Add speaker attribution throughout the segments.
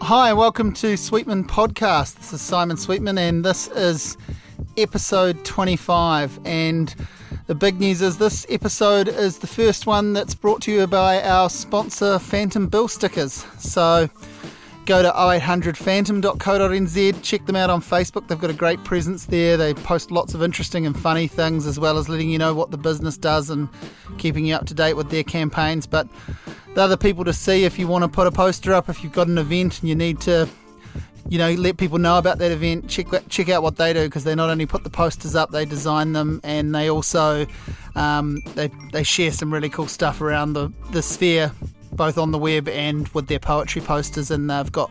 Speaker 1: Hi, and welcome to Sweetman Podcast. This is Simon Sweetman, and this is episode 25. And the big news is this episode is the first one that's brought to you by our sponsor, Phantom Bill Stickers. So go to 0800phantom.co.nz, check them out on Facebook. They've got a great presence there. They post lots of interesting and funny things, as well as letting you know what the business does and keeping you up to date with their campaigns. But they're the people to see if you want to put a poster up if you've got an event and you need to you know let people know about that event check check out what they do because they not only put the posters up they design them and they also um, they, they share some really cool stuff around the, the sphere both on the web and with their poetry posters and they've got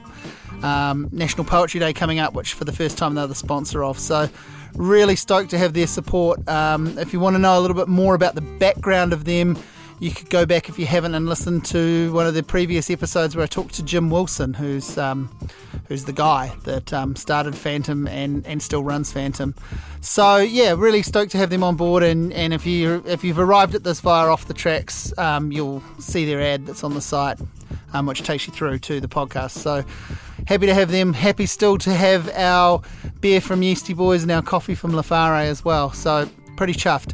Speaker 1: um, national poetry day coming up which for the first time they're the sponsor of so really stoked to have their support um, if you want to know a little bit more about the background of them you could go back if you haven't and listen to one of the previous episodes where I talked to Jim Wilson, who's um, who's the guy that um, started Phantom and, and still runs Phantom. So yeah, really stoked to have them on board. And, and if you if you've arrived at this via off the tracks, um, you'll see their ad that's on the site, which takes you through to the podcast. So happy to have them. Happy still to have our beer from Yeasty Boys and our coffee from Lafare as well. So pretty chuffed.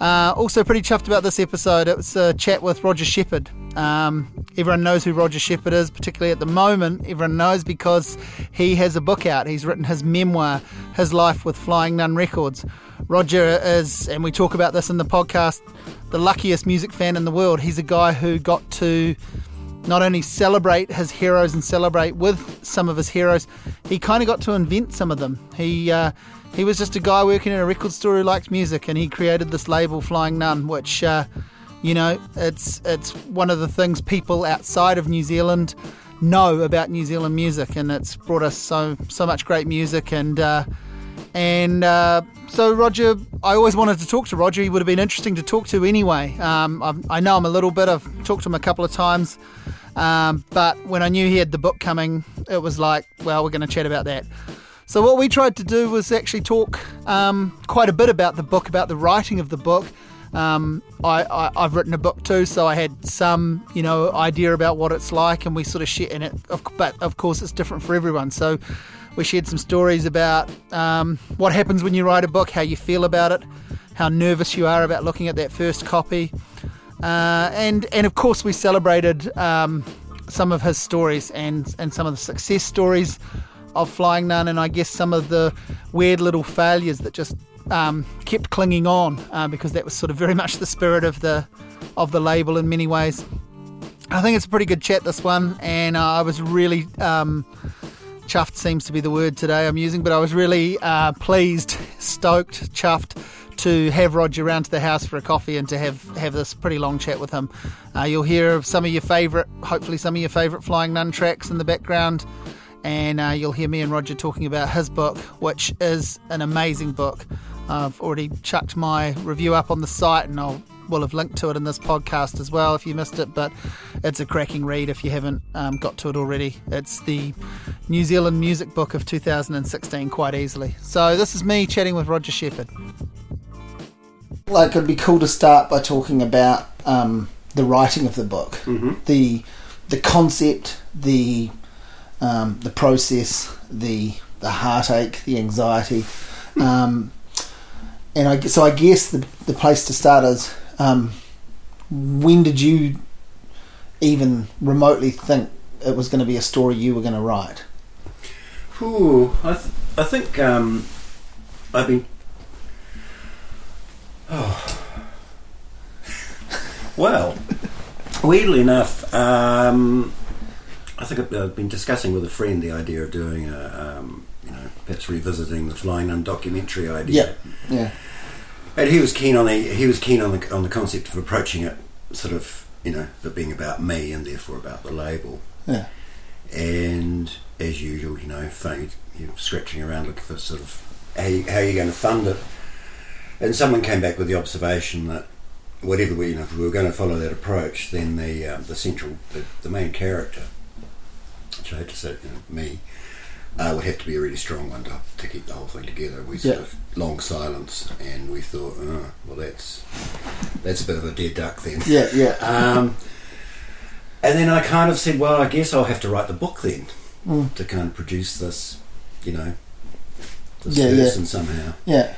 Speaker 1: Uh, also, pretty chuffed about this episode. It was a chat with Roger Shepard. Um, everyone knows who Roger Shepard is, particularly at the moment. Everyone knows because he has a book out. He's written his memoir, His Life with Flying Nun Records. Roger is, and we talk about this in the podcast, the luckiest music fan in the world. He's a guy who got to not only celebrate his heroes and celebrate with some of his heroes, he kind of got to invent some of them. He. Uh, he was just a guy working in a record store who liked music, and he created this label, Flying Nun, which, uh, you know, it's it's one of the things people outside of New Zealand know about New Zealand music, and it's brought us so so much great music and. Uh, and uh, so Roger, I always wanted to talk to Roger. He would have been interesting to talk to anyway. Um, i know him a little bit. I've talked to him a couple of times, um, but when I knew he had the book coming, it was like, well, we're going to chat about that. So, what we tried to do was actually talk um, quite a bit about the book, about the writing of the book. Um, I, have written a book too, so I had some, you know, idea about what it's like, and we sort of share. And it, of, but of course, it's different for everyone. So, we shared some stories about um, what happens when you write a book, how you feel about it, how nervous you are about looking at that first copy, uh, and and of course, we celebrated um, some of his stories and and some of the success stories of Flying Nun and I guess some of the weird little failures that just um, kept clinging on uh, because that was sort of very much the spirit of the of the label in many ways. I think it's a pretty good chat this one, and uh, I was really um, chuffed seems to be the word today I'm using, but I was really uh, pleased, stoked, chuffed to have Roger round to the house for a coffee and to have, have this pretty long chat with him. Uh, you'll hear some of your favourite, hopefully some of your favourite Flying Nun tracks in the background and uh, you'll hear me and Roger talking about his book, which is an amazing book. I've already chucked my review up on the site, and I'll will have linked to it in this podcast as well if you missed it. But it's a cracking read if you haven't um, got to it already. It's the New Zealand Music Book of 2016, quite easily. So this is me chatting with Roger Shepard. Like it'd be cool to start by talking about um, the writing of the book, mm-hmm. the the concept, the um, the process, the the heartache, the anxiety, um, and I so I guess the the place to start is um, when did you even remotely think it was going to be a story you were going to write?
Speaker 2: Ooh, I th- I think um, I've been oh well weirdly enough. um, I think I've been discussing with a friend the idea of doing a, um, you know, perhaps revisiting the flying undocumentary
Speaker 1: idea. Yeah, yeah.
Speaker 2: And he was keen on the he was keen on the on the concept of approaching it, sort of you know, it being about me and therefore about the label.
Speaker 1: Yeah.
Speaker 2: And as usual, you know, you're scratching around looking for sort of how you, how you're going to fund it. And someone came back with the observation that whatever we you know, if we were going to follow that approach, then the um, the central the, the main character I had to say, you know, me, uh, would have to be a really strong one to, to keep the whole thing together. We sort yeah. of long silence, and we thought, oh, well, that's that's a bit of a dead duck then.
Speaker 1: Yeah, yeah.
Speaker 2: Um, and then I kind of said, well, I guess I'll have to write the book then,
Speaker 3: Mm.
Speaker 2: to kind of produce this, you know, this
Speaker 3: Yeah, yeah.
Speaker 2: person somehow.
Speaker 3: Yeah.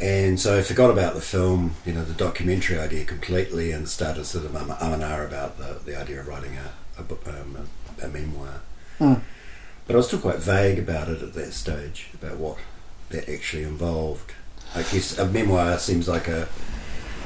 Speaker 2: And so I forgot about the film, you know, the documentary idea completely, and started sort of um, um and ah about the, the idea of writing a a, book, um, a, a memoir.
Speaker 3: Mm.
Speaker 2: But I was still quite vague about it at that stage about what that actually involved. I guess a memoir seems like a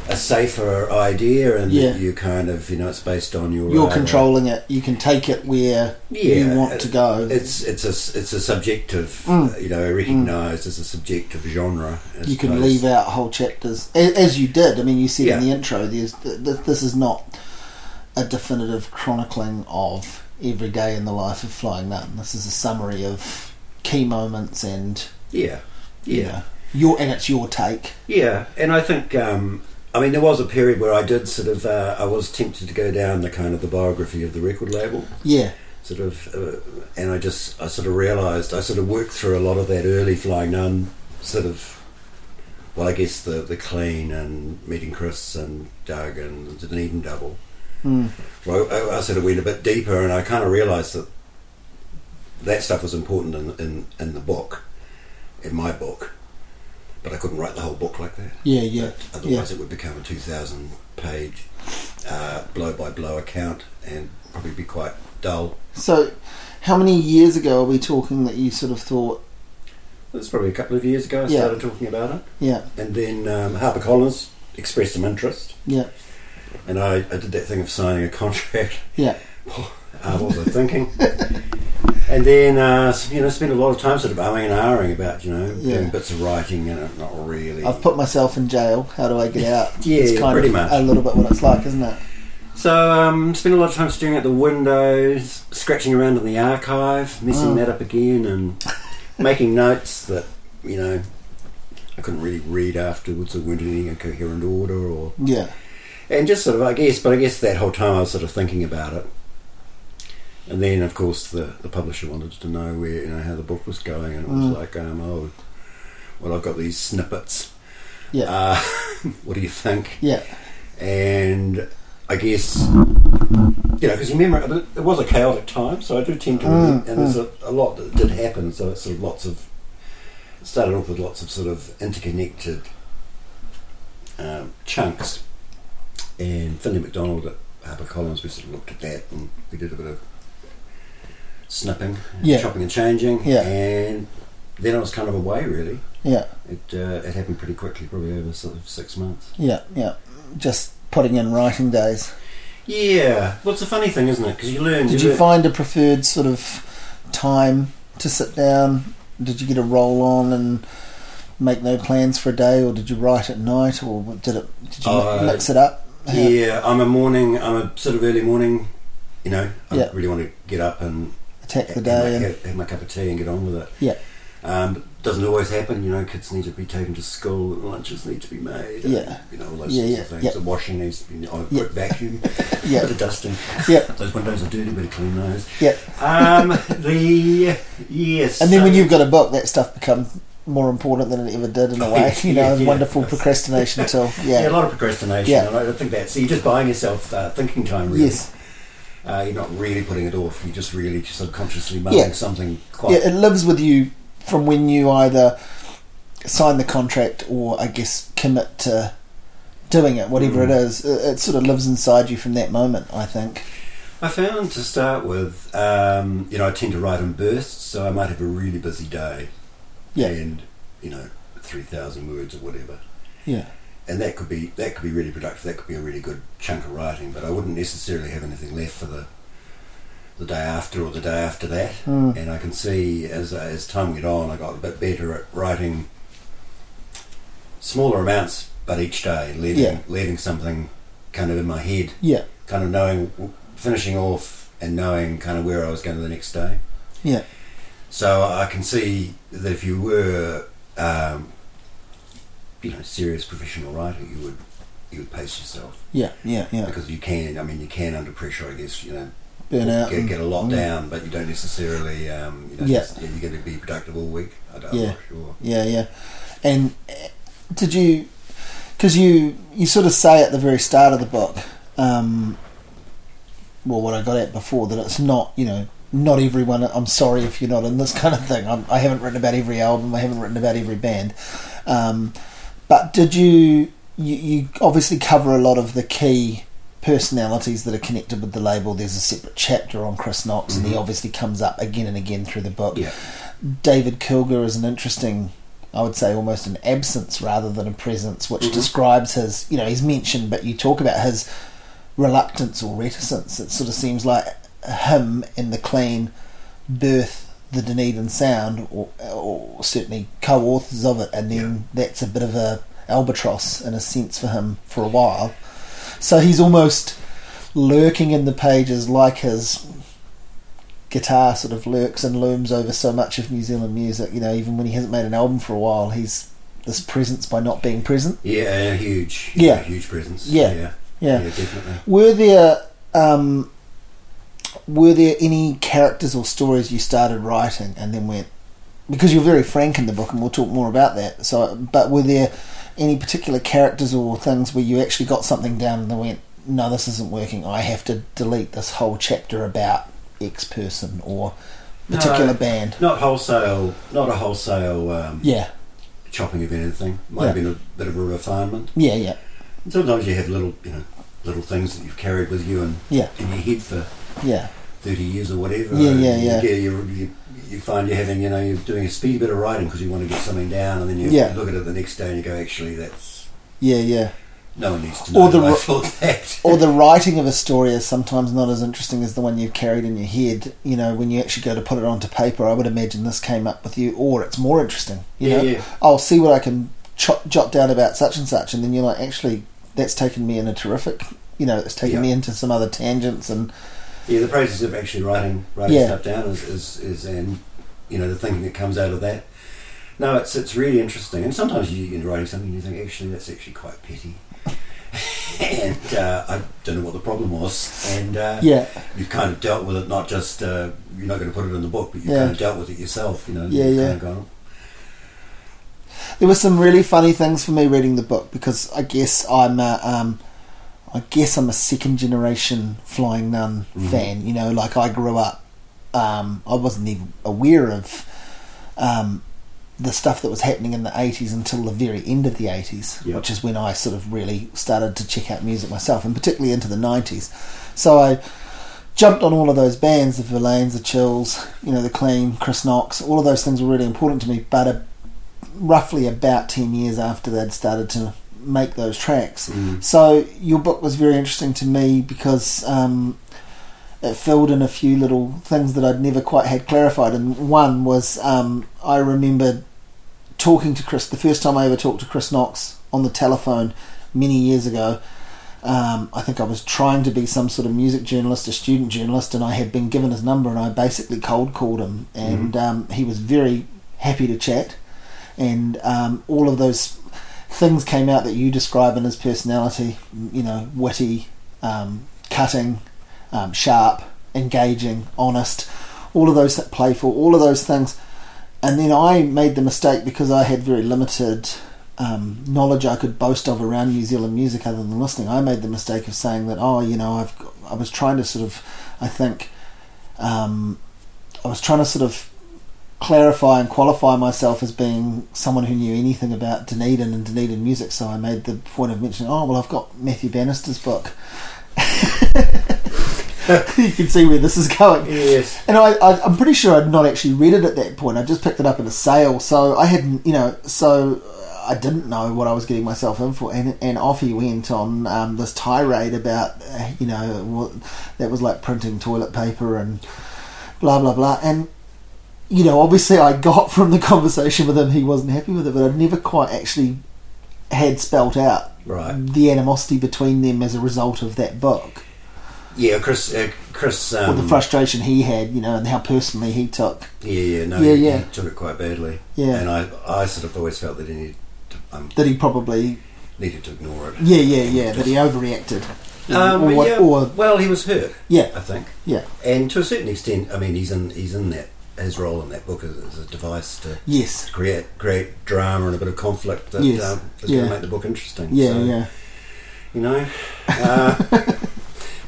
Speaker 2: a safer idea, and
Speaker 3: Yeah.
Speaker 2: you kind of you know it's based on your um,
Speaker 3: You're
Speaker 2: own-
Speaker 3: controlling it. You can take it where
Speaker 2: Yeah,
Speaker 3: you want
Speaker 2: it-
Speaker 3: to go.
Speaker 2: It's it's a s- it's a subjective,
Speaker 3: Mm.
Speaker 2: you know, recognised as a subjective genre. as
Speaker 3: you can
Speaker 2: opposed-
Speaker 3: leave out whole chapters, a- as you did. I mean, you said in
Speaker 2: Yeah.
Speaker 3: the intro, "There's th- th- this is not a definitive chronicling of every day in the life of Flying Mountain. This is a summary of key moments and
Speaker 2: yeah,
Speaker 3: you
Speaker 2: yeah.
Speaker 3: know, your and it's your take.
Speaker 2: Yeah, and I think um, I mean there was a period where I did sort of uh, I was tempted to go down the kind of the biography of the record label
Speaker 3: Yeah,
Speaker 2: sort of, uh, and I just I sort of realised I sort of worked through a lot of that early Flying Nun sort of, well I guess the the Clean and Meeting Chris and Doug and an even double.
Speaker 3: mm.
Speaker 2: Well, I, I sort of went a bit deeper, and I kind of realised that that stuff was important in, in in the book, in my book, but I couldn't write the whole book like that.
Speaker 3: yeah, yeah,
Speaker 2: But otherwise, it would become a 2,000 page uh, blow by blow account and probably be quite dull.
Speaker 3: So, how many years ago are we talking that you sort of thought,
Speaker 2: That's probably a couple of years ago I
Speaker 3: Yeah.
Speaker 2: started talking about it.
Speaker 3: yeah,
Speaker 2: And then um, HarperCollins expressed some interest,
Speaker 3: yeah,
Speaker 2: and I, I did that thing of signing a contract.
Speaker 3: yeah,
Speaker 2: uh, what was I thinking? and then, uh, s- you know, spent a lot of time sort of umming and ahhing about, you know,
Speaker 3: Yeah.
Speaker 2: doing bits of writing and not really.
Speaker 3: I've put myself in jail. How do I get out?
Speaker 2: Yeah,
Speaker 3: it's
Speaker 2: yeah,
Speaker 3: kind
Speaker 2: pretty
Speaker 3: of
Speaker 2: much.
Speaker 3: a little bit what it's like, isn't it?
Speaker 2: So, um, spent a lot of time staring at the windows, scratching around in the archive, messing
Speaker 3: Oh.
Speaker 2: that up again, and making notes that, you know, I couldn't really read afterwards or weren't in any coherent order or.
Speaker 3: Yeah,
Speaker 2: And just sort of, I guess, but I guess that whole time I was sort of thinking about it. And then, of course, the, the publisher wanted to know where, you know, how the book was going, and it was
Speaker 3: Mm.
Speaker 2: like, um, oh, well, I've got these snippets.
Speaker 3: yeah,
Speaker 2: Uh, what do you think?
Speaker 3: yeah,
Speaker 2: and I guess you know because you remember it was a chaotic time, so I do tend to
Speaker 3: Mm,
Speaker 2: and there's a, a lot that did happen, so it's sort of lots of it started off with lots of sort of interconnected um, chunks, and Finley McDonald at HarperCollins we sort of looked at that and we did a bit of snipping, and
Speaker 3: Yeah.
Speaker 2: chopping and changing,
Speaker 3: Yeah.
Speaker 2: and then I was kind of away really.
Speaker 3: yeah,
Speaker 2: It uh, it happened pretty quickly, probably over sort of six months.
Speaker 3: yeah, yeah. Just putting in writing days.
Speaker 2: Yeah. Well, it's a funny thing, isn't it? Because you learn.
Speaker 3: Did you
Speaker 2: learn-
Speaker 3: find a preferred sort of time to sit down? Did you get a roll on and make no plans for a day, or did you write at night, or did it? Did you
Speaker 2: Uh,
Speaker 3: mix it up?
Speaker 2: Yeah, I'm a morning. I'm a sort of early morning. You know, I
Speaker 3: Yeah.
Speaker 2: really want to get up and
Speaker 3: Attack the
Speaker 2: have
Speaker 3: day
Speaker 2: my,
Speaker 3: and
Speaker 2: have, have my cup of tea and get on with it.
Speaker 3: Yeah.
Speaker 2: Um, but it doesn't always happen. You know, kids need to be taken to school. and Lunches need to be made. and,
Speaker 3: Yeah.
Speaker 2: you know, all those
Speaker 3: Yeah,
Speaker 2: sorts
Speaker 3: yeah,
Speaker 2: of things.
Speaker 3: yeah.
Speaker 2: The washing needs to be. oh, I
Speaker 3: Yeah.
Speaker 2: quick vacuum.
Speaker 3: Yeah.
Speaker 2: The dusting.
Speaker 3: yeah,
Speaker 2: Those windows are dirty. Better clean those.
Speaker 3: yeah.
Speaker 2: Um. the yes.
Speaker 3: And then when
Speaker 2: so-
Speaker 3: you've got a book, that stuff becomes more important than it ever did in a
Speaker 2: Oh,
Speaker 3: way.
Speaker 2: yeah,
Speaker 3: You know,
Speaker 2: yeah.
Speaker 3: wonderful procrastination tool.
Speaker 2: yeah.
Speaker 3: Yeah.
Speaker 2: a lot of procrastination.
Speaker 3: Yeah.
Speaker 2: And I don't think that's. So you're just buying yourself uh, thinking time, really.
Speaker 3: Yes.
Speaker 2: Uh, you're not really putting it off. You're just really subconsciously marking
Speaker 3: Yeah.
Speaker 2: something quite.
Speaker 3: Yeah, it lives with you from when you either sign the contract or, I guess, commit to doing it, whatever it is. It, it sort of lives inside you from that moment, I think.
Speaker 2: I found to start with, um, you know, I tend to write in bursts, so I might have a really busy day.
Speaker 3: Yeah.
Speaker 2: And you know, three thousand words or whatever,
Speaker 3: Yeah.
Speaker 2: and that could be that could be really productive. That could be a really good chunk of writing, but I wouldn't necessarily have anything left for the the day after or the day after that.
Speaker 3: Mm.
Speaker 2: And I can see as as time went on, I got a bit better at writing smaller amounts, but each day, leaving
Speaker 3: Yeah.
Speaker 2: leaving something kind of in my head,
Speaker 3: Yeah.
Speaker 2: kind of knowing, finishing off, and knowing kind of where I was going the next day.
Speaker 3: Yeah.
Speaker 2: So I can see that if you were, um, you know, serious professional writer, you would you would pace yourself
Speaker 3: Yeah. Yeah. Yeah.
Speaker 2: because you can. I mean, you can under pressure, I guess. You know,
Speaker 3: Burn out.
Speaker 2: get,
Speaker 3: and-
Speaker 2: get a lot
Speaker 3: Mm.
Speaker 2: down, but you don't necessarily. Um, you know,
Speaker 3: Yeah.
Speaker 2: just- you're going to be productive all week. I don't,
Speaker 3: Yeah.
Speaker 2: I'm not sure.
Speaker 3: Yeah, yeah. And eh, did you? Because you you sort of say at the very start of the book, um, well, what I got at before that it's not you know not everyone. I'm sorry if you're not in this kind of thing. I'm, I haven't written about every album. I haven't written about every band. Um, but did you, you? You obviously cover a lot of the key personalities that are connected with the label. There's a separate chapter on Chris Knox, and he obviously comes up again and again through the book.
Speaker 2: Yeah.
Speaker 3: David Kilger is an interesting, I would say, almost an absence rather than a presence, which describes his. You know, he's mentioned, but you talk about his reluctance or reticence. It sort of seems like him in the clean birth the Dunedin Sound, or, or certainly co-authors of it, and then that's a bit of a albatross in a sense for him for a while. So he's almost lurking in the pages like his guitar sort of lurks and looms over so much of New Zealand music. You know, even when he hasn't made an album for a while, he's this presence by not being present.
Speaker 2: Yeah, a huge,
Speaker 3: Yeah.
Speaker 2: yeah, huge presence.
Speaker 3: Yeah.
Speaker 2: yeah,
Speaker 3: Yeah.
Speaker 2: definitely.
Speaker 3: Were there um, were there any characters or stories you started writing and then went because you're very frank in the book and we'll talk more about that. So, but were there any particular characters or things where you actually got something down and then went, no, this isn't working. I have to delete this whole chapter about X person or particular
Speaker 2: No.
Speaker 3: band.
Speaker 2: Not wholesale, not a wholesale um,
Speaker 3: Yeah,
Speaker 2: chopping of anything. Might have
Speaker 3: Yeah.
Speaker 2: been a bit of a refinement.
Speaker 3: yeah, yeah,
Speaker 2: And sometimes you have little, you know, little things that you've carried with you and
Speaker 3: yeah,
Speaker 2: in your head for
Speaker 3: yeah,
Speaker 2: 30 years or whatever.
Speaker 3: Yeah,
Speaker 2: and
Speaker 3: yeah,
Speaker 2: you-
Speaker 3: yeah.
Speaker 2: you, you, you find you're having, you know, you're doing a speedy bit of writing because you want to get something down, and then you
Speaker 3: Yeah.
Speaker 2: look at it the next day and you go, actually, that's
Speaker 3: yeah, yeah.
Speaker 2: no one needs to know.
Speaker 3: Or the
Speaker 2: that I
Speaker 3: ro-
Speaker 2: thought that.
Speaker 3: or the writing of a story is sometimes not as interesting as the one you've carried in your head. You know, when you actually go to put it onto paper, I would imagine this came up with you, or it's more interesting. You
Speaker 2: Yeah,
Speaker 3: know,
Speaker 2: yeah.
Speaker 3: I'll see what I can chop, jot down about such and such, and then you're like, actually, that's taken me in a terrific. You know, it's taken
Speaker 2: Yeah.
Speaker 3: me into some other tangents, and
Speaker 2: Yeah, the process of actually writing writing
Speaker 3: Yeah.
Speaker 2: stuff down is, is, is and you know the thinking that comes out of that. No, it's it's really interesting, and sometimes you, you're writing something and you think actually that's actually quite petty, and uh, I don't know what the problem was, and uh,
Speaker 3: yeah,
Speaker 2: you've kind of dealt with it. Not just uh, you're not going to put it in the book, but you've
Speaker 3: Yeah.
Speaker 2: kind of dealt with it yourself. You know,
Speaker 3: Yeah,
Speaker 2: You've
Speaker 3: yeah.
Speaker 2: Kind of gone,
Speaker 3: there were some really funny things for me reading the book because I guess I'm a, um, I guess I'm a second generation Flying Nun
Speaker 2: Mhm.
Speaker 3: fan. You know, like I grew up, um, I wasn't even aware of um, the stuff that was happening in the 80s until the very end of the 80s,
Speaker 2: Yep.
Speaker 3: which is when I sort of really started to check out music myself, and particularly into the 90s. So I jumped on all of those bands the Verlaines, the Chills, you know, the Clean, Chris Knox, all of those things were really important to me, but a, roughly about 10 years after they'd started to make those tracks.
Speaker 2: Mm.
Speaker 3: So your book was very interesting to me because um, it filled in a few little things that I'd never quite had clarified. And one was um, I remember talking to Chris the first time I ever talked to Chris Knox on the telephone many years ago. Um, I think I was trying to be some sort of music journalist, a student journalist, and I had been given his number, and I basically cold called him, and um, he was very happy to chat, and um, all of those things came out that you describe in his personality. You know, witty, um, cutting, um, sharp, engaging, honest, all of those th- playful, all of those things. And then I made the mistake because I had very limited um, knowledge I could boast of around New Zealand music other than listening. I made the mistake of saying that, oh, you know, I've got, I was trying to sort of, I think, um, I was trying to sort of clarify and qualify myself as being someone who knew anything about Dunedin and Dunedin music. So I made the point of mentioning, oh, well, I've got Matthew Bannister's book. you can see where this is going.
Speaker 2: yes,
Speaker 3: And I, I, I'm pretty sure I'd not actually read it at that point. I just picked it up in a sale, so I hadn't, you know, so uh, I didn't know what I was getting myself in for. And, and off he went on um, this tirade about, uh, you know, what, that was like printing toilet paper and blah blah blah. And you know, obviously, I got from the conversation with him he wasn't happy with it, but I'd never quite actually had spelt out
Speaker 2: right.
Speaker 3: the animosity between them as a result of that book
Speaker 2: Yeah, Chris. Uh, Chris.
Speaker 3: or
Speaker 2: Um,
Speaker 3: the frustration he had, you know, and how personally he took.
Speaker 2: yeah, yeah, no,
Speaker 3: Yeah,
Speaker 2: he-
Speaker 3: yeah.
Speaker 2: He took it quite badly.
Speaker 3: Yeah.
Speaker 2: and I, I sort of always felt that he needed to, um,
Speaker 3: that he probably
Speaker 2: needed to ignore it.
Speaker 3: yeah yeah yeah that he overreacted
Speaker 2: Um,
Speaker 3: Mm, or, what-
Speaker 2: yeah,
Speaker 3: or
Speaker 2: well, he was hurt,
Speaker 3: yeah
Speaker 2: I think,
Speaker 3: yeah
Speaker 2: and to a certain extent, I mean, he's in he's in that his role in that book is, is a device to
Speaker 3: yes
Speaker 2: create create drama and a bit of conflict that
Speaker 3: Yes,
Speaker 2: um, is
Speaker 3: yeah.
Speaker 2: going to make the book interesting.
Speaker 3: yeah
Speaker 2: so,
Speaker 3: yeah
Speaker 2: you know, uh,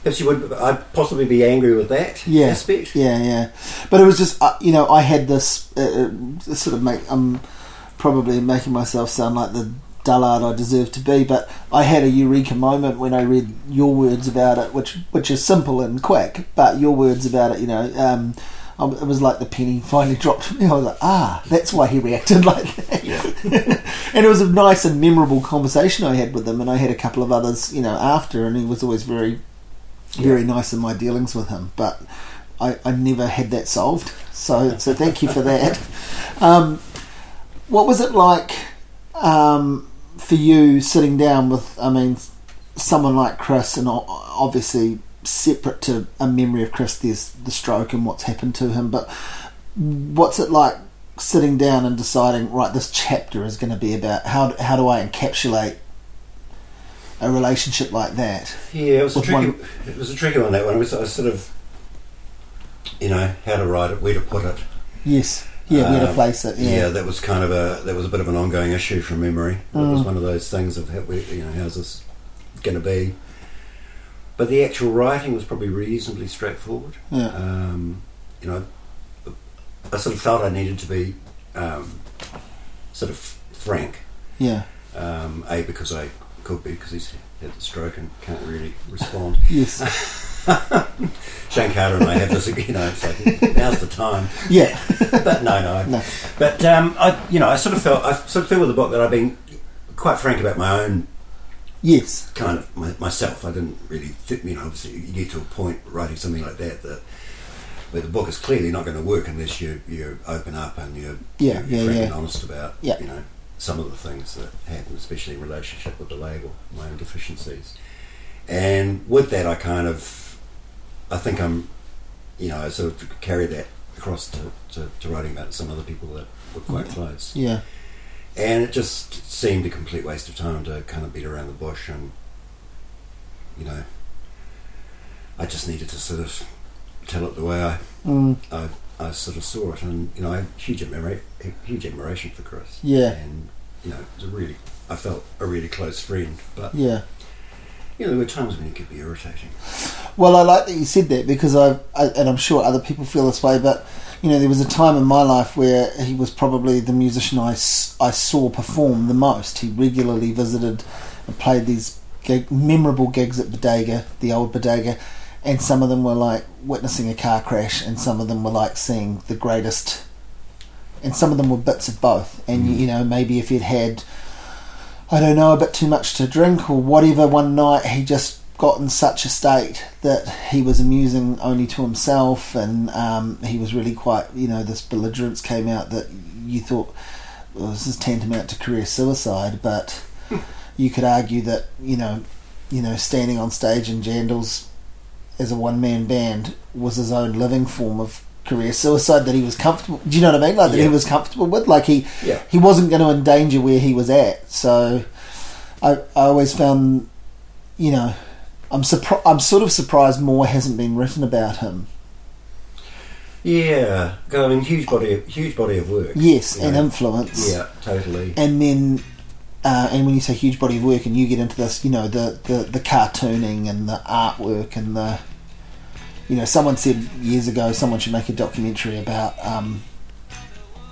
Speaker 2: perhaps you would. I'd possibly be angry with that
Speaker 3: Yeah.
Speaker 2: aspect.
Speaker 3: Yeah, yeah. But it was just, uh, you know, I had this uh, uh, sort of make. I'm probably making myself sound like the dullard I deserve to be, but I had a eureka moment when I read your words about it, which which is simple and quick. But your words about it, you know. Um, I- it was like the penny finally dropped from me. I was like, ah, that's why he reacted like that. and it was a nice and memorable conversation I had with him, and I had a couple of others, you know, after, and he was always very, very nice in my dealings with him. But I, I never had that solved. So so thank you for that. Um, what was it like um, for you sitting down with? I mean, someone like Chris, and o- obviously separate to a memory of Chris, there's the stroke and what's happened to him. But what's it like sitting down and deciding? Right, this chapter is going to be about how how do I encapsulate a relationship like that?
Speaker 2: Yeah, it was a
Speaker 3: With
Speaker 2: tricky.
Speaker 3: one-
Speaker 2: It was a tricky one that one. It was, I was sort of, you know, how to write it, where to put it.
Speaker 3: Yes. Yeah, where to
Speaker 2: Um,
Speaker 3: place it.
Speaker 2: Yeah.
Speaker 3: Yeah.
Speaker 2: that was kind of a that was a bit of an ongoing issue from memory. It was
Speaker 3: Mm.
Speaker 2: one of those things of how, we- you know how's this going to be. But the actual writing was probably reasonably straightforward.
Speaker 3: Yeah.
Speaker 2: Um, you know, I sort of felt I needed to be um, sort of frank.
Speaker 3: yeah.
Speaker 2: Um, a because I could be because he's had the stroke and can't really respond.
Speaker 3: Yes.
Speaker 2: Shane Carter and I have this, you know, it's like now's the time.
Speaker 3: Yeah.
Speaker 2: But no, no,
Speaker 3: No.
Speaker 2: But um, I, you know, I sort of felt, I sort of feel with the book that I've been quite frank about my own
Speaker 3: Yes.
Speaker 2: kind of my, myself. I didn't really, th- you know, obviously you get to a point writing something like that that where the book is clearly not going to work unless you you open up and you're
Speaker 3: Yeah,
Speaker 2: you're
Speaker 3: yeah,
Speaker 2: frank
Speaker 3: yeah.
Speaker 2: and honest about
Speaker 3: Yeah.
Speaker 2: you know some of the things that happen, especially in relationship with the label, my own deficiencies, and with that I kind of I think I'm you know I sort of carry that across to, to, to writing about some other people that were quite close
Speaker 3: Yeah.
Speaker 2: and it just seemed a complete waste of time to kind of beat around the bush and you know I just needed to sort of tell it the way I,
Speaker 3: Mm.
Speaker 2: I, I sort of saw it and you know I have huge admiration huge admiration for Chris
Speaker 3: Yeah.
Speaker 2: and you know it was a really I felt a really close friend but
Speaker 3: Yeah.
Speaker 2: you know there were times when it could be irritating
Speaker 3: Well, I like that you said that because I, I and I'm sure other people feel this way, but you know, there was a time in my life where he was probably the musician I, s- I saw perform the most. He regularly visited and played these gig, memorable gigs at Bodega, the old Bodega, and some of them were like witnessing a car crash, and some of them were like seeing the greatest, and some of them were bits of both. And you know, maybe if he'd had I don't know, a bit too much to drink or whatever. One night he just got in such a state that he was amusing only to himself, and um, he was really quite, you know, this belligerence came out that you thought well, this is tantamount to career suicide, but you could argue that, you know, you know, standing on stage in Jandals as a one man band was his own living form of career suicide that he was comfortable do you know what I mean? Like that he
Speaker 2: Yeah.
Speaker 3: was comfortable with. Like he
Speaker 2: yeah
Speaker 3: he wasn't going to endanger where he was at. So I, I always found, you know, I'm surprised. I'm sort of surprised more hasn't been written about him.
Speaker 2: yeah 'Cause, I mean huge body of, huge body of work
Speaker 3: Yes,
Speaker 2: you
Speaker 3: and
Speaker 2: know.
Speaker 3: influence.
Speaker 2: yeah totally
Speaker 3: And then, uh, and when you say huge body of work, and you get into this, you know, the the, the cartooning and the artwork and the, you know, someone said years ago someone should make a documentary about, um,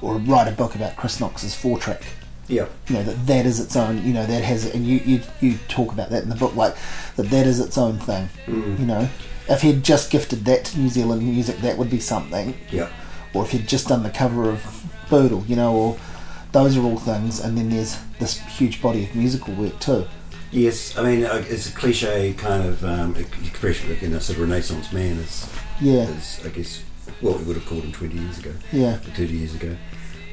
Speaker 3: or write a book about Chris Knox's four track.
Speaker 2: yeah
Speaker 3: you know that that is its own you know that has and you you, you talk about that in the book like that that is its own thing
Speaker 2: Mm.
Speaker 3: you know if he'd just gifted that to New Zealand music that would be something
Speaker 2: yeah
Speaker 3: or if he'd just done the cover of Boodle you know or those are all things and then there's this huge body of musical work too
Speaker 2: Yes, I mean uh, it's a cliche kind of um, expression. You know, sort of Renaissance man is,
Speaker 3: yeah
Speaker 2: is, I guess, what we would have called him twenty years ago,
Speaker 3: yeah
Speaker 2: or thirty years ago.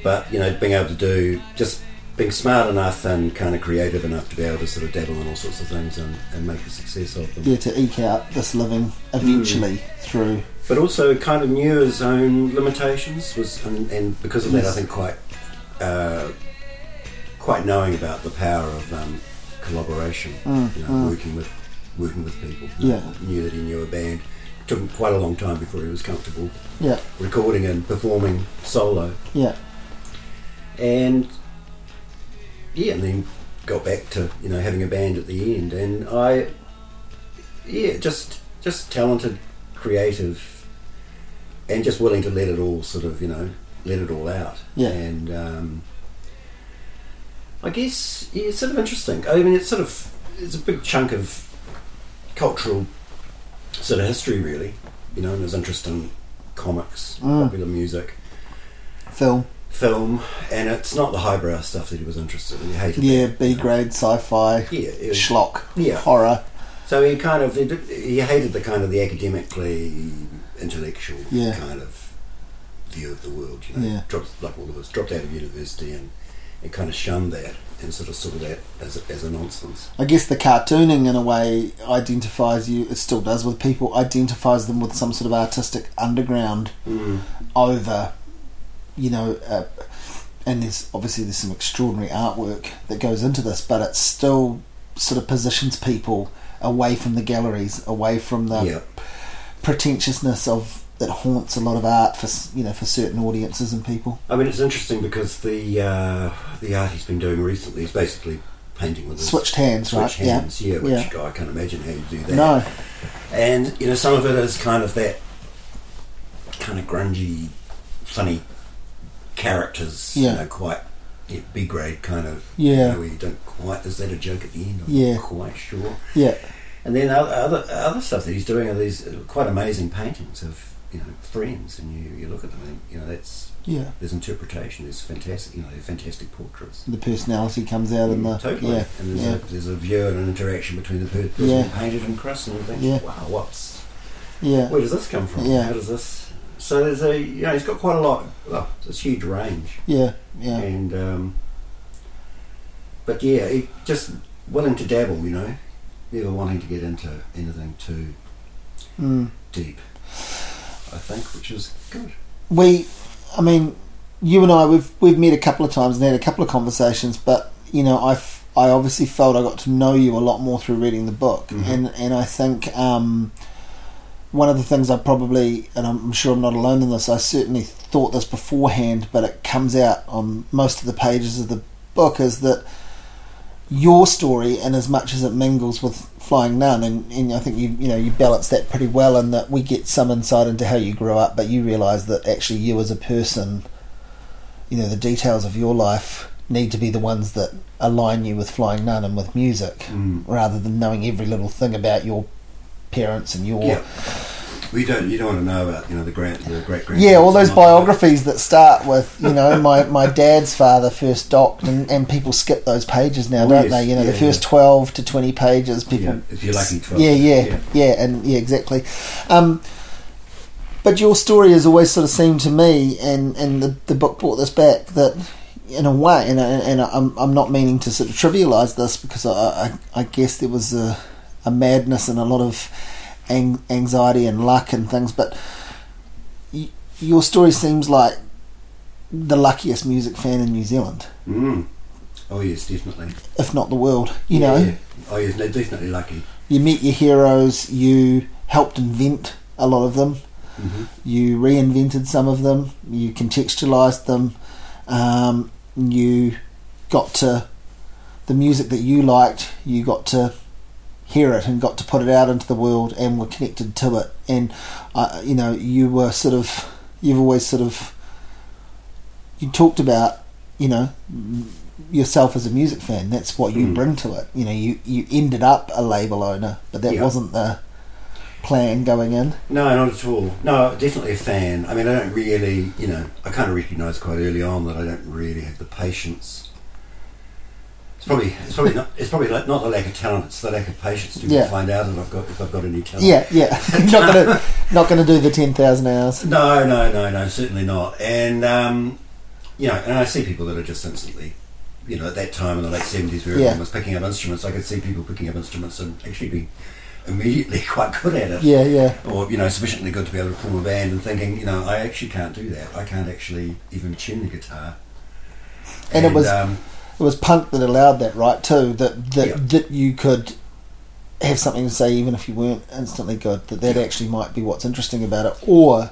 Speaker 2: But you know, being able to do just being smart enough and kind of creative enough to be able to sort of dabble in all sorts of things and, and make a success of them.
Speaker 3: yeah to eke out this living eventually
Speaker 2: Mm.
Speaker 3: through
Speaker 2: But also, kind of knew his own limitations was, and, and because of that, I
Speaker 3: Yes.
Speaker 2: think quite, uh, quite knowing about the power of um, collaboration.
Speaker 3: Mm,
Speaker 2: you know,
Speaker 3: mm.
Speaker 2: working with working with people.
Speaker 3: Yeah.
Speaker 2: Knew that he knew a band. Took him quite a long time before he was comfortable
Speaker 3: yeah
Speaker 2: recording and performing solo.
Speaker 3: yeah
Speaker 2: And yeah, and then got back to you know having a band at the end. And I, yeah, just just talented, creative, and just willing to let it all sort of you know let it all out.
Speaker 3: Yeah.
Speaker 2: And um, I guess yeah, it's sort of interesting. I mean, it's sort of it's a big chunk of cultural sort of history, really. You know, and there's interest in comics,
Speaker 3: Mm.
Speaker 2: popular music,
Speaker 3: Film.
Speaker 2: film, and it's not the highbrow stuff that he was interested in. He hated
Speaker 3: Yeah,
Speaker 2: that,
Speaker 3: B
Speaker 2: you know.
Speaker 3: grade sci fi,
Speaker 2: Yeah, it was-
Speaker 3: schlock,
Speaker 2: Yeah.
Speaker 3: horror.
Speaker 2: So he kind of he, did, he hated the kind of the academically intellectual
Speaker 3: Yeah.
Speaker 2: kind of view of the world. You know,
Speaker 3: Yeah.
Speaker 2: dropped like all of us dropped out of university and, and kind of shunned that and sort of saw that as a, as a nonsense.
Speaker 3: I guess the cartooning, in a way, identifies you, it still does with people, identifies them with some sort of artistic underground
Speaker 2: Mm.
Speaker 3: over, you know, uh, and there's obviously there's some extraordinary artwork that goes into this, but it still sort of positions people away from the galleries, away from the
Speaker 2: yeah,
Speaker 3: pretentiousness of that haunts a lot of art for s- you know for certain audiences and people.
Speaker 2: I mean it's interesting because the uh, the art he's been doing recently is basically painting with his
Speaker 3: Switched hands,
Speaker 2: switched
Speaker 3: right? Yeah.
Speaker 2: hands. Yeah, which
Speaker 3: Yeah.
Speaker 2: I can't imagine how you do that.
Speaker 3: No,
Speaker 2: And you know, some of it is kind of that kind of grungy, funny characters.
Speaker 3: Yeah.
Speaker 2: You know, quite yeah, B grade kind of. You
Speaker 3: yeah,
Speaker 2: know, where you don't quite. Is that a joke at the end? I'm
Speaker 3: Yeah.
Speaker 2: Not quite sure.
Speaker 3: yeah,
Speaker 2: And then other, other other stuff that he's doing are these uh, quite amazing paintings of you know friends, and you, you look at them and you know that's
Speaker 3: yeah.
Speaker 2: there's interpretation. There's fantastic. You know, they're fantastic portraits.
Speaker 3: The personality comes out in the
Speaker 2: Mm, totally.
Speaker 3: yeah,
Speaker 2: and there's,
Speaker 3: yeah.
Speaker 2: a, there's a view and an interaction between the per- person
Speaker 3: Yeah.
Speaker 2: who painted and Chris, and you think,
Speaker 3: Yeah.
Speaker 2: wow, what's
Speaker 3: yeah.
Speaker 2: where does this come from?
Speaker 3: Yeah.
Speaker 2: How does this? So there's a you know he's got quite a lot. Well, it's a huge range,
Speaker 3: Yeah, yeah,
Speaker 2: and um, but yeah, he just willing to dabble. You know, never wanting to get into anything too
Speaker 3: Mm.
Speaker 2: deep. I think, which is good.
Speaker 3: we, I mean, you and I, we've we've met a couple of times and had a couple of conversations, but you know, I, f- I obviously felt I got to know you a lot more through reading the book,
Speaker 2: Mhm.
Speaker 3: and and I think um, one of the things I probably, and I'm sure I'm not alone in this, I certainly thought this beforehand, but it comes out on most of the pages of the book is that your story and as much as it mingles with Flying Nun and, and I think you you know you balance that pretty well in that we get some insight into how you grew up but you realise that actually you as a person you know the details of your life need to be the ones that align you with Flying Nun and with music
Speaker 2: Mm.
Speaker 3: rather than knowing every little thing about your parents and your
Speaker 2: Yeah. We don't. You don't want to know about you know the grand, the great grand.
Speaker 3: Yeah, all those biographies that start with, you know, my, my dad's father first docked, and, and people skip those pages now, don't
Speaker 2: Oh, Yes,
Speaker 3: they? You know, the
Speaker 2: yeah,
Speaker 3: first 12 to 20 pages, people.
Speaker 2: Yeah, if you're lucky, 12.
Speaker 3: Yeah, yeah, yeah, and yeah, exactly. Um, but your story has always sort of seemed to me, and, and the, the book brought this back, that in a way, and, I- and I'm, I'm not meaning to sort of trivialise this because I, I, I guess there was a, a madness and a lot of ang- anxiety and luck and things, but y- your story seems like the luckiest music fan in New Zealand,
Speaker 2: Mm. Oh yes, definitely.
Speaker 3: if not the world. You know,
Speaker 2: Yeah. Oh yes, no, definitely lucky.
Speaker 3: you meet your heroes, you helped invent a lot of them,
Speaker 2: hmm
Speaker 3: you reinvented some of them, you contextualized them, um, you got to the music that you liked, you got to hear it and got to put it out into the world and were connected to it. And, uh, you know, you were sort of, you've always sort of, you talked about, you know, m- yourself as a music fan. That's what you
Speaker 2: Mm.
Speaker 3: bring to it. You know, you, you ended up a label owner, but that
Speaker 2: Yeah.
Speaker 3: wasn't the plan going in.
Speaker 2: No, not at all. No, definitely a fan. I mean, I don't really, you know, I kind of recognised quite early on that I don't really have the patience. It's probably, it's probably not, it's probably like not the lack of talent. It's the lack of patience to
Speaker 3: Yeah.
Speaker 2: find out that I've got if I've got any talent.
Speaker 3: Yeah, yeah. not gonna not gonna do the ten thousand hours.
Speaker 2: No, no, no, no, certainly not. And um, you know, and I see people that are just instantly, you know, at that time in the late seventies, where everyone
Speaker 3: Yeah.
Speaker 2: was picking up instruments. I could see people picking up instruments and actually being immediately quite good at it.
Speaker 3: Yeah, yeah,
Speaker 2: or you know sufficiently good to be able to form a band and thinking you know I actually can't do that I can't actually even tune the guitar
Speaker 3: And it was-
Speaker 2: um,
Speaker 3: it was punk that allowed that, right? Too that that
Speaker 2: Yeah.
Speaker 3: that you could have something to say even if you weren't instantly good. That that actually might be what's interesting about it, or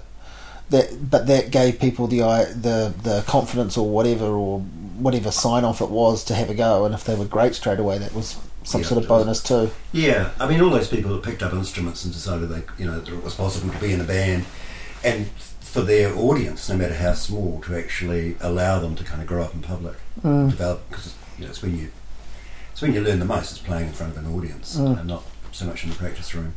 Speaker 3: that but that gave people the eye, the the confidence or whatever or whatever sign off it was to have a go. And if they were great straight away, that was some
Speaker 2: Yeah,
Speaker 3: sort of
Speaker 2: it was-
Speaker 3: bonus too.
Speaker 2: Yeah, I mean, all those people that picked up instruments and decided they, you know, that it was possible to be in a band, and for their audience, no matter how small, to actually allow them to kind of grow up in public,
Speaker 3: Mm.
Speaker 2: develop, because you know, it's when you, it's when you learn the most is playing in front of an audience
Speaker 3: Mm.
Speaker 2: and not so much in the practice room.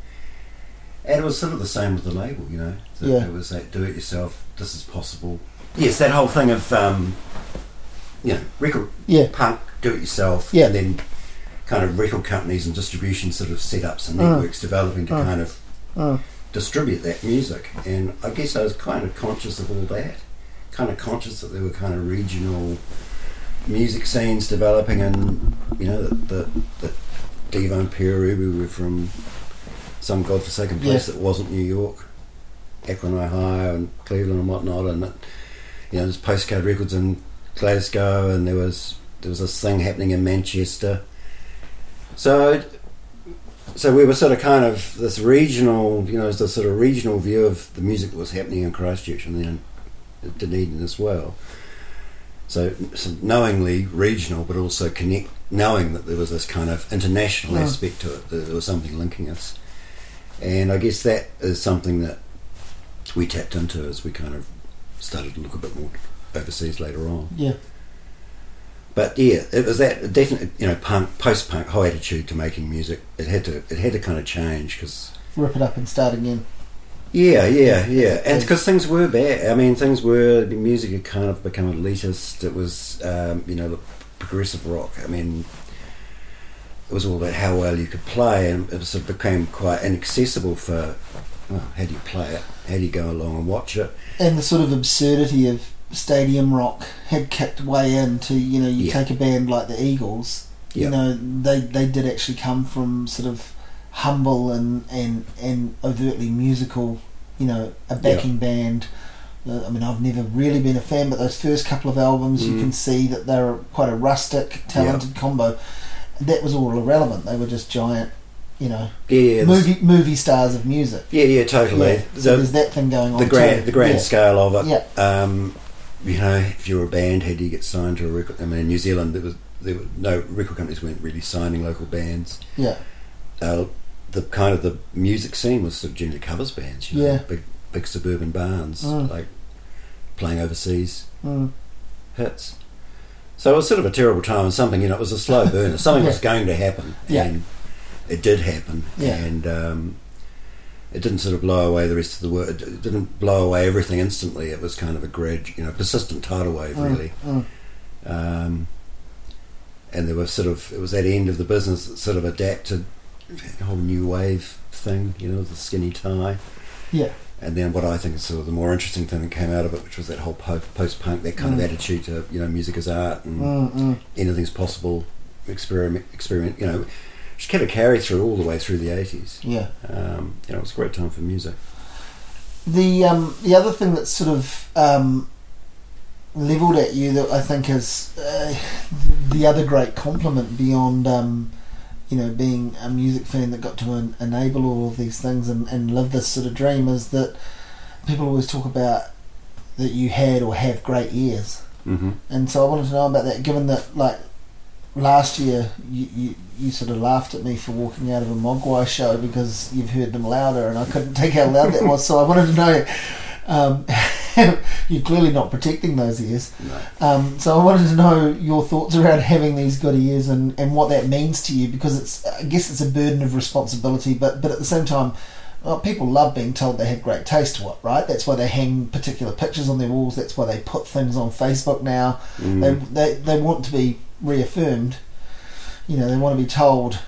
Speaker 2: And it was sort of the same with the label, you know. That
Speaker 3: Yeah.
Speaker 2: It was like, do it yourself. This is possible. Yes, that whole thing of, um, you know, record
Speaker 3: Yeah,
Speaker 2: punk, do it yourself,
Speaker 3: Yeah.
Speaker 2: and then kind of record companies and distribution sort of setups and
Speaker 3: Mm.
Speaker 2: networks developing to
Speaker 3: Mm.
Speaker 2: kind of
Speaker 3: Mm.
Speaker 2: distribute that music. And I guess I was kind of conscious of all that, kind of conscious that there were kind of regional music scenes developing, and you know that the, the Devo and Perubu were from some godforsaken place that wasn't New York, Akron, Ohio, and Cleveland and whatnot, and that, you know there's postcard records in Glasgow, and there was there was this thing happening in Manchester. So, so we were sort of kind of this regional, you know, it's this sort of regional view of the music that was happening in Christchurch and then in Dunedin as well. So, so knowingly regional, but also connect, knowing that there was this kind of international
Speaker 3: Mm.
Speaker 2: aspect to it, that there was something linking us. And I guess that is something that we tapped into as we kind of started to look a bit more overseas later on.
Speaker 3: yeah,
Speaker 2: But yeah, it was that definite, you know, punk, post-punk, high attitude to making music. It had to, it had to kind of change because,
Speaker 3: rip it up and start again.
Speaker 2: yeah, yeah, yeah, and because things were bad. I mean, things were the music had kind of become elitist. It was, um, you know, the progressive rock. I mean, it was all about how well you could play, and it sort of became quite inaccessible for. Well, how do you play it? How do you go along and watch it?
Speaker 3: And the sort of absurdity of stadium rock had kicked way into you know you
Speaker 2: Yeah.
Speaker 3: take a band like the Eagles,
Speaker 2: Yeah.
Speaker 3: you know they they did actually come from sort of humble and and and overtly musical, you know a backing band. Uh, I mean, I've never really been a fan, but those first couple of albums, you
Speaker 2: Mm.
Speaker 3: can see that they're quite a rustic, talented combo. That was all irrelevant. They were just giant, you know,
Speaker 2: Yeah, yeah, this-
Speaker 3: movie movie stars of music.
Speaker 2: yeah, yeah, totally.
Speaker 3: Yeah. So
Speaker 2: The-
Speaker 3: there's that thing going on.
Speaker 2: the grand
Speaker 3: too.
Speaker 2: the grand
Speaker 3: Yeah.
Speaker 2: scale of
Speaker 3: Yeah.
Speaker 2: it. Um, you know, if you're a band, how do you get signed to a record? I mean, in New Zealand, there was there were no record companies weren't really signing local bands.
Speaker 3: Yeah.
Speaker 2: Uh, the kind of the music scene was sort of generally covers bands. You know,
Speaker 3: Yeah.
Speaker 2: big big suburban bands
Speaker 3: Mm.
Speaker 2: like playing overseas
Speaker 3: Mm.
Speaker 2: hits. So it was sort of a terrible time, and something you know, it was a slow burner. Something
Speaker 3: Yeah.
Speaker 2: was going to happen,
Speaker 3: Yeah.
Speaker 2: and it did happen,
Speaker 3: Yeah.
Speaker 2: and um, it didn't sort of blow away the rest of the world. It d- It didn't blow away everything instantly. It was kind of a grad, you know, persistent tidal wave,
Speaker 3: Mm,
Speaker 2: really.
Speaker 3: mm.
Speaker 2: Um, and there was sort of it was that end of the business that sort of adapted the whole new wave thing, you know, the skinny tie.
Speaker 3: Yeah.
Speaker 2: And then what I think is sort of the more interesting thing that came out of it, which was that whole po- post-punk, that kind
Speaker 3: Mm.
Speaker 2: of attitude to you know music is art and
Speaker 3: Mm, mm.
Speaker 2: anything's possible, experiment, experiment, you know, just kind of carry through all the way through the eighties.
Speaker 3: Yeah.
Speaker 2: Um, you know, it was a great time for music.
Speaker 3: The um, the other thing that's sort of um, leveled at you that I think is uh, the other great compliment beyond um, you know being a music fan that got to en- enable all of these things and, and live this sort of dream is that people always talk about that you had or have great ears.
Speaker 2: Mm-hmm.
Speaker 3: and so I wanted to know about that. Given that, like last year, you, you you sort of laughed at me for walking out of a Mogwai show because you've heard them louder, and I couldn't take how loud that was. So I wanted to know. Um, you're clearly not protecting those ears.
Speaker 2: No.
Speaker 3: Um, so I wanted to know your thoughts around having these good ears and, and what that means to you because it's I guess it's a burden of responsibility, but but at the same time, well, people love being told they have great taste. What right? That's why they hang particular pictures on their walls. That's why they put things on Facebook now.
Speaker 2: Mm.
Speaker 3: They, they they want to be reaffirmed. You know, they want to be told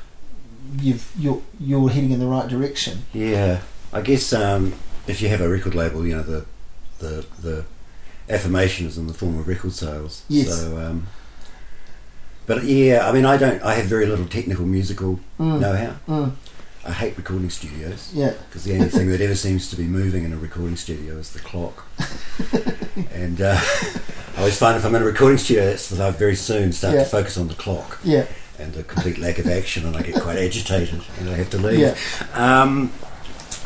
Speaker 3: you've you're you're heading in the right direction.
Speaker 2: Yeah, I guess um, if you have a record label, you know the the the affirmation is in the form of record sales.
Speaker 3: Yes.
Speaker 2: So, um, but yeah, I mean, I don't. I have very little technical musical
Speaker 3: Mm,
Speaker 2: know-how.
Speaker 3: mm,
Speaker 2: I hate recording studios
Speaker 3: yeah,
Speaker 2: because the only thing that ever seems to be moving in a recording studio is the clock. and uh, I always find if I'm in a recording studio, that's that I very soon start
Speaker 3: Yeah.
Speaker 2: to focus on the clock
Speaker 3: yeah,
Speaker 2: and the complete lack of action, and I get quite agitated and I have to leave.
Speaker 3: Yeah.
Speaker 2: Um,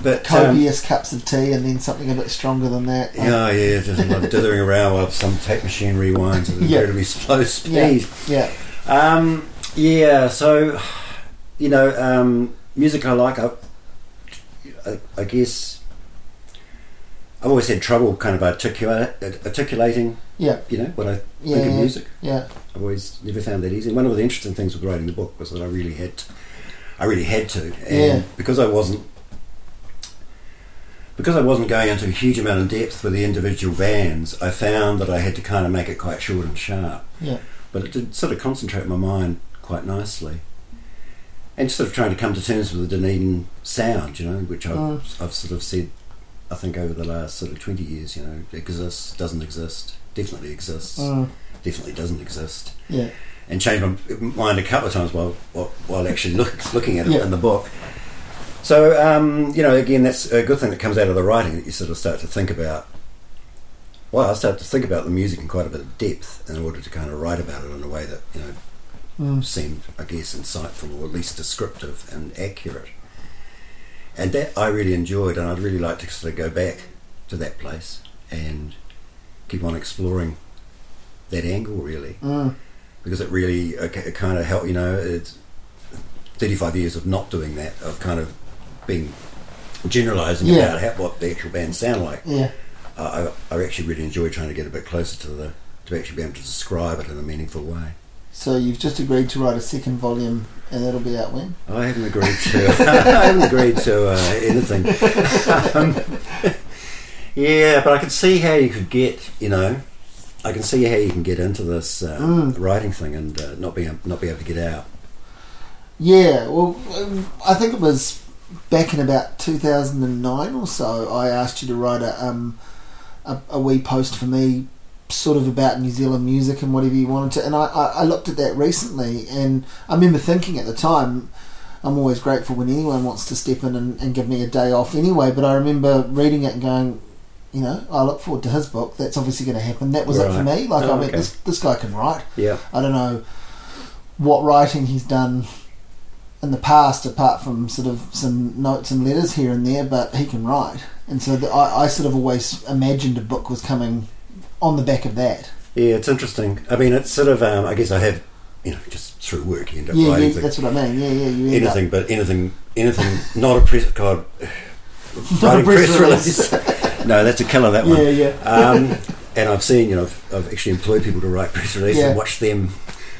Speaker 2: but um,
Speaker 3: copious cups of tea and then something a bit stronger than that. Um, Like,
Speaker 2: Yeah, yeah, just like dithering around while some tape machine rewinds at an
Speaker 3: Yeah.
Speaker 2: incredibly slow
Speaker 3: yeah,
Speaker 2: speed.
Speaker 3: yeah.
Speaker 2: Um, yeah, so you know, um, music I like. I, I, I guess I've always had trouble kind of articula- articulating.
Speaker 3: Yeah.
Speaker 2: You know what I
Speaker 3: Yeah,
Speaker 2: think of
Speaker 3: yeah.
Speaker 2: music.
Speaker 3: Yeah.
Speaker 2: I've always never found that easy. One of the interesting things with writing the book was that I really had, to, I really had to, and
Speaker 3: Yeah.
Speaker 2: because I wasn't, because I wasn't going into a huge amount of depth with the individual bands, I found that I had to kind of make it quite short and sharp.
Speaker 3: Yeah.
Speaker 2: But it did sort of concentrate my mind quite nicely, and sort of trying to come to terms with the Dunedin sound, you know, which I've,
Speaker 3: Mm.
Speaker 2: I've sort of said, I think over the last sort of twenty years, you know, exists, doesn't exist, definitely exists,
Speaker 3: Mm.
Speaker 2: definitely doesn't exist
Speaker 3: Yeah.
Speaker 2: and changed my mind a couple of times while while, while actually look, looking at it
Speaker 3: Yeah.
Speaker 2: in the book. So um, you know, again, that's a good thing that comes out of the writing that you sort of start to think about. Well, I start to think about the music in quite a bit of depth in order to kind of write about it in a way that you know
Speaker 3: Mm.
Speaker 2: seemed, I guess, insightful or at least descriptive and accurate. And that I really enjoyed, and I'd really like to sort of go back to that place and keep on exploring that angle, really
Speaker 3: Mm.
Speaker 2: because it really uh, it kind of helped. You know, it's 35 years of not doing that, of kind of being generalising
Speaker 3: Yeah.
Speaker 2: about how, what the actual bands sound like.
Speaker 3: Yeah.
Speaker 2: I, I, I actually really enjoy trying to get a bit closer to the to actually be able to describe it in a meaningful way.
Speaker 3: So you've just agreed to write a second volume, and that'll be out when?
Speaker 2: Oh, I haven't agreed to. I haven't agreed to uh, anything. Um, yeah, but I can see how you could get. You know, I can see how you can get into this uh,
Speaker 3: Mm.
Speaker 2: writing thing and uh, not be not be able to get out.
Speaker 3: Yeah, well, um, I think it was back in about 2009 or so. I asked you to write a um, a, a wee post for me, sort of about New Zealand music and whatever you wanted to. And I, I, I looked at that recently, and I remember thinking at the time, I'm always grateful when anyone wants to step in and, and give me a day off anyway. But I remember reading it and going. You know, I look forward to his book. That's obviously going to happen. That was it for
Speaker 2: Right.
Speaker 3: me. Like,
Speaker 2: Oh,
Speaker 3: I went,
Speaker 2: okay.
Speaker 3: this, this guy can write.
Speaker 2: Yeah.
Speaker 3: I don't know what writing he's done in the past, apart from sort of some notes and letters here and there, but he can write. And so the, I, I sort of always imagined a book was coming on the back of that.
Speaker 2: Yeah, it's interesting. I mean, it's sort of. Um, I guess I have, you know, just through work, you end up
Speaker 3: Yeah, yeah,
Speaker 2: writing things,
Speaker 3: that's what I mean. Yeah, yeah, you end
Speaker 2: anything, but anything, anything, not a press. God,
Speaker 3: up
Speaker 2: writing press release. no, that's a killer. That
Speaker 3: yeah,
Speaker 2: one.
Speaker 3: yeah,
Speaker 2: Um, and I've seen, you know, I've, I've actually employed people to write press releases
Speaker 3: Yeah.
Speaker 2: and watch them,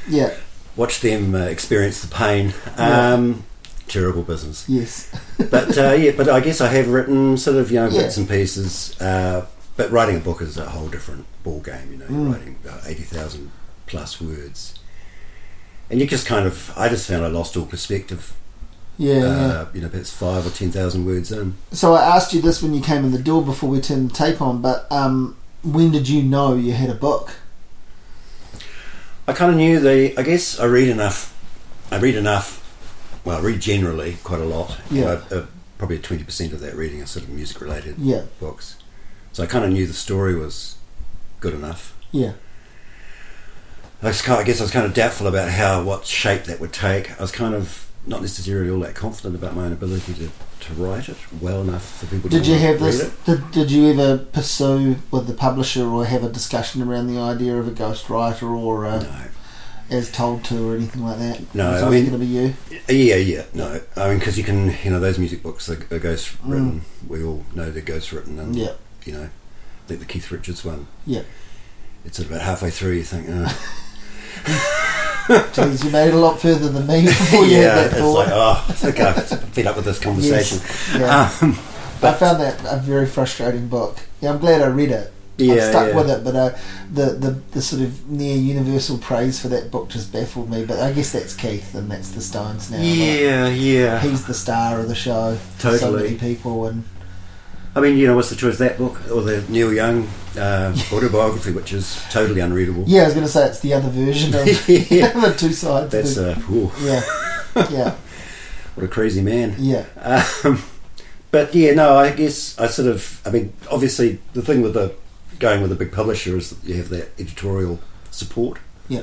Speaker 3: yeah,
Speaker 2: watch them uh, experience the pain.
Speaker 3: Yeah.
Speaker 2: Um, Terrible business,
Speaker 3: yes,
Speaker 2: but uh, yeah, but I guess I have written sort of you know
Speaker 3: Yeah.
Speaker 2: bits and pieces. Uh, but writing a book is a whole different ball game, you know. You're
Speaker 3: Mm.
Speaker 2: writing about eighty thousand plus words, and you just kind of I just found I lost all perspective.
Speaker 3: yeah, yeah.
Speaker 2: Uh, you know, perhaps five or ten thousand words in.
Speaker 3: So I asked you this when you came in the door before we turned the tape on, but um, when did you know you had a book?
Speaker 2: I kind of knew the. I guess I read enough. I read enough. Well, I read generally quite a lot. You
Speaker 3: Yeah.
Speaker 2: know, uh, probably twenty percent of that reading is sort of music related
Speaker 3: Yeah,
Speaker 2: books, so I kind of knew the story was good enough.
Speaker 3: yeah,
Speaker 2: I, was kind I guess I was kind of doubtful about how what shape that would take. I was kind of not necessarily all that confident about my own ability to, to write it well enough for people.
Speaker 3: Did
Speaker 2: to
Speaker 3: you have
Speaker 2: read
Speaker 3: this?
Speaker 2: It.
Speaker 3: Did, did you ever pursue with the publisher or have a discussion around the idea of a ghostwriter or uh
Speaker 2: No.
Speaker 3: as told to or anything like that?
Speaker 2: No,
Speaker 3: it's
Speaker 2: I
Speaker 3: always
Speaker 2: mean-
Speaker 3: going to be you.
Speaker 2: Yeah, yeah, no. I mean, because you can, you know, those music books are, are ghost written. We all know they're ghost written, and
Speaker 3: Mm. Yeah,
Speaker 2: you know, like the Keith Richards one.
Speaker 3: Yeah.
Speaker 2: It's sort of about halfway through, you think, oh.
Speaker 3: Jeez, you made it a lot further than me before you
Speaker 2: yeah,
Speaker 3: had that
Speaker 2: it's
Speaker 3: thought.
Speaker 2: like, oh, I think I've fed up with this conversation.
Speaker 3: yeah.
Speaker 2: Um,
Speaker 3: I found that a very frustrating book. Yeah, I'm glad I read it. I've stuck
Speaker 2: yeah.
Speaker 3: with it, but uh, the, the the sort of near universal praise for that book just baffled me. But I guess that's Keith, and that's the Stones now. like,
Speaker 2: Yeah, yeah.
Speaker 3: he's the star of the show. so
Speaker 2: Totally.
Speaker 3: many people and
Speaker 2: I mean, you know, what's the choice? That book or the Neil Young uh, autobiography, which is totally unreadable.
Speaker 3: Yeah, I was going to say it's the other version of the two sides.
Speaker 2: That's
Speaker 3: the,
Speaker 2: uh, whew,
Speaker 3: yeah, yeah,
Speaker 2: what a crazy man.
Speaker 3: yeah,
Speaker 2: Um, but yeah, no, I guess I sort of. I mean, obviously, the thing with the going with a big publisher is that you have that editorial support.
Speaker 3: Yeah.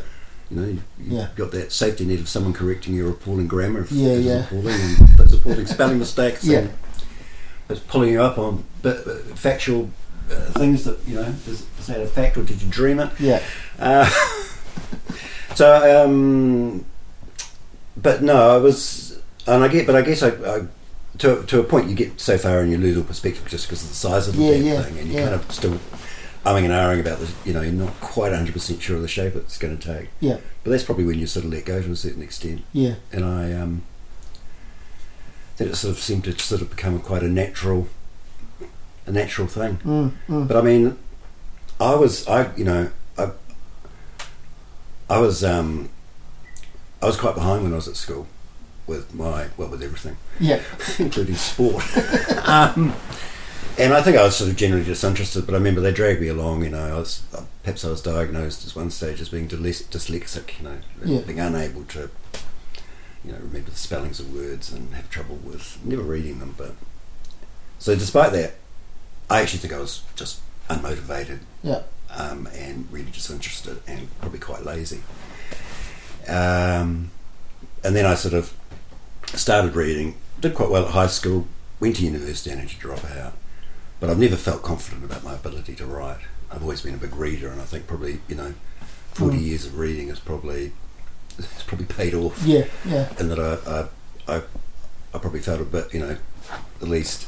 Speaker 2: You know, you- you've
Speaker 3: Yeah.
Speaker 2: got that safety net of someone correcting your appalling grammar, if
Speaker 3: Yeah,
Speaker 2: it was
Speaker 3: yeah.
Speaker 2: appalling, and those appalling spelling mistakes,
Speaker 3: Yeah.
Speaker 2: and it's pulling you up on but, but factual uh, things that you know is, is that a fact or did you dream it?
Speaker 3: yeah,
Speaker 2: Uh, so, um, but no, I was And I get, but I guess I, I to to a point you get so far and you lose all perspective just because of the size of the
Speaker 3: Yeah,
Speaker 2: damn
Speaker 3: yeah,
Speaker 2: thing, and you're
Speaker 3: yeah.
Speaker 2: kind of still umming and ahhing about this. You know, you're not quite 100 percent sure of the shape it's going to take.
Speaker 3: Yeah.
Speaker 2: But that's probably when you sort of let go to a certain extent,
Speaker 3: Yeah.
Speaker 2: and I um, that it sort of seemed to sort of become quite a natural, a natural thing.
Speaker 3: Mm, mm.
Speaker 2: But I mean, I was I you know I I was um I was quite behind when I was at school with my well with everything
Speaker 3: Yeah.
Speaker 2: including sport. um, and I think I was sort of generally disinterested, but I remember they dragged me along. You know, I was perhaps I was diagnosed at one stage as being dys- dyslexic. You know,
Speaker 3: Yeah.
Speaker 2: being unable to, you know, remember the spellings of words and have trouble with never reading them. But so, despite that, I actually think I was just unmotivated
Speaker 3: Yeah.
Speaker 2: um, and really disinterested and probably quite lazy. Um, and then I sort of started reading, did quite well at high school, went to university and had to drop out. But I've never felt confident about my ability to write. I've always been a big reader, and I think probably you know, forty
Speaker 3: Mm.
Speaker 2: years of reading has probably has probably paid off
Speaker 3: Yeah. Yeah.
Speaker 2: and that I, I, I, I probably felt a bit, you know, at least,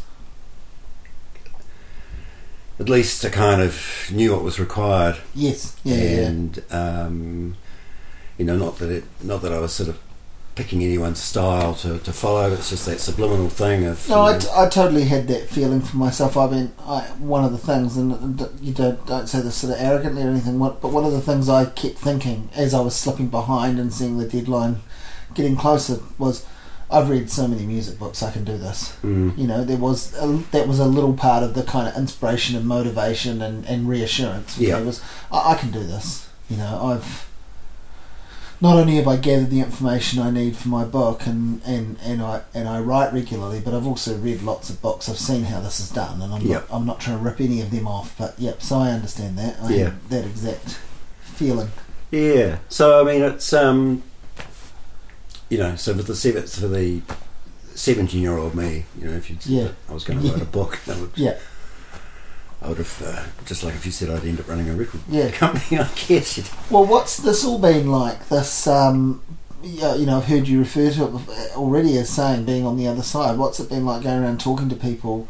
Speaker 2: at least I kind of knew what was required,
Speaker 3: Yes. Yeah. Yeah. yeah.
Speaker 2: and um, you know, not that it, not that I was sort of picking anyone's style to, to follow. It's just that subliminal thing of
Speaker 3: No,
Speaker 2: you
Speaker 3: I,
Speaker 2: know,
Speaker 3: t- I totally had that feeling for myself. I mean, I, one of the things, and d- you don't, don't say this sort of arrogantly or anything, what- but one of the things I kept thinking as I was slipping behind and seeing the deadline getting closer was, I've read so many music books, I can do this.
Speaker 2: mm,
Speaker 3: You know, there was a, that was a little part of the kind of inspiration and motivation and, and reassurance. for me
Speaker 2: Yeah.
Speaker 3: was I, I can do this. You know, I've not only have I gathered the information I need for my book and, and, and I and I write regularly, but I've also read lots of books. I've seen how this is done, and I'm
Speaker 2: Yep.
Speaker 3: not, I'm not trying to rip any of them off. But yep, so I understand that. I
Speaker 2: Yeah.
Speaker 3: had that exact feeling.
Speaker 2: yeah. So I mean, it's um, you know, so for the seven, for the seventeen-year-old me, you know, if you
Speaker 3: Yeah.
Speaker 2: I was going to write
Speaker 3: Yeah.
Speaker 2: a book, that would
Speaker 3: Yeah,
Speaker 2: I would have, uh, just like if you said, I'd end up running a record
Speaker 3: yeah.
Speaker 2: company. I guess it.
Speaker 3: Well, what's this all been like? This, um, yeah, you know, I've heard you refer to it already as saying being on the other side. What's it been like going around talking to people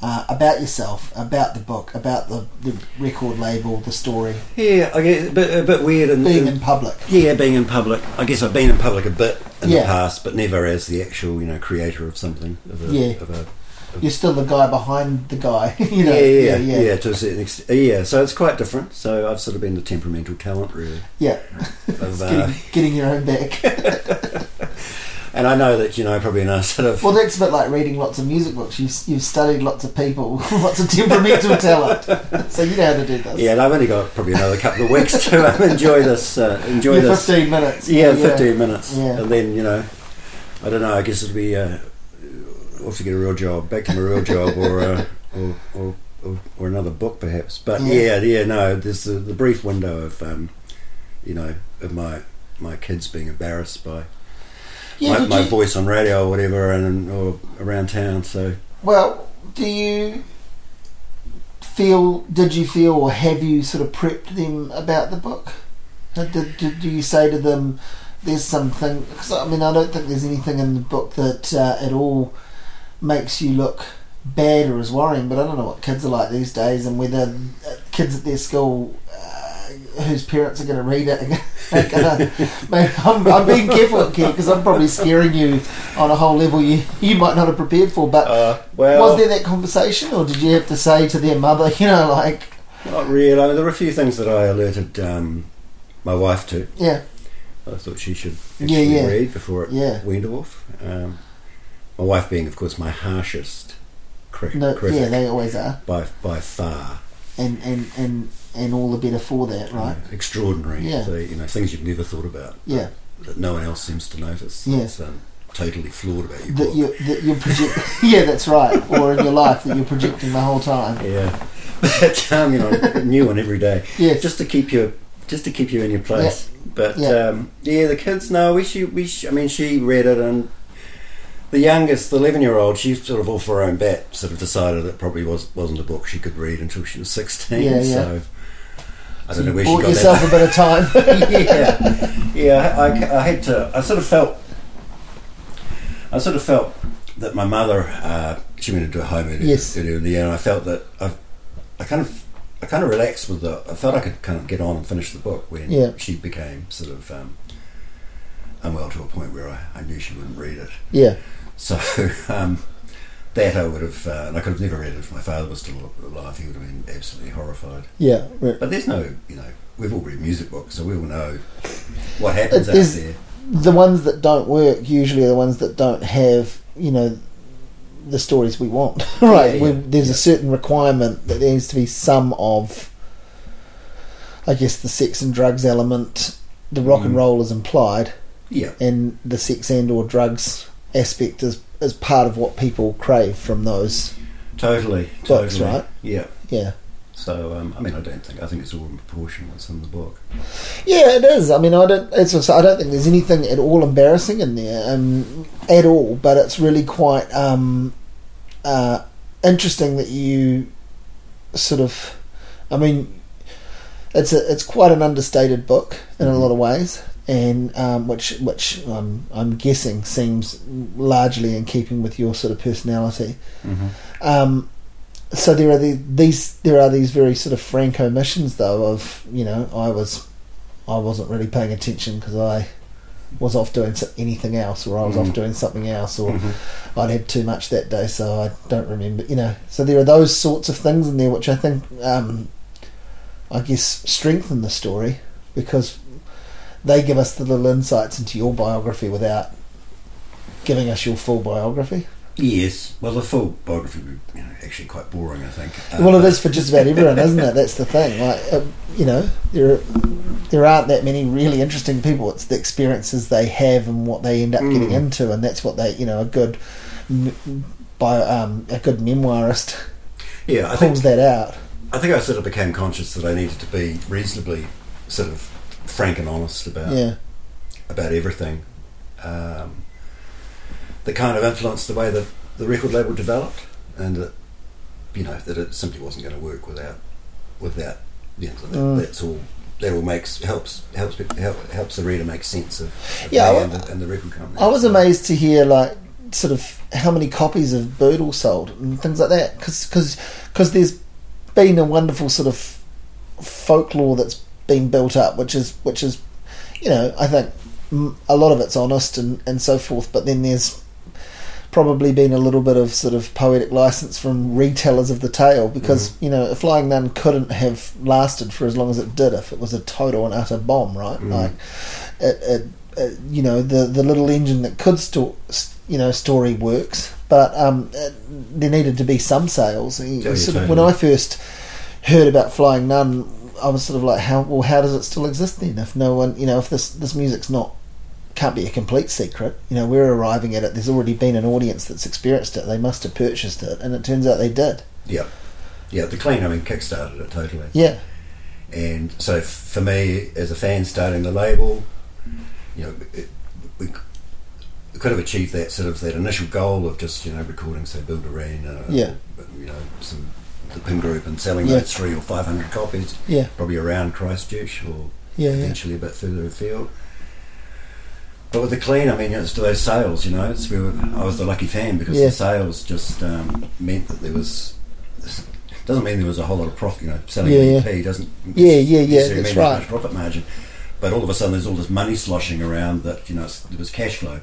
Speaker 3: uh, about yourself, about the book, about the, the record label, the story,
Speaker 2: Yeah, I guess, but a bit weird and
Speaker 3: being
Speaker 2: and-
Speaker 3: in public?
Speaker 2: yeah, being in public. I guess I've been in public a bit in
Speaker 3: Yeah.
Speaker 2: the past, but never as the actual you know creator of something. Of a,
Speaker 3: Yeah.
Speaker 2: Of a,
Speaker 3: You're still the guy behind the guy. you know?
Speaker 2: yeah, yeah, yeah,
Speaker 3: yeah, yeah.
Speaker 2: To a certain extent. Yeah, so it's quite different. So I've sort of been the temperamental talent, really.
Speaker 3: Yeah.
Speaker 2: Of, uh,
Speaker 3: Getting, getting your own back.
Speaker 2: and I know that you know probably in a sort of
Speaker 3: well, that's a bit like reading lots of music books. You've, you've studied lots of people, lots of temperamental talent. So you know how to do this.
Speaker 2: yeah. and I've only got probably another couple of weeks to um, enjoy this. Uh, enjoy
Speaker 3: Your
Speaker 2: this.
Speaker 3: 15 minutes.
Speaker 2: Yeah, 15 minutes.
Speaker 3: Yeah.
Speaker 2: And then, you know, I don't know, I guess it'll be, uh, we'll have to get a real job, back to a real job or, uh, or, or, or, or another book perhaps. But
Speaker 3: Yeah.
Speaker 2: yeah, yeah, no, there's the, the brief window of, um, you know, of my, my kids being embarrassed by
Speaker 3: Yeah,
Speaker 2: my,
Speaker 3: did
Speaker 2: my
Speaker 3: you-
Speaker 2: voice on radio or whatever and or around town. So
Speaker 3: Well, do you feel? Did you feel, or have you sort of prepped them about the book? Uh, Did, did, do you say to them, "There's something"? Because I mean, I don't think there's anything in the book that uh, at all makes you look bad or is worrying. But I don't know what kids are like these days, and whether uh, kids at their school. uh, Whose parents are going to read it? Are gonna, Mate, I'm, I'm being careful, kid, because I'm probably scaring you on a whole level you, you might not have prepared for. But
Speaker 2: uh, well,
Speaker 3: was there that conversation, or did you have to say to their mother, you know, like,
Speaker 2: not really. I mean, there were a few things that I alerted um, my wife to.
Speaker 3: yeah,
Speaker 2: I thought she should
Speaker 3: Yeah,
Speaker 2: actually
Speaker 3: yeah.
Speaker 2: read before it
Speaker 3: Yeah.
Speaker 2: went off. Um, my wife being, of course, my harshest critic,
Speaker 3: no,
Speaker 2: critic
Speaker 3: yeah, they always are,
Speaker 2: by by far.
Speaker 3: and and and and all the better for that,
Speaker 2: you know,
Speaker 3: right?
Speaker 2: extraordinary.
Speaker 3: Yeah.
Speaker 2: So, you know, things you've never thought about.
Speaker 3: Yeah,
Speaker 2: That no one else seems to notice.
Speaker 3: Yeah.
Speaker 2: It's um, totally flawed about your
Speaker 3: that
Speaker 2: book.
Speaker 3: you that you're project- yeah, that's right, or in your life that you're projecting the whole time.
Speaker 2: Yeah. But um, you know, a new one every day.
Speaker 3: Yes,
Speaker 2: Just to keep you just to keep you in your place. But
Speaker 3: Yeah.
Speaker 2: Um, yeah, the kids no, we she we sh I mean she read it and the youngest, the eleven year old, she sort of off her own bat, sort of decided it probably was wasn't a book she could read until she was sixteen.
Speaker 3: Yeah, yeah.
Speaker 2: So I don't
Speaker 3: you
Speaker 2: know where she
Speaker 3: bought
Speaker 2: got
Speaker 3: yourself a bit of time.
Speaker 2: that. yeah, yeah. I, I had to. I sort of felt. I sort of felt that my mother, uh, she went into a home earlier,
Speaker 3: Yes.
Speaker 2: earlier in the year, and I felt that I've, I kind of, I kind of relaxed with the. I felt I could kind of get on and finish the book when
Speaker 3: Yeah.
Speaker 2: she became sort of um, unwell to a point where I, I knew she wouldn't read it.
Speaker 3: Yeah.
Speaker 2: So um, that I would have, uh, and I could have never read it if my father was still alive. He would have been absolutely horrified.
Speaker 3: Yeah. Right.
Speaker 2: But there's no, you know, we've all read music books, so we all know what happens
Speaker 3: It
Speaker 2: out
Speaker 3: is-
Speaker 2: there.
Speaker 3: The ones that don't work usually are the ones that don't have, you know, the stories we want. right.
Speaker 2: yeah,
Speaker 3: we,
Speaker 2: yeah.
Speaker 3: there's a
Speaker 2: Yeah.
Speaker 3: certain requirement that there needs to be some of, I guess, the sex and drugs element. The rock and
Speaker 2: Mm.
Speaker 3: roll is implied.
Speaker 2: Yeah,
Speaker 3: and the sex and or drugs aspect is is part of what people crave from those.
Speaker 2: totally, totally.
Speaker 3: Books, right?
Speaker 2: Yeah.
Speaker 3: Yeah,
Speaker 2: So um, I mean, I don't think I think it's all in proportion what's in the book.
Speaker 3: yeah, it is. I mean, I don't. It's just, I don't think there's anything at all embarrassing in there, um, at all. But it's really quite um, uh, interesting that you sort of. I mean, it's a, it's quite an understated book in a lot of ways. And um, which which um, I'm guessing seems largely in keeping with your sort of personality.
Speaker 2: Mm-hmm.
Speaker 3: Um, so there are the, these there are these very sort of frank omissions though of you know I was I wasn't really paying attention because I was off doing so- anything else or I was
Speaker 2: Mm.
Speaker 3: off doing something else or I'd had too much that day so I don't remember you know so there are those sorts of things in there which I think um, I guess strengthen the story because they give us the little insights into your biography without giving us your full biography.
Speaker 2: Yes. Well, the full biography would be you know, actually quite boring, I think. Uh,
Speaker 3: Well, it is for just about everyone, isn't it? That's the thing. Like, um, you know, there there aren't that many really interesting people. It's the experiences they have and what they end up getting
Speaker 2: Mm.
Speaker 3: into, and that's what they, you know, a good m- by um, a good memoirist
Speaker 2: Yeah, I think
Speaker 3: pulls that out.
Speaker 2: I think I sort of became conscious that I needed to be reasonably sort of frank and honest about
Speaker 3: Yeah,
Speaker 2: about everything. Um, that kind of influenced the way that the record label developed, and that you know that it simply wasn't going to work without without you know, that,
Speaker 3: Mm.
Speaker 2: that's all. That all makes helps helps people- help, helps the reader make sense of, of
Speaker 3: Yeah,
Speaker 2: me
Speaker 3: I-
Speaker 2: and, the, and the record company.
Speaker 3: I was amazed to hear like sort of how many copies of Birdle sold and things like that, because there's been a wonderful sort of folklore that's been built up, which is which is, you know, I think mm, a lot of it's honest and and so forth. But then there's probably been a little bit of sort of poetic license from retellers of the tale because
Speaker 2: Mm.
Speaker 3: you know, a flying nun couldn't have lasted for as long as it did if it was a total and utter bomb, right?
Speaker 2: Mm.
Speaker 3: Like, it, it, it, you know, the the little engine that could sto- s you know, story works, but um, it, there needed to be some sales. You
Speaker 2: Yeah,
Speaker 3: sort of, when
Speaker 2: totally.
Speaker 3: I first heard about Flying Nun, I was sort of like, how well, how does it still exist then? If no one, you know, if this this music's not can't be a complete secret, you know, we're arriving at it. There's already been an audience that's experienced it. They must have purchased it, and it turns out they did.
Speaker 2: yeah, yeah. The clean, I mean, kickstarted it totally.
Speaker 3: Yeah,
Speaker 2: And so f- for me, as a fan starting the label, you know, it, we, c- we could have achieved that sort of that initial goal of just you know recording, say, Bill Doreen, uh,
Speaker 3: Yeah.
Speaker 2: you know, some the Pin Group and selling
Speaker 3: Yeah.
Speaker 2: those three or five hundred copies,
Speaker 3: yeah,
Speaker 2: probably around Christchurch or
Speaker 3: yeah, yeah,
Speaker 2: eventually a bit further afield. But with the clean, I mean, it's to those sales, you know. It's we were, I was the lucky fan because
Speaker 3: Yeah.
Speaker 2: the sales just um, meant that there was. Doesn't mean there was a whole lot of profit, you know. Selling
Speaker 3: Yeah,
Speaker 2: an
Speaker 3: yeah.
Speaker 2: EP doesn't.
Speaker 3: Yeah, yeah, yeah,
Speaker 2: necessarily
Speaker 3: that's
Speaker 2: mean there's
Speaker 3: right.
Speaker 2: Much profit margin, but all of a sudden there's all this money sloshing around that you know it's, there was cash flow.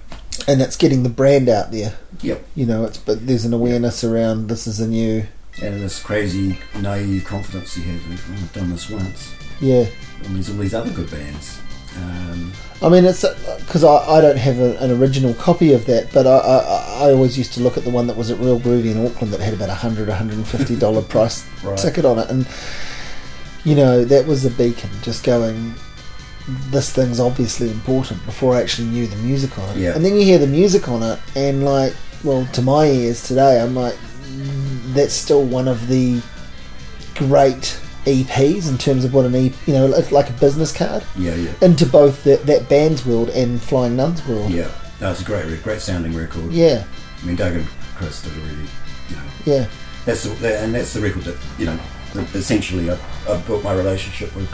Speaker 3: and it's getting the brand out there.
Speaker 2: Yep.
Speaker 3: You know, it's but there's an awareness around this is a new.
Speaker 2: And this crazy naive confidence you have. Like, oh, I've done this once,
Speaker 3: Yeah,
Speaker 2: and there's all these other good bands. Um,
Speaker 3: I mean, it's because I, I don't have a, an original copy of that, but I, I, I always used to look at the one that was at Real Groovy in Auckland that had about a hundred, hundred and fifty dollar price
Speaker 2: Right.
Speaker 3: ticket on it, and you know that was a beacon, just going. This thing's obviously important before I actually knew the music on it,
Speaker 2: Yeah.
Speaker 3: and then you hear the music on it, and like, well, to my ears today, I'm like, mm, that's still one of the great EPs in terms of what an EP, you know, it's like a business card
Speaker 2: yeah, yeah,
Speaker 3: into both that, that band's world and Flying Nun's world.
Speaker 2: yeah. No, it's a great, re- great sounding record.
Speaker 3: Yeah,
Speaker 2: I mean, Doug and Chris did a really, you know,
Speaker 3: yeah,
Speaker 2: that's the, that, and that's the record that you know, that essentially I, I built my relationship with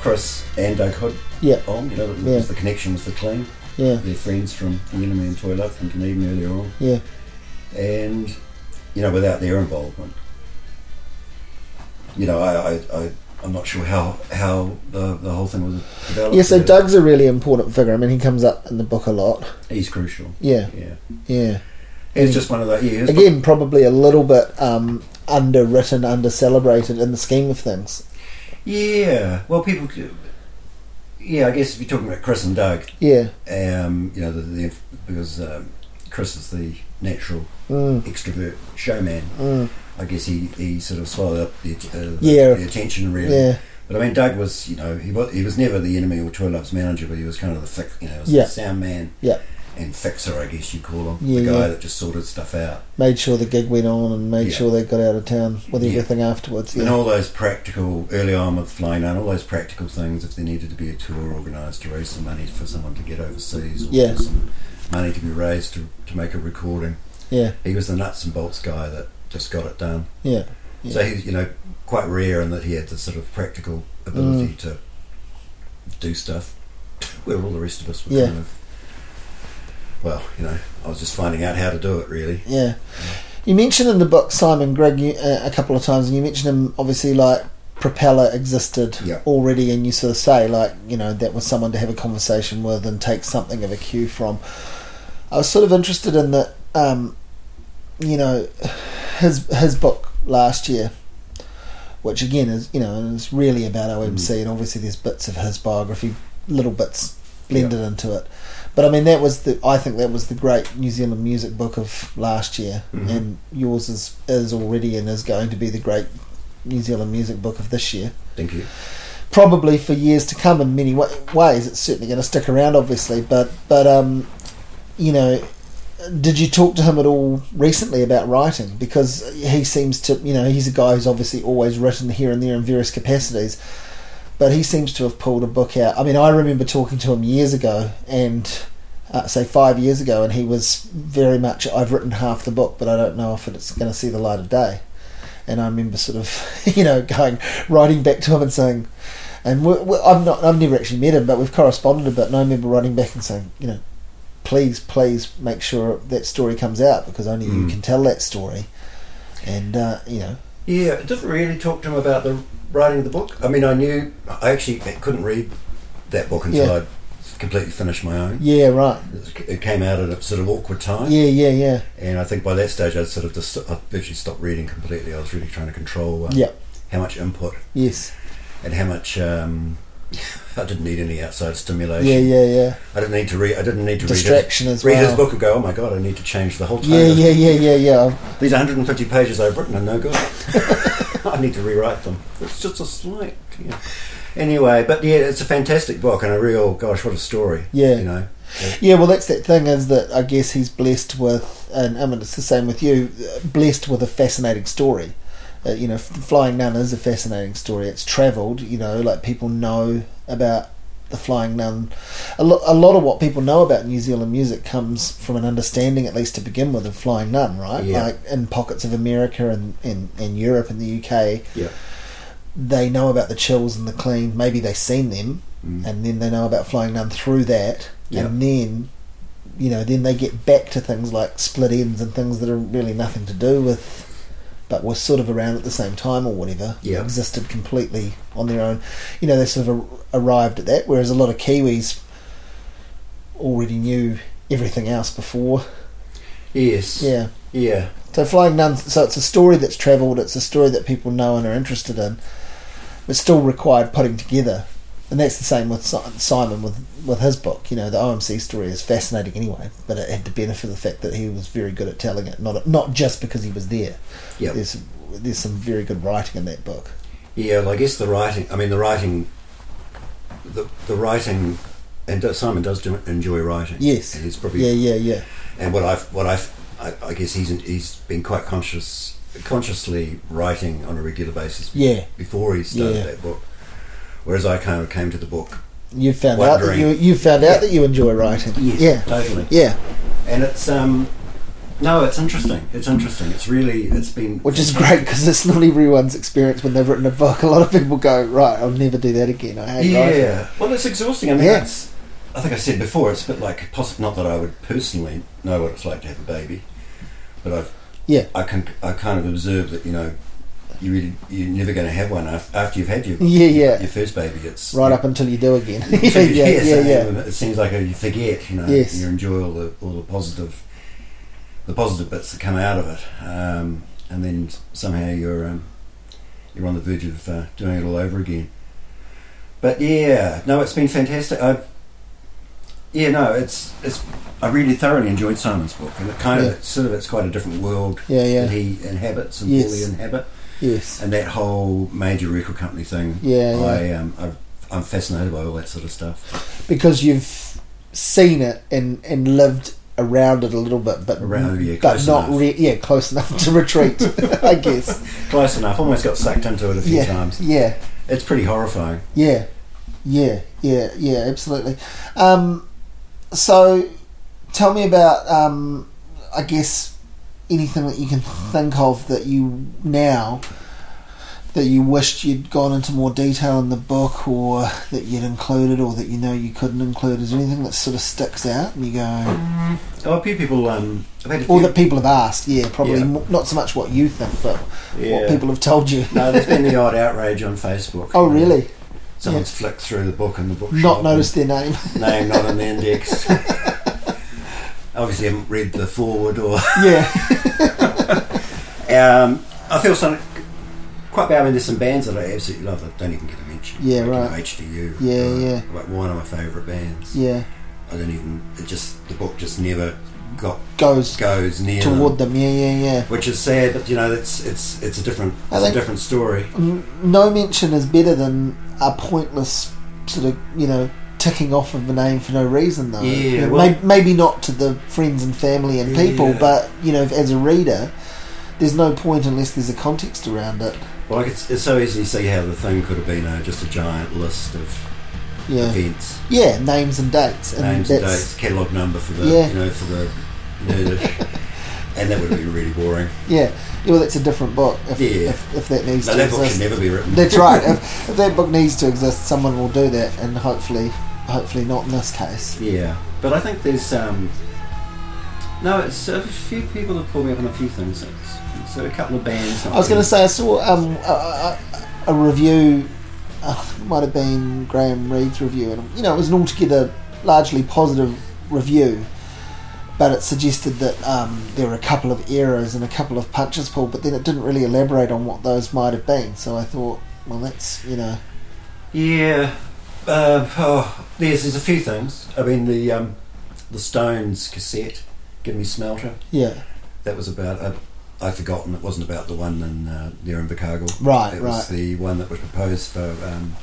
Speaker 2: Chris and Doug Hood
Speaker 3: yeah,
Speaker 2: on. You know, that
Speaker 3: Yeah.
Speaker 2: was the connection was the clean.
Speaker 3: yeah,
Speaker 2: their friends from The Enemy and Toy Love from Dunedin earlier on.
Speaker 3: yeah,
Speaker 2: and you know without their involvement you know I, I, I I'm not sure how how the, the whole thing was developed
Speaker 3: yeah. So Doug's a really important figure. I mean, he comes up in the book a lot.
Speaker 2: he's crucial
Speaker 3: Yeah,
Speaker 2: yeah
Speaker 3: yeah.
Speaker 2: it's just one of those yeah it's
Speaker 3: Again, probably a little bit um, underwritten, under celebrated in the scheme of things.
Speaker 2: not- yeah well people could- yeah I guess if you're talking about Chris and Doug
Speaker 3: Yeah,
Speaker 2: um, you know the, the, because um, Chris is the natural
Speaker 3: mm,
Speaker 2: extrovert showman
Speaker 3: mm,
Speaker 2: I guess he, he sort of swallowed up the, uh, the-
Speaker 3: Yeah.
Speaker 2: the attention really
Speaker 3: yeah,
Speaker 2: But I mean, Doug was, you know, he was, he was never the enemy or Toy Love's manager, but he was kind of the fix, you know, he was
Speaker 3: Yeah.
Speaker 2: the sound man
Speaker 3: Yeah.
Speaker 2: and fixer, I guess you call him.
Speaker 3: Yeah,
Speaker 2: the guy
Speaker 3: yeah.
Speaker 2: that just sorted stuff out.
Speaker 3: made sure the gig went on and made
Speaker 2: Yeah.
Speaker 3: sure they got out of town with
Speaker 2: Yeah.
Speaker 3: everything afterwards.
Speaker 2: And
Speaker 3: Yeah,
Speaker 2: all those practical, early on with Flying On, all those practical things, if there needed to be a tour organised to raise some money for someone to get overseas or
Speaker 3: Yeah.
Speaker 2: some money to be raised to, to make a recording,
Speaker 3: yeah,
Speaker 2: he was the nuts and bolts guy that just got it done.
Speaker 3: yeah.
Speaker 2: So he's, you know, quite rare in that he had the sort of practical
Speaker 3: Mm.
Speaker 2: ability to do stuff where all the rest of us were
Speaker 3: Yeah.
Speaker 2: kind of, well, you know, I was just finding out how to do it really.
Speaker 3: Yeah. You mentioned in the book Simon Gregg you, uh, a couple of times, and you mentioned him obviously like Propeller existed
Speaker 2: Yeah.
Speaker 3: already, and you sort of say like you know that was someone to have a conversation with and take something of a cue from. I was sort of interested in that, um, you know, his his book last year, which again is you know and it's really about OMC, and obviously there's bits of his biography, little bits blended into it. But I mean, that was the I think that was the great New Zealand music book of last year,
Speaker 2: Mhm.
Speaker 3: and yours is is already and is going to be the great New Zealand music book of this year,
Speaker 2: Thank you.
Speaker 3: probably for years to come. In many wa- ways, it's certainly going to stick around, obviously. But but um, you know, did you talk to him at all recently about writing? Because he seems to you know he's a guy who's obviously always written here and there in various capacities but he seems to have pulled a book out. I mean, I remember talking to him years ago, and uh, say five years ago, and he was very much, I've written half the book, but I don't know if it's going to see the light of day. And I remember sort of, you know, going, writing back to him and saying, and we we I'm not, I've never actually met him, but we've corresponded a bit, and I remember writing back and saying, you know, please, please make sure that story comes out because only you
Speaker 2: Mm.
Speaker 3: can tell that story. And, uh, you know,
Speaker 2: Yeah, I didn't really talk to him about the writing of the book. I mean, I knew, I actually couldn't read that book until
Speaker 3: Yeah.
Speaker 2: I'd completely finished my own.
Speaker 3: yeah, right.
Speaker 2: It came out at a sort of awkward time.
Speaker 3: Yeah, yeah, yeah.
Speaker 2: And I think by that stage, I'd sort of just, I virtually stopped reading completely. I was really trying to control um,
Speaker 3: Yeah,
Speaker 2: how much input
Speaker 3: yes.
Speaker 2: and how much um, I didn't need any outside stimulation.
Speaker 3: Yeah, yeah, yeah.
Speaker 2: I didn't need to read. I didn't need to
Speaker 3: distraction as
Speaker 2: read it. Read
Speaker 3: well.
Speaker 2: his book and go, oh my god, I need to change the whole tone.
Speaker 3: Yeah, yeah, yeah, yeah, yeah.
Speaker 2: These 150 pages I've written are no good. I need to rewrite them. It's just a slight. You know. Anyway, but yeah, it's a fantastic book and a real gosh, what a story.
Speaker 3: Yeah.
Speaker 2: you know.
Speaker 3: Yeah, well, that's that thing is that I guess he's blessed with, and I mean, it's the same with you, uh, blessed with a fascinating story. Uh, you know, F- Flying Nun is a fascinating story. It's travelled, you know, like people know about the Flying Nun. A, lo- a lot of what people know about New Zealand music comes from an understanding, at least to begin with, of Flying Nun, right?
Speaker 2: Yeah.
Speaker 3: Like in pockets of America and, and, and Europe and the UK,
Speaker 2: Yeah.
Speaker 3: they know about the chills and the clean. Maybe they've seen them,
Speaker 2: Mm.
Speaker 3: and then they know about flying down through that,
Speaker 2: Yeah.
Speaker 3: and then you know, then they get back to things like split ends and things that are really nothing to do with, but were sort of around at the same time or whatever.
Speaker 2: Yeah.
Speaker 3: existed completely on their own. You know, they sort of ar- arrived at that, whereas a lot of Kiwis already knew everything else before.
Speaker 2: Yes.
Speaker 3: Yeah.
Speaker 2: Yeah.
Speaker 3: So flying nuns. So it's a story that's travelled. It's a story that people know and are interested in, but still required putting together. And that's the same with Si- Simon with with his book. You know, the OMC story is fascinating anyway, but it had the benefit of the fact that he was very good at telling it. Not not just because he was there.
Speaker 2: Yeah.
Speaker 3: There's there's some very good writing in that book.
Speaker 2: Yeah, well, I guess the writing. I mean, the writing. The the writing, and Simon does do, enjoy writing.
Speaker 3: Yes.
Speaker 2: and he's probably
Speaker 3: Yeah, yeah, yeah,
Speaker 2: and what I've what I've I, I guess he's he's been quite conscious consciously writing on a regular basis
Speaker 3: yeah.
Speaker 2: before he started
Speaker 3: Yeah.
Speaker 2: that book. Whereas I kind of came to the book.
Speaker 3: You found out that
Speaker 2: Wondering.
Speaker 3: you you found out
Speaker 2: Yeah.
Speaker 3: that you enjoy writing. Yeah,
Speaker 2: totally.
Speaker 3: yeah.
Speaker 2: And it's um, no, it's interesting. It's interesting. It's really it's been
Speaker 3: Which is great because it's not everyone's experience when they've written a book. A lot of people go, right, I'll never do that again. I hate writing.
Speaker 2: yeah. Well, it's exhausting. I mean,
Speaker 3: Yeah.
Speaker 2: that's I think I said before, it's a bit like possible. Not that I would personally know what it's like to have a baby, but I've
Speaker 3: Yeah.
Speaker 2: I can I kind of observe that you know you really you're never going to have one af- after you've had your
Speaker 3: Yeah, yeah.
Speaker 2: your first baby. It's
Speaker 3: Right up until you do again. yeah,
Speaker 2: So,
Speaker 3: yeah,
Speaker 2: yes,
Speaker 3: yeah,
Speaker 2: I mean,
Speaker 3: yeah.
Speaker 2: It seems like you forget, you know,
Speaker 3: Yes.
Speaker 2: you enjoy all the all the positive, the positive bits that come out of it, um, and then somehow you're um, you're on the verge of uh, doing it all over again. But yeah, no, it's been fantastic. I've, yeah, no, it's it's I really thoroughly enjoyed Simon's book, and it kind
Speaker 3: Yeah.
Speaker 2: of it's sort of it's quite a different world
Speaker 3: Yeah,
Speaker 2: that
Speaker 3: yeah.
Speaker 2: he inhabits and
Speaker 3: Yes.
Speaker 2: Paulie inhabit,
Speaker 3: Yes.
Speaker 2: and that whole major record company thing.
Speaker 3: Yeah, yeah.
Speaker 2: I um, I've, I'm fascinated by all that sort of stuff.
Speaker 3: because you've seen it and and lived around it a little bit, but
Speaker 2: Around, yeah,
Speaker 3: but
Speaker 2: close
Speaker 3: not
Speaker 2: enough.
Speaker 3: re- yeah close enough to retreat, I guess.
Speaker 2: Close enough. Almost got sucked into it a few
Speaker 3: yeah,
Speaker 2: times.
Speaker 3: yeah,
Speaker 2: It's pretty horrifying.
Speaker 3: yeah, yeah, yeah, yeah, absolutely. Um, so, tell me about um, I guess anything that you can think of that you now. That you wished you'd gone into more detail in the book, or that you'd included, or that you know you couldn't include. Is there anything that sort of sticks out and you go,
Speaker 2: Oh, a few people. Um, I've had a few.
Speaker 3: Or that people have asked, yeah, probably
Speaker 2: Yeah.
Speaker 3: m not so much what you think, but
Speaker 2: yeah.
Speaker 3: what people have told you.
Speaker 2: no, there's been the odd outrage on Facebook.
Speaker 3: Oh,
Speaker 2: You know,
Speaker 3: really?
Speaker 2: Someone's flicked through the book in the bookshop.
Speaker 3: Not
Speaker 2: and
Speaker 3: noticed their name.
Speaker 2: Name not in the index. Obviously, haven't read the forward or.
Speaker 3: yeah,
Speaker 2: Um, I feel some quite bad. I mean, there's some bands that I absolutely love that don't even get a mention.
Speaker 3: Yeah,
Speaker 2: Like, you know,
Speaker 3: right.
Speaker 2: HDU.
Speaker 3: Yeah,
Speaker 2: uh,
Speaker 3: yeah.
Speaker 2: Like one of my favourite bands.
Speaker 3: yeah.
Speaker 2: I don't even. It just the book just never got
Speaker 3: Goes
Speaker 2: goes near them.
Speaker 3: toward them. Yeah, yeah, yeah.
Speaker 2: which is sad, but you know it's it's it's a different
Speaker 3: I
Speaker 2: it's a
Speaker 3: think-
Speaker 2: different story.
Speaker 3: N- No mention is better than a pointless sort of you know ticking off of a name for no reason though.
Speaker 2: Yeah,
Speaker 3: You know,
Speaker 2: well-
Speaker 3: may- maybe not to the friends and family and people,
Speaker 2: Yeah.
Speaker 3: but you know, as a reader, there's no point unless there's a context around it.
Speaker 2: Like it's it's so easy to see how the thing could have been uh, just a giant list of
Speaker 3: Yeah,
Speaker 2: events,
Speaker 3: yeah, names and dates, and
Speaker 2: names and
Speaker 3: that's
Speaker 2: dates, catalogue number for the
Speaker 3: Yeah.
Speaker 2: you know for the nerdish, and that would have been really boring.
Speaker 3: Yeah, yeah, well, that's a different book. If,
Speaker 2: Yeah.
Speaker 3: if, if that needs
Speaker 2: No,
Speaker 3: to
Speaker 2: that book
Speaker 3: exist,
Speaker 2: should never be written.
Speaker 3: that's right. If, if that book needs to exist, someone will do that, and hopefully, hopefully not in this case.
Speaker 2: Yeah, but I think there's um. No, it's a few people have pulled me up on a few things. It's- So a couple of bands.
Speaker 3: I was going to say I saw um, a, a, a review. Uh, it might have been Graham Reed's review, and you know it was an altogether largely positive review. But it suggested that um, there were a couple of errors and a couple of punches pulled, but then it didn't really elaborate on what those might have been. So I thought, well, that's you know,
Speaker 2: Yeah, uh, oh, there's there's a few things. I mean the um, the Stones cassette, "Give Me Smelter,"
Speaker 3: yeah,
Speaker 2: that was about. Uh, I've forgotten it wasn't about the one in uh, there in Invercargill.
Speaker 3: Right,
Speaker 2: it was the one that was proposed for um,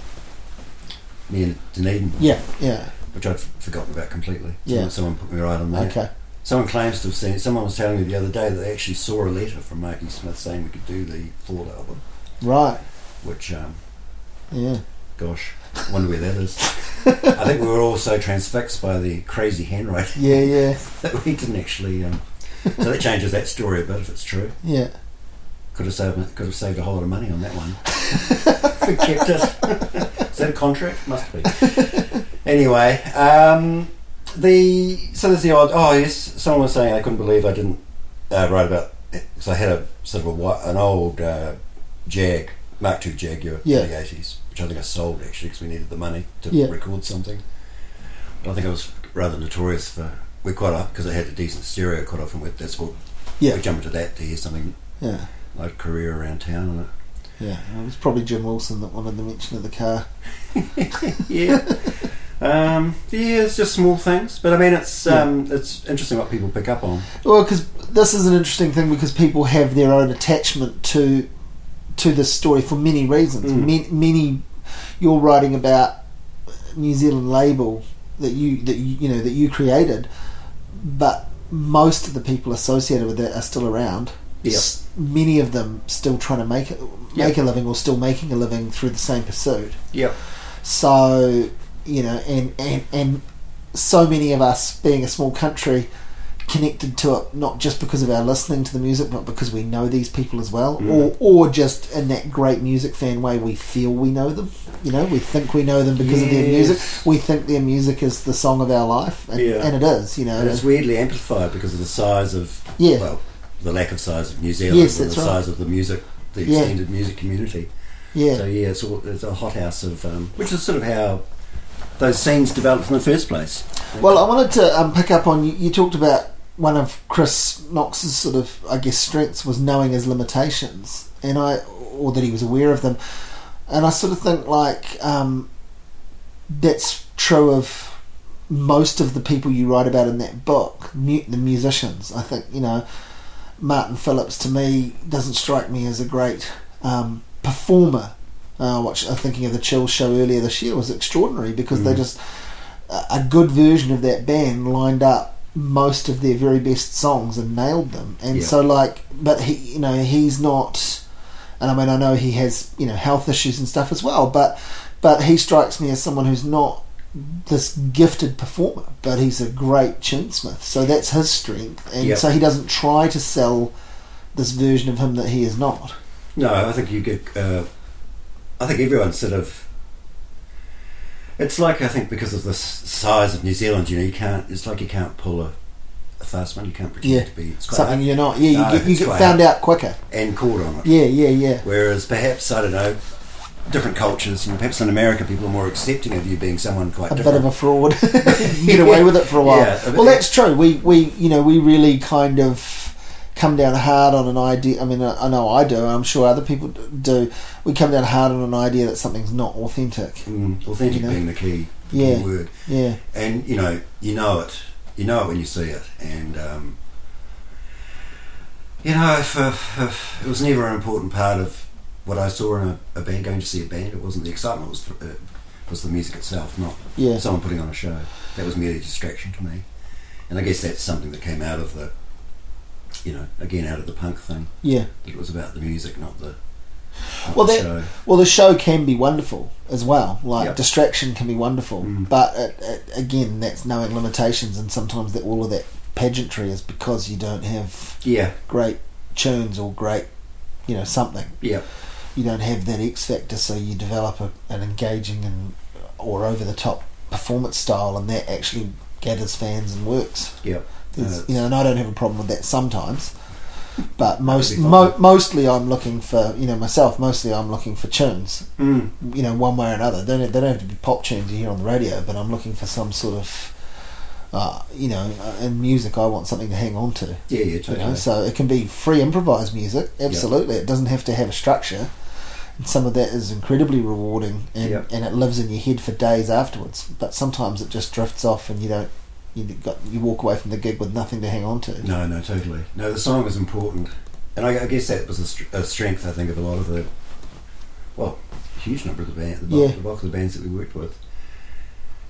Speaker 2: near Dunedin,
Speaker 3: yeah, yeah.
Speaker 2: which I'd forgotten about completely.
Speaker 3: Yeah.
Speaker 2: someone, someone put me right on that.
Speaker 3: Okay.
Speaker 2: Someone claims to have seen it. Someone was telling me the other day that they actually saw a letter from Marky Smith saying we could do the Ford album,
Speaker 3: Right.
Speaker 2: which um,
Speaker 3: Yeah.
Speaker 2: Gosh, wonder where that is. I think we were all so transfixed by the crazy handwriting
Speaker 3: Yeah. Yeah.
Speaker 2: that we didn't actually. Um, so that changes that story a bit if it's true.
Speaker 3: Yeah.
Speaker 2: Could have saved could have saved a whole lot of money on that one. if we kept it. is that a contract? Must be. Anyway, um, the so there's the odd. Oh yes, someone was saying I couldn't believe I didn't uh, write about because I had a sort of a, wi- an old uh, Jag Mark II Jaguar
Speaker 3: Yeah.
Speaker 2: in the eighties, which I think I sold actually because we needed the money to
Speaker 3: Yeah.
Speaker 2: record something. But I think I was rather notorious for we quite off because I had a decent stereo quite often. With that's what
Speaker 3: Yeah.
Speaker 2: we jump into that to hear something
Speaker 3: Yeah.
Speaker 2: like career around town and it.
Speaker 3: Yeah. It was probably Jim Wilson that wanted the mention of the car.
Speaker 2: Yeah. um, yeah, it's just small things, but I mean, it's
Speaker 3: Yeah.
Speaker 2: um, it's interesting what people pick up on.
Speaker 3: Well, because this is an interesting thing because people have their own attachment to to this story for many reasons.
Speaker 2: Mm.
Speaker 3: Many, many you're writing about New Zealand label that you that you, you know that you created, but most of the people associated with that are still around.
Speaker 2: Yeah.
Speaker 3: S- many of them still trying to make it, make
Speaker 2: Yeah.
Speaker 3: a living or still making a living through the same pursuit.
Speaker 2: Yep.
Speaker 3: So you know, and and and so many of us, being a small country, connected to it not just because of our listening to the music, but because we know these people as well,
Speaker 2: Mm.
Speaker 3: or or just in that great music fan way, we feel we know them. You know, we think we know them because of their
Speaker 2: Yes.
Speaker 3: music. We think their music is the song of our life, and,
Speaker 2: Yeah.
Speaker 3: and it is. You know,
Speaker 2: And it's weirdly amplified because of the size of
Speaker 3: Yeah.
Speaker 2: well, the lack of size of New Zealand
Speaker 3: Yes,
Speaker 2: and the
Speaker 3: that's right.
Speaker 2: size of the music, the
Speaker 3: Yeah.
Speaker 2: extended music community.
Speaker 3: yeah,
Speaker 2: So yeah, it's, all, it's a hothouse of um, which is sort of how those scenes developed in the first place.
Speaker 3: Well, I wanted to um, pick up on you, you talked about one of Chris Knox's sort of, I guess, strengths was knowing his limitations, and I, or that he was aware of them, and I sort of think like um, that's true of most of the people you write about in that book, mu- the musicians. I think you know, Martin Phillips to me doesn't strike me as a great um, performer. Uh, watch, uh, thinking of the Chill show earlier this year was extraordinary because they
Speaker 2: Mm.
Speaker 3: just uh, a a good version of that band lined up most of their very best songs and nailed them. And
Speaker 2: Yeah.
Speaker 3: so, like, but he, you know, he's not. And I mean, I know he has, you know, health issues and stuff as well. But, but he strikes me as someone who's not this gifted performer, but he's a great tunesmith. So that's his strength, and
Speaker 2: Yep.
Speaker 3: so he doesn't try to sell this version of him that he is not.
Speaker 2: No, I think you get. Uh, I think everyone's sort of. It's like I think because of the s- size of New Zealand, you know, you can't. It's like you can't pull a, a fast one. You can't pretend
Speaker 3: Yeah.
Speaker 2: to be. It's quite
Speaker 3: Something
Speaker 2: hard.
Speaker 3: you're not. Yeah, you
Speaker 2: No,
Speaker 3: get you
Speaker 2: it's
Speaker 3: get
Speaker 2: quite
Speaker 3: found out quicker.
Speaker 2: and caught on it.
Speaker 3: Yeah, yeah, yeah.
Speaker 2: Whereas perhaps I don't know, different cultures. You know, perhaps in America, people are more accepting of you being someone quite
Speaker 3: a bit
Speaker 2: different.
Speaker 3: of a fraud. you can get away with it for a while.
Speaker 2: Yeah, a bit-
Speaker 3: well, that's true. We we you know we really kind of come down hard on an idea. I mean, I I know I do. and I'm sure other people d- do. We come down hard on an idea that something's not authentic.
Speaker 2: Mm, authentic
Speaker 3: You know?
Speaker 2: being the key, the
Speaker 3: Yeah.
Speaker 2: key word.
Speaker 3: Yeah,
Speaker 2: and you know you know it you know it when you see it and um, you know if, if, if it was never an important part of what I saw in a, a band going to see a band it wasn't the excitement it was the, uh, it was the music itself not
Speaker 3: yeah,
Speaker 2: someone putting on a show that was merely a distraction to me and I guess that's something that came out of the you know again out of the punk thing
Speaker 3: yeah.
Speaker 2: that it was about the music not the not
Speaker 3: Well,
Speaker 2: the
Speaker 3: that-
Speaker 2: show
Speaker 3: Well, the show can be wonderful as well. Like
Speaker 2: Yep.
Speaker 3: distraction can be wonderful,
Speaker 2: Mm.
Speaker 3: but it, it, again, that's knowing limitations, and sometimes that all of that pageantry is because you don't have
Speaker 2: yeah
Speaker 3: great tunes or great, you know, something.
Speaker 2: yeah
Speaker 3: you don't have that X factor, so you develop a, an engaging and uh, or over the top performance style, and that actually gathers fans and works.
Speaker 2: yeah
Speaker 3: There's-
Speaker 2: Uh,
Speaker 3: you know, and I don't have a problem with that sometimes, but most
Speaker 2: be fine.
Speaker 3: mo- mostly I'm looking for you know myself. Mostly I'm looking for tunes,
Speaker 2: mm,
Speaker 3: you know, one way or another. They don't they don't have to be pop tunes you hear on the radio, but I'm looking for some sort of. Uh, you know, uh, in music, I want something to hang on to.
Speaker 2: yeah yeah
Speaker 3: You
Speaker 2: totally
Speaker 3: know, so it can be free improvised music. Absolutely, it doesn't have to have a structure. And some of that is incredibly rewarding, and,
Speaker 2: Yep.
Speaker 3: and it lives in your head for days afterwards. But sometimes it just drifts off, and you don't. You got you walk away from the gig with nothing to hang on to.
Speaker 2: No, no, totally. No, the song was important, and I, I guess that was a, str- a strength. I think of a lot of the, well, a huge number of the band, the bulk,
Speaker 3: Yeah.
Speaker 2: the bulk of the bands that we worked with,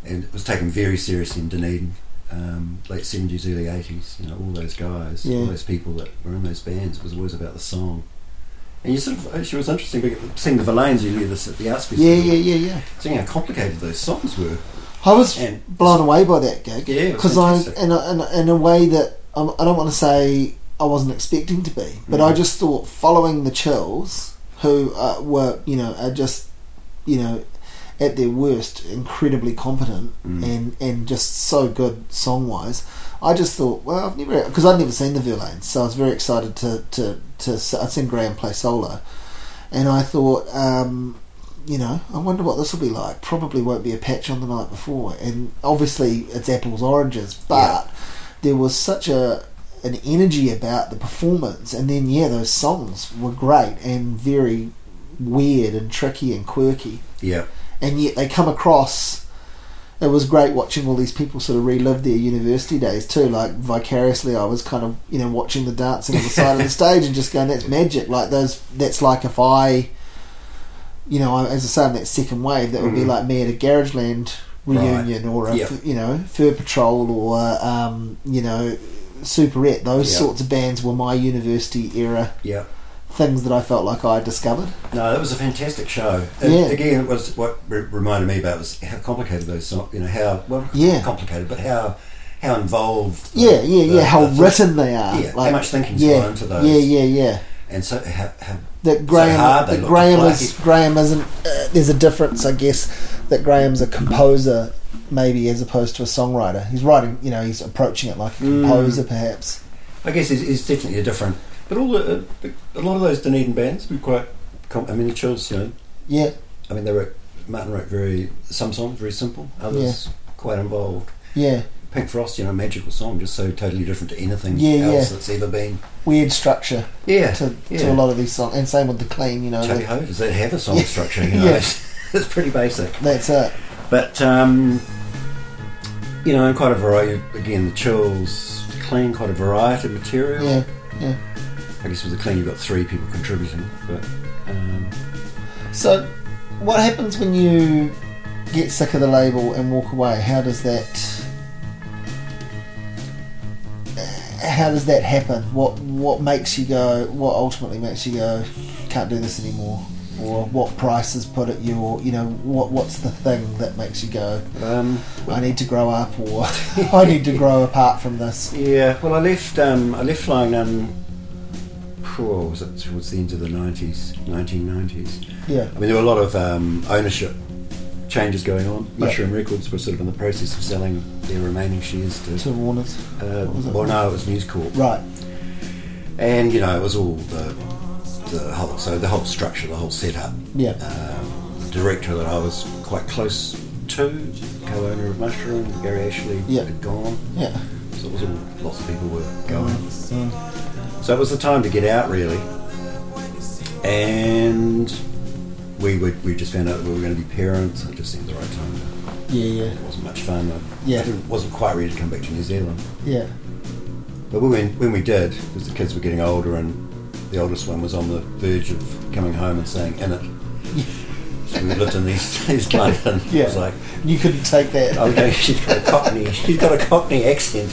Speaker 2: and it was taken very seriously in Dunedin, um, late seventies, early eighties. You know, all those guys, all
Speaker 3: Yeah.
Speaker 2: those people that were in those bands it was always about the song. And you sort of, actually, it was interesting because seeing the Verlaines, you knew this at the outskirts.
Speaker 3: Yeah, yeah, yeah, yeah.
Speaker 2: Seeing how complicated those songs were.
Speaker 3: I was
Speaker 2: And-
Speaker 3: blown away by that gig.
Speaker 2: Yeah, it was
Speaker 3: because I
Speaker 2: fantastic.
Speaker 3: in a, in, a, in a way that I'm, I don't want to say I wasn't expecting to be, but I
Speaker 2: Mhm.
Speaker 3: just thought following the Chills, who uh, were you know are just you know at their worst incredibly competent
Speaker 2: Mm.
Speaker 3: and and just so good song wise. I just thought, well, I've never because I'd never seen the Verlaines, so I was very excited to to to s- I'd seen Graham play solo, and I thought. um you know, I wonder what this will be like. Probably won't be a patch on the night before, and obviously it's apples oranges. But there was such a an energy about the performance, and then yeah, those songs were great and very weird and tricky and quirky,
Speaker 2: Yeah,
Speaker 3: and yet they come across. It was great watching all these people sort of relive their university days too. Like vicariously, I was kind of you know watching the dancing on the side of the stage and just going, "That's magic!" Like those. That's like if I, you know, I, as I say, I'm that second wave. That would be
Speaker 2: Mhm.
Speaker 3: like me at a Garageland reunion or a
Speaker 2: Yeah.
Speaker 3: you know Fur Patrol or um, you know Superette. Those
Speaker 2: Yeah.
Speaker 3: sorts of bands were my university era
Speaker 2: yeah.
Speaker 3: things that I felt like I discovered.
Speaker 2: No, that was a fantastic show. And
Speaker 3: Yeah.
Speaker 2: Again, it was what re- reminded me about was how complicated those songs. You know how well,
Speaker 3: Yeah.
Speaker 2: complicated, but how how involved. the-
Speaker 3: Yeah, yeah,
Speaker 2: the-
Speaker 3: yeah. How
Speaker 2: the thought-
Speaker 3: written they are.
Speaker 2: Yeah, how much thinking's gone into those.
Speaker 3: Yeah, yeah, yeah.
Speaker 2: and so how, how
Speaker 3: That Graham,
Speaker 2: hard they
Speaker 3: that
Speaker 2: look
Speaker 3: Graham
Speaker 2: to play.
Speaker 3: is Graham isn't uh, there's a difference, I guess, that Graham's a composer maybe as opposed to a songwriter. He's writing, you know, he's approaching it like a
Speaker 2: Mm.
Speaker 3: composer perhaps.
Speaker 2: I guess it's, it's definitely a different. But all the, uh, a lot of those Dunedin bands were quite. Com- I mean, the Chills, you know,
Speaker 3: Yeah,
Speaker 2: I mean, they wrote Martin wrote very some songs very simple, others quite involved.
Speaker 3: yeah.
Speaker 2: Pink Frost, you know, magical song, just so totally different to anything
Speaker 3: Yeah,
Speaker 2: else
Speaker 3: yeah.
Speaker 2: that's ever been.
Speaker 3: Weird structure
Speaker 2: Yeah,
Speaker 3: to,
Speaker 2: yeah.
Speaker 3: to a lot of these songs. And same with The Clean, you know.
Speaker 2: Tony
Speaker 3: the-
Speaker 2: Ho, does that have a song
Speaker 3: Yeah.
Speaker 2: structure? You know,
Speaker 3: Yeah.
Speaker 2: it's, it's pretty basic.
Speaker 3: that's it.
Speaker 2: But um, you know, quite a variety. Again, the Chills, Clean, quite a variety of material.
Speaker 3: Yeah.
Speaker 2: I guess with the Clean, you've got three people contributing, but. Um,
Speaker 3: So, what happens when you get sick of the label and walk away? How does that? How does that happen? What what makes you go? What ultimately makes you go? Can't do this anymore. Or what price is put at you? Or you know what what's the thing that makes you go?
Speaker 2: um,
Speaker 3: I need to grow up, or I need to grow apart from this.
Speaker 2: Yeah, well, I left. Um, I left Flying Nun. Oh, was it towards the end of the nineties, nineteen nineties?
Speaker 3: Yeah,
Speaker 2: I mean, there were a lot of um, ownership changes going on.
Speaker 3: Yeah.
Speaker 2: Mushroom Records were sort of in the process of selling their remaining shares to.
Speaker 3: to Warner's.
Speaker 2: Uh,
Speaker 3: what was it?
Speaker 2: well, no, it was News Corp,
Speaker 3: Right.
Speaker 2: and you know, it was all the the whole so the whole structure, the whole setup.
Speaker 3: Yeah.
Speaker 2: Um, the director that I was quite close to, co-owner of Mushroom, Gary Ashley,
Speaker 3: Yeah. Mm-hmm.
Speaker 2: had gone.
Speaker 3: Yeah. Mm.
Speaker 2: So it was all lots of people were going. So it was the time to get out, really. And we were, we just found out we were going to be parents. It just seemed the right time.
Speaker 3: Yeah. Yeah.
Speaker 2: It wasn't much fun. I,
Speaker 3: Yeah.
Speaker 2: I didn't- wasn't quite ready to come back to New Zealand.
Speaker 3: Yeah.
Speaker 2: But when we, when we did, because the kids were getting older and the oldest one was on the verge of coming home and saying, in it. So we lived in East, East London.
Speaker 3: Yeah.
Speaker 2: It was like, "Oh,
Speaker 3: You couldn't take that.
Speaker 2: Okay, she's got a Cockney. She's got a Cockney accent.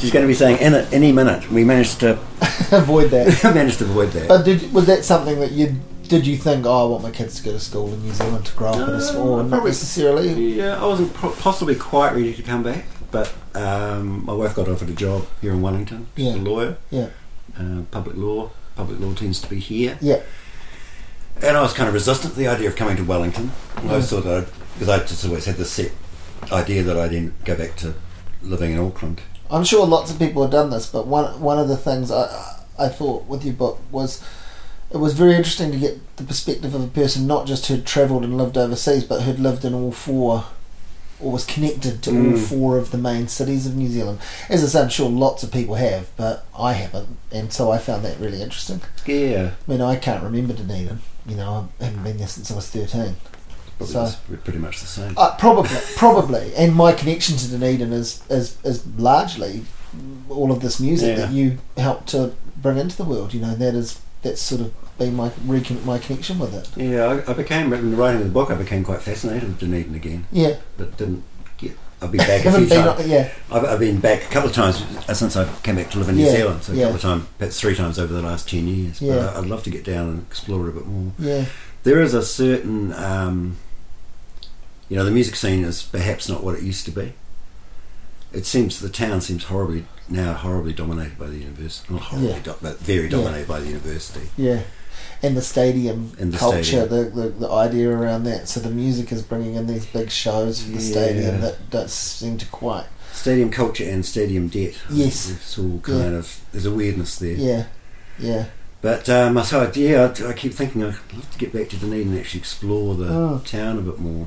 Speaker 2: She's going to be saying in it any minute. We managed to
Speaker 3: Avoid that.
Speaker 2: managed to avoid that.
Speaker 3: But did was that something that you did you think? Oh, I want my kids to go to school in New Zealand to grow up in a
Speaker 2: Uh,
Speaker 3: school, and not
Speaker 2: probably-
Speaker 3: necessarily.
Speaker 2: yeah, I wasn't pro- possibly quite ready to come back, but um, my wife got offered a job here in Wellington. She's
Speaker 3: Yeah.
Speaker 2: a lawyer,
Speaker 3: Yeah,
Speaker 2: uh, public law. Public law tends to be here,
Speaker 3: yeah,
Speaker 2: and I was kind of resistant to the idea of coming to Wellington. I always thought that because I just always had the set idea that I'd then go back to living in Auckland.
Speaker 3: I'm sure lots of people have done this, but one one of the things I I thought with your book was it was very interesting to get the perspective of a person not just who'd travelled and lived overseas, but who'd lived in all four or was connected to all
Speaker 2: Mm.
Speaker 3: four of the main cities of New Zealand. As I say, I'm sure lots of people have, but I haven't, and so I found that really interesting.
Speaker 2: Yeah,
Speaker 3: I mean, I can't remember Dunedin. You know, I haven't been there since I was 13.
Speaker 2: probably
Speaker 3: So-
Speaker 2: was- we're pretty much the same.
Speaker 3: Uh, probably, probably. And my connection to Dunedin is, is, is largely all of this music
Speaker 2: Yeah.
Speaker 3: that you helped to bring into the world. You know, that is that's sort of been my recon- my connection with it.
Speaker 2: Yeah, I, I became in writing the book. I became quite fascinated with Dunedin again,
Speaker 3: Yeah,
Speaker 2: but didn't get. I've been back a few
Speaker 3: haven't been.
Speaker 2: times.
Speaker 3: yeah,
Speaker 2: I've, I've been back a couple of times uh, since I came back to live in New
Speaker 3: Yeah,
Speaker 2: Zealand. So a
Speaker 3: yeah.
Speaker 2: couple of times, perhaps three times over the last ten years.
Speaker 3: Yeah.
Speaker 2: But I, I'd love to get down and explore it a bit more.
Speaker 3: yeah,
Speaker 2: There is a certain, um, you know, the music scene is perhaps not what it used to be. It seems the town seems horribly now horribly dominated by the university. Not horribly,
Speaker 3: Yeah.
Speaker 2: do- but very
Speaker 3: Yeah.
Speaker 2: dominated by the university.
Speaker 3: yeah. And the stadium
Speaker 2: And the
Speaker 3: culture,
Speaker 2: stadium.
Speaker 3: The, the the idea around that. So the music is bringing in these big shows for the
Speaker 2: Yeah.
Speaker 3: stadium that don't seem to quite.
Speaker 2: Stadium culture and stadium debt.
Speaker 3: Yes.
Speaker 2: It's all kind of, there's a weirdness there.
Speaker 3: Yeah, yeah,
Speaker 2: But um, so I, yeah, I, I keep thinking I'd love to get back to Dunedin and actually explore the
Speaker 3: Mm.
Speaker 2: town a bit more.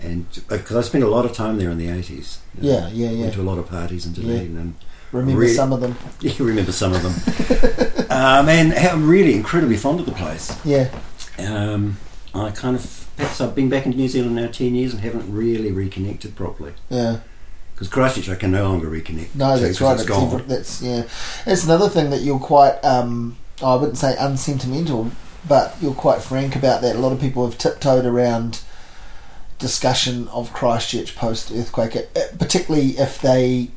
Speaker 2: And because I spent a lot of time there in the 80s. you know.
Speaker 3: yeah, yeah, yeah.
Speaker 2: Went to a lot of parties in
Speaker 3: Yeah.
Speaker 2: Dunedin and
Speaker 3: Remember
Speaker 2: Re-
Speaker 3: some of them.
Speaker 2: you remember some of them. um, and I'm really incredibly fond of the place.
Speaker 3: Yeah.
Speaker 2: Um, I kind of, perhaps I've been back in New Zealand now 10 years and haven't really reconnected properly.
Speaker 3: Yeah,
Speaker 2: Because Christchurch I can no longer reconnect.
Speaker 3: no,
Speaker 2: to
Speaker 3: that's
Speaker 2: 'cause
Speaker 3: right.
Speaker 2: It's
Speaker 3: It's
Speaker 2: gone.
Speaker 3: ever- that's yeah. It's another thing that you're quite. Um, I wouldn't say unsentimental, but you're quite frank about that. A lot of people have tiptoed around discussion of Christchurch post earthquake, particularly if they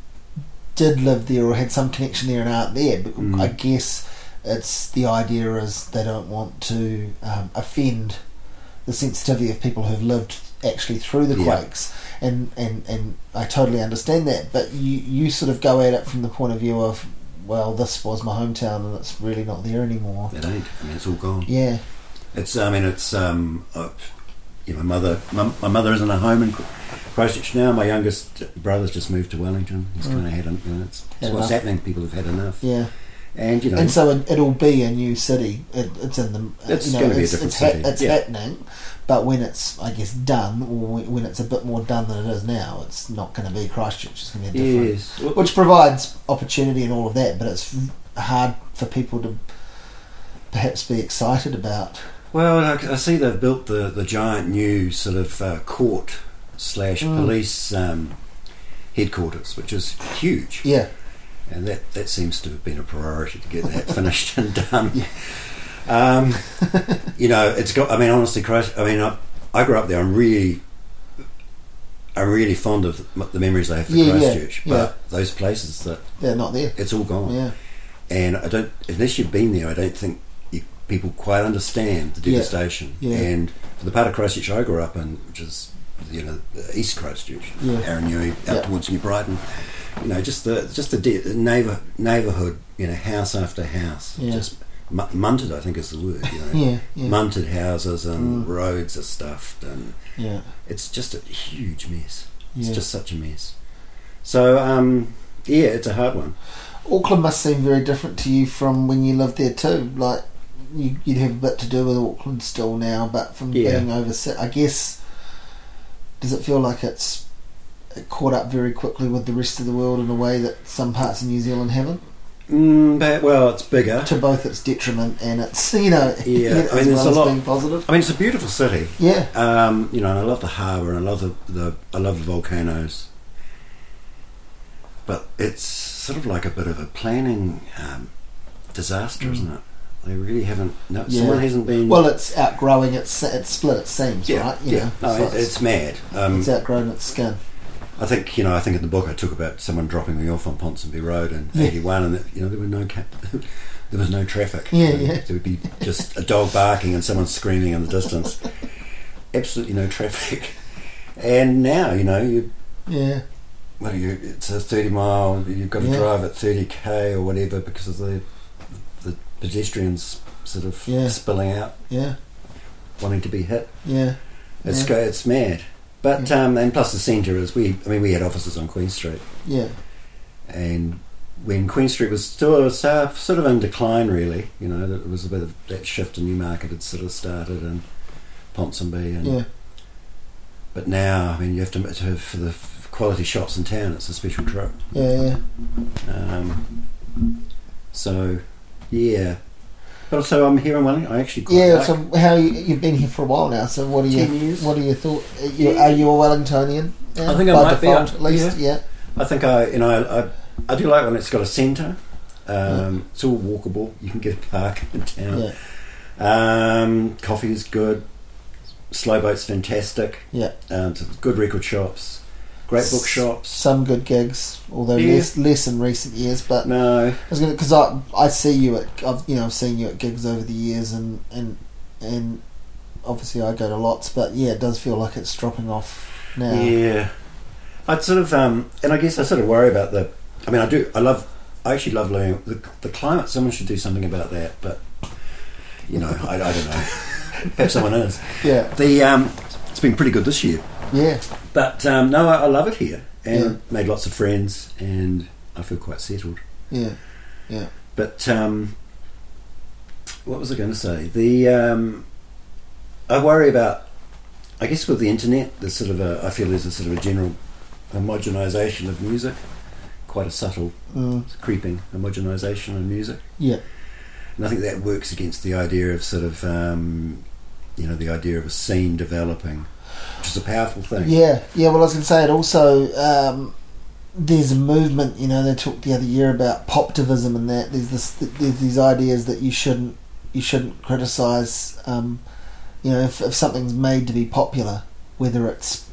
Speaker 3: did live there or had some connection there and aren't there. But
Speaker 2: Mm.
Speaker 3: I guess it's the idea is they don't want to um, offend the sensitivity of people who've lived actually through the
Speaker 2: Yeah.
Speaker 3: quakes. And, and, and I totally understand that, but you, you sort of go at it from the point of view of, well, this was my hometown and it's really not there anymore.
Speaker 2: It ain't. I mean, it's all gone.
Speaker 3: Yeah,
Speaker 2: It's I mean it's um uh, yeah, my mother my, my mother isn't at home in Cro- Christchurch now. My youngest brother's just moved to Wellington. He's
Speaker 3: Mm.
Speaker 2: kind of had en- you know it's, it's
Speaker 3: Had enough.
Speaker 2: what's happening. People have had enough,
Speaker 3: Yeah,
Speaker 2: and you know
Speaker 3: and so it, it'll be a new city. It, it's in the.
Speaker 2: It's
Speaker 3: you know,
Speaker 2: gonna be a
Speaker 3: it's,
Speaker 2: different
Speaker 3: it's ha-
Speaker 2: city.
Speaker 3: it's
Speaker 2: Yeah.
Speaker 3: happening, but when it's I guess done, or when, when it's a bit more done than it is now, it's not going to be Christchurch. It's going to be a different.
Speaker 2: yes, Well,
Speaker 3: which provides opportunity and all of that, but it's hard for people to perhaps be excited about.
Speaker 2: Well, I, I see they've built the, the giant new sort of uh, court slash
Speaker 3: Mm.
Speaker 2: police um, headquarters, which is huge,
Speaker 3: Yeah,
Speaker 2: and that, that seems to have been a priority to get that finished and done. Um, you know, it's got. I mean, honestly, Christ. I mean, I, I grew up there. I'm really, I'm really fond of the, the memories I have for
Speaker 3: Yeah, yeah,
Speaker 2: Christchurch,
Speaker 3: yeah.
Speaker 2: but those places that
Speaker 3: they're not there.
Speaker 2: it's all gone
Speaker 3: Yeah,
Speaker 2: and I don't unless you've been there, I don't think you, people quite understand the
Speaker 3: Yeah.
Speaker 2: devastation.
Speaker 3: Yeah.
Speaker 2: And for the part of Christchurch I grew up in, which is you know East Christchurch,
Speaker 3: Yeah.
Speaker 2: Aranui, out
Speaker 3: Yeah.
Speaker 2: towards New Brighton, you know, just the just the de- neighbor neighborhood, you know, house after house,
Speaker 3: Yeah.
Speaker 2: just mu- munted. I think is the word. You know,
Speaker 3: yeah, yeah,
Speaker 2: munted houses and
Speaker 3: Mm.
Speaker 2: roads are stuffed, and
Speaker 3: yeah.
Speaker 2: it's just a huge mess.
Speaker 3: yeah.
Speaker 2: It's just such a mess. So um, yeah, it's a hard one.
Speaker 3: Auckland must seem very different to you from when you lived there too. Like you, you'd have a bit to do with Auckland still now, but from
Speaker 2: Yeah.
Speaker 3: being overseas, I guess. Does it feel like it's it caught up very quickly with the rest of the world in a way that some parts of New Zealand haven't?
Speaker 2: Mm, but, well, it's bigger.
Speaker 3: To both its detriment and its you know
Speaker 2: Yeah,
Speaker 3: as
Speaker 2: I mean, there's
Speaker 3: well
Speaker 2: a
Speaker 3: as
Speaker 2: lot-
Speaker 3: being positive.
Speaker 2: I mean, it's a beautiful city.
Speaker 3: Yeah,
Speaker 2: Um, you know, and I love the harbour and I love the, the I love the volcanoes. But it's sort of like a bit of a planning um, disaster, isn't it? They really haven't. No,
Speaker 3: Mm. Yeah.
Speaker 2: someone hasn't been.
Speaker 3: Well, it's outgrowing its it's split. It seems
Speaker 2: yeah,
Speaker 3: right. You
Speaker 2: yeah.
Speaker 3: know,
Speaker 2: No,
Speaker 3: so
Speaker 2: it's, it's mad. Um,
Speaker 3: it's outgrown its skin.
Speaker 2: I think you know. I think in the book I talk about someone dropping me off on Ponsonby Road in
Speaker 3: Yeah.
Speaker 2: '81, and that, you know there were no ca- there was no traffic.
Speaker 3: Yeah,
Speaker 2: And
Speaker 3: yeah.
Speaker 2: There would be just a dog barking and someone screaming in the distance. Absolutely no traffic. And now you know you
Speaker 3: Yeah,
Speaker 2: well you it's a 30 mile. You've got to
Speaker 3: Yeah.
Speaker 2: drive at 30 k or whatever because of the the pedestrians sort of
Speaker 3: Yeah.
Speaker 2: spilling out,
Speaker 3: yeah,
Speaker 2: wanting to be hit.
Speaker 3: yeah.
Speaker 2: It's
Speaker 3: Yeah.
Speaker 2: go it's mad. But
Speaker 3: Yeah.
Speaker 2: um, and plus the centre is we I mean we had offices on Queen Street.
Speaker 3: Yeah,
Speaker 2: and when Queen Street was still was, uh, sort of in decline, really, you know, that it was a bit of that shift in Newmarket had sort of started and Ponsonby, and
Speaker 3: yeah,
Speaker 2: but now, I mean, you have to, to have for the f- quality shops in town, it's a special trip.
Speaker 3: yeah, yeah.
Speaker 2: Um, so, yeah, but so I'm here in Wellington. I actually quite
Speaker 3: Yeah.
Speaker 2: like-
Speaker 3: So how you, you've been here for a while now? So what are you?
Speaker 2: Ten years.
Speaker 3: What are your thoughts? Are you,
Speaker 2: Yeah.
Speaker 3: are you a Wellingtonian? now?
Speaker 2: I think I
Speaker 3: by
Speaker 2: might be,
Speaker 3: default,
Speaker 2: I-
Speaker 3: at least. Yeah.
Speaker 2: I think I, you know, I, I, I do like when it's got a centre. Um, It's all walkable. You can get a park in
Speaker 3: Yeah.
Speaker 2: town.
Speaker 3: Yeah.
Speaker 2: Um, coffee is good. Slow boat's fantastic.
Speaker 3: Yeah.
Speaker 2: Um, so good record shops. Great book shops.
Speaker 3: Some good gigs, although
Speaker 2: Yeah.
Speaker 3: less less in recent years. But
Speaker 2: No.
Speaker 3: I was gonna because I I see you at I've you know I've seen you at gigs over the years and and and obviously I go to lots, but yeah, it does feel like it's dropping off now.
Speaker 2: Yeah. I'd sort of, um, and I guess I sort of worry about the. I mean, I do. I love. I actually love learning the, the climate. Someone should do something about that, but you know, I, I don't know. Perhaps someone is.
Speaker 3: Yeah,
Speaker 2: The um, it's been pretty good this year,
Speaker 3: yeah,
Speaker 2: but um, no, I, I love it here, and
Speaker 3: Yeah.
Speaker 2: made lots of friends, and I feel quite settled.
Speaker 3: yeah.
Speaker 2: But um, what was I going to say? The um, I worry about. I guess with the internet, there's sort of a. I feel there's a sort of a general homogenisation of music, quite a subtle,
Speaker 3: Mm,
Speaker 2: creeping homogenisation of music,
Speaker 3: yeah,
Speaker 2: and I think that works against the idea of sort of, um, you know, the idea of a scene developing, which is a powerful thing.
Speaker 3: yeah, yeah. Well, I was gonna say it also. Um, there's a movement, you know. They talked the other year about poptivism and that. There's this. There's these ideas that you shouldn't you shouldn't criticize. Um, you know, if, if something's made to be popular, whether it's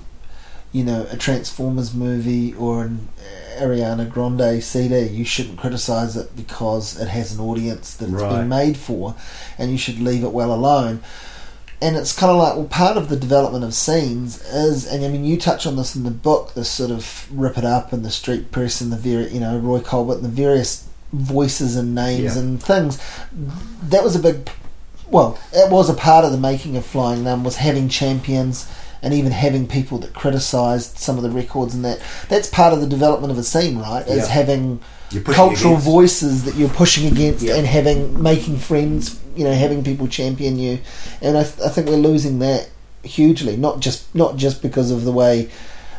Speaker 3: you know a Transformers movie or an Ariana Grande CD, you shouldn't criticize it because it has an audience that it's
Speaker 2: Right.
Speaker 3: been made for, and you should leave it well alone. And it's kind of like well, part of the development of scenes is, and I mean, you touch on this in the book, this sort of rip it up and the street press and the very, you know, Roy Colbert and the various voices and names
Speaker 2: Yeah.
Speaker 3: and things. That was a big well, it was a part of the making of Flying Nun was having champions and even having people that criticised some of the records and that. That's part of the development of a scene, right? Is
Speaker 2: Yeah.
Speaker 3: having
Speaker 2: You're pushing
Speaker 3: cultural
Speaker 2: against-
Speaker 3: voices that you're pushing against
Speaker 2: Yeah.
Speaker 3: and having making friends you know having people champion you and I, th- I think we're losing that hugely not just not just because of the way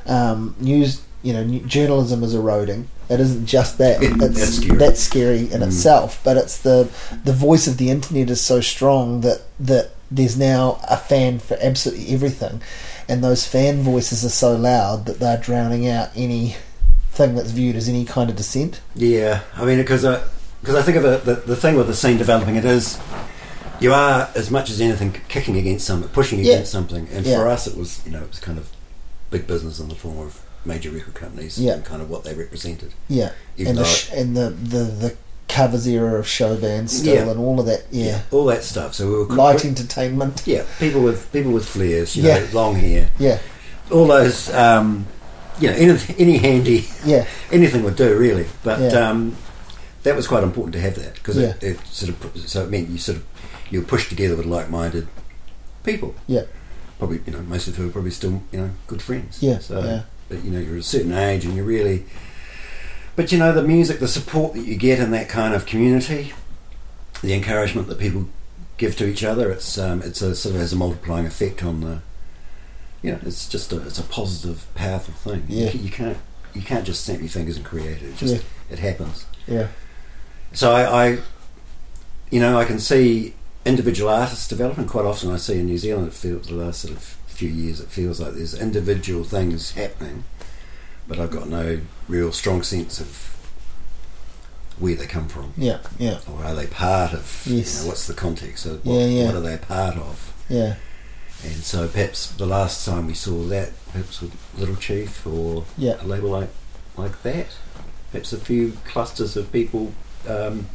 Speaker 3: um, news you know new, journalism is eroding it isn't just that
Speaker 2: It-
Speaker 3: it's,
Speaker 2: that's scary.
Speaker 3: that's scary in
Speaker 2: Mm.
Speaker 3: itself but it's the the voice of the internet is so strong that that there's now a fan for absolutely everything and those fan voices are so loud that they're drowning out any thing that's viewed as any kind of dissent
Speaker 2: Yeah, I mean, because I, cause I think of it, the, the thing with the scene developing, it is you are as much as anything kicking against something, pushing
Speaker 3: Yeah.
Speaker 2: against something, and
Speaker 3: Yeah.
Speaker 2: for us, it was you know it was kind of big business in the form of major record companies
Speaker 3: Yeah.
Speaker 2: and kind of what they represented.
Speaker 3: Yeah,
Speaker 2: Even
Speaker 3: and the
Speaker 2: though
Speaker 3: sh- and the, the the covers era of show bands still
Speaker 2: Yeah.
Speaker 3: and all of that. Yeah,
Speaker 2: all that stuff. So we were
Speaker 3: light entertainment.
Speaker 2: Yeah, people with people with flares, you
Speaker 3: Yeah.
Speaker 2: know, long hair,
Speaker 3: Yeah,
Speaker 2: all those. Um, you know, any, any handy
Speaker 3: yeah,
Speaker 2: anything would do really. But
Speaker 3: Yeah.
Speaker 2: um, that was quite important to have that because it,
Speaker 3: Yeah.
Speaker 2: it sort of pu- so it meant you sort of you were pushed together with like-minded people.
Speaker 3: Yeah.
Speaker 2: Probably you know most of who are probably still you know good friends.
Speaker 3: yeah,
Speaker 2: So
Speaker 3: yeah,
Speaker 2: but you know you're at a certain age and you're really. But you know the music, the support that you get in that kind of community, the encouragement that people give to each other, it's um, it's a sort of has a multiplying effect on the. You know, it's just a it's a positive, powerful thing. You
Speaker 3: Yeah.
Speaker 2: ca- You can't you can't just snap your fingers and create it. It just
Speaker 3: Yeah.
Speaker 2: it happens.
Speaker 3: yeah,
Speaker 2: So I, I, you know, I can see individual artists developing. Quite often, I see in New Zealand, it feels the last sort of few years, it feels like there's individual things happening, but I've got no real strong sense of where they come from,
Speaker 3: yeah, yeah,
Speaker 2: or are they part of?
Speaker 3: Yes.
Speaker 2: You know, what's the context? Of what,
Speaker 3: Yeah, yeah.
Speaker 2: what are they part of?
Speaker 3: yeah,
Speaker 2: And so perhaps the last time we saw that, perhaps with Little Chief or
Speaker 3: Yeah.
Speaker 2: a label like like that, perhaps a few clusters of people um,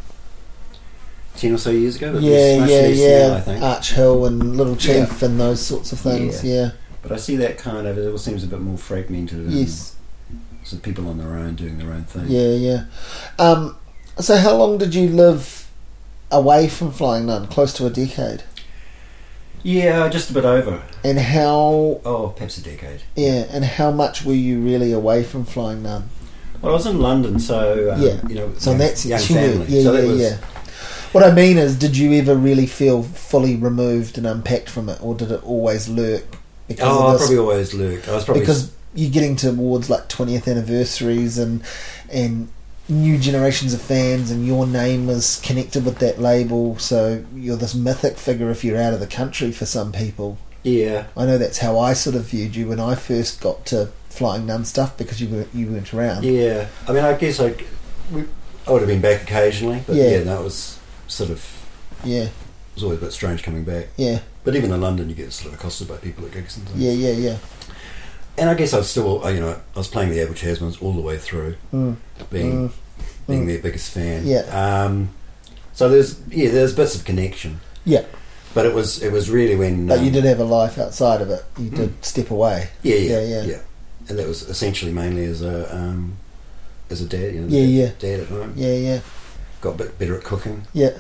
Speaker 2: ten or so years ago. But there's
Speaker 3: yeah,
Speaker 2: much
Speaker 3: yeah,
Speaker 2: less now, I
Speaker 3: yeah.
Speaker 2: think.
Speaker 3: Arch Hill and Little Chief and those sorts of things. Yeah,
Speaker 2: but I see that kind of it all seems a bit more fragmented. And
Speaker 3: yes,
Speaker 2: Some people on their own doing their own thing.
Speaker 3: yeah, yeah. Um, so how long did you live away from Flying Nun? Close to a decade.
Speaker 2: Yeah, uh, just a bit over.
Speaker 3: And how?
Speaker 2: Oh, perhaps a decade.
Speaker 3: Yeah, and how much were you really away from Flying Nun?
Speaker 2: Well, I was in London, so um,
Speaker 3: Yeah.
Speaker 2: you know,
Speaker 3: So
Speaker 2: young,
Speaker 3: that's
Speaker 2: young
Speaker 3: you knew-
Speaker 2: family.
Speaker 3: Yeah,
Speaker 2: so
Speaker 3: yeah,
Speaker 2: that was,
Speaker 3: yeah. What I mean is, did you ever really feel fully removed and unpacked from it, or did it always lurk? Because
Speaker 2: Oh, I
Speaker 3: of this?
Speaker 2: probably always lurked. I was probably
Speaker 3: because you're getting towards like twentieth anniversaries and and new generations of fans, and your name is connected with that label, so you're this mythic figure if you're out of the country for some people.
Speaker 2: yeah.
Speaker 3: I know that's how I sort of viewed you when I first got to Flying Nun stuff because you were you weren't around.
Speaker 2: Yeah, I mean, I guess I, we, I would have been back occasionally, but
Speaker 3: Yeah.
Speaker 2: yeah, that was sort of
Speaker 3: yeah,
Speaker 2: it was always a bit strange coming back.
Speaker 3: yeah,
Speaker 2: But even in London, you get sort of accosted by people at gigs and things.
Speaker 3: yeah, yeah. yeah.
Speaker 2: And I guess I was still, I- you know, I was playing the Abel Tasmans all the way through,
Speaker 3: Mm,
Speaker 2: being
Speaker 3: mm,
Speaker 2: being
Speaker 3: mm.
Speaker 2: their biggest fan.
Speaker 3: Yeah.
Speaker 2: Um, so there's yeah, there's bits of connection.
Speaker 3: Yeah.
Speaker 2: But it was it was really when
Speaker 3: But you
Speaker 2: um,
Speaker 3: did have a life outside of it. You did step away.
Speaker 2: yeah, yeah,
Speaker 3: yeah, yeah.
Speaker 2: yeah, and that was essentially mainly as a um, as a dad, you know,
Speaker 3: Yeah, yeah.
Speaker 2: dad at home.
Speaker 3: Yeah, yeah,
Speaker 2: Got a bit better at cooking.
Speaker 3: yeah.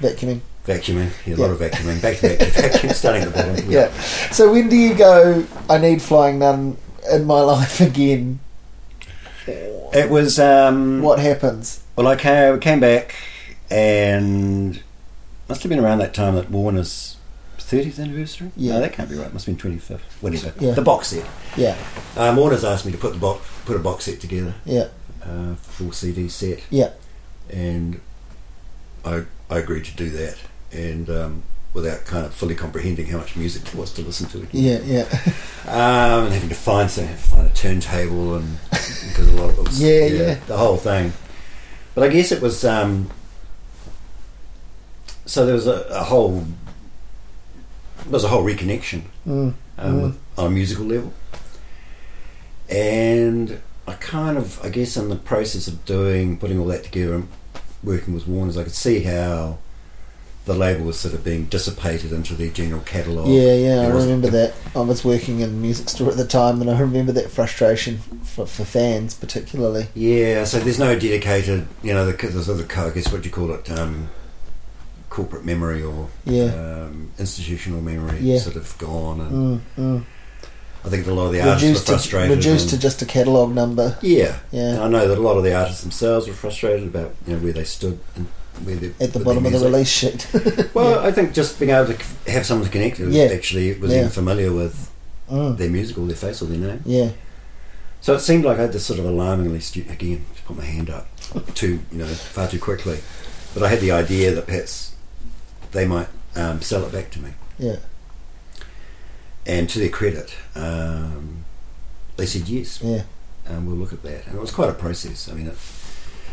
Speaker 3: Vacuuming.
Speaker 2: Vacuuming, yeah, a
Speaker 3: Yeah.
Speaker 2: lot of vacuuming. Back to back, vacuum, starting at the bottom.
Speaker 3: Yeah. So when do you go? I need flying nun in my life again.
Speaker 2: It was um,
Speaker 3: What happens?
Speaker 2: Well, I came, came back, and must have been around that time that Warner's thirtieth anniversary.
Speaker 3: Yeah.
Speaker 2: no, that can't be right. Must have been twenty fifth. Whatever.
Speaker 3: Yeah.
Speaker 2: The box set.
Speaker 3: Yeah,
Speaker 2: Um, Warner's asked me to put the box, put a box set together,
Speaker 3: yeah,
Speaker 2: uh, full CD set,
Speaker 3: yeah,
Speaker 2: and I I agreed to do that, and um, without kind of fully comprehending how much music there was to listen to. again.
Speaker 3: yeah, yeah,
Speaker 2: Um, and having to find something, find a turntable, and because a lot of it was,
Speaker 3: Yeah, yeah.
Speaker 2: the whole thing. But I guess it was um, so there was a, a whole there was a whole reconnection
Speaker 3: mm,
Speaker 2: um,
Speaker 3: Mm.
Speaker 2: with, on a musical level, and I kind of I guess in the process of doing putting all that together and working with Warner's, I could see how the label was sort of being dissipated into their general catalogue.
Speaker 3: yeah, yeah. I
Speaker 2: There wasn't-
Speaker 3: remember that. I was working in a music store at the time, and I remember that frustration for, for fans, particularly.
Speaker 2: Yeah, so there's no dedicated, you know, the, the, the, the I guess what do you call it, um, corporate memory or
Speaker 3: Yeah.
Speaker 2: um, institutional memory
Speaker 3: Yeah.
Speaker 2: sort of gone,
Speaker 3: Mm,
Speaker 2: and
Speaker 3: mm.
Speaker 2: I think a lot of the artists
Speaker 3: Reduced
Speaker 2: were
Speaker 3: to
Speaker 2: frustrated.
Speaker 3: reduced to
Speaker 2: and-
Speaker 3: just a catalogue number.
Speaker 2: yeah, and
Speaker 3: Yeah.
Speaker 2: I know that a lot of the artists themselves were frustrated about you know where they stood and where they,
Speaker 3: At the bottom of the release sheet.
Speaker 2: Well, I think just being able to c- have someone connected with
Speaker 3: Yeah.
Speaker 2: actually was
Speaker 3: Yeah.
Speaker 2: even familiar with
Speaker 3: Mm.
Speaker 2: their music or their face or their name.
Speaker 3: Yeah.
Speaker 2: So it seemed like I had this sort of alarmingly stupid again. Just put my hand up too, you know, far too quickly. But I had the idea that perhaps they might um, sell it back to me.
Speaker 3: Yeah.
Speaker 2: And to their credit, um, they said yes.
Speaker 3: Yeah.
Speaker 2: Um, we'll look at that. And it was quite a process. I mean, it,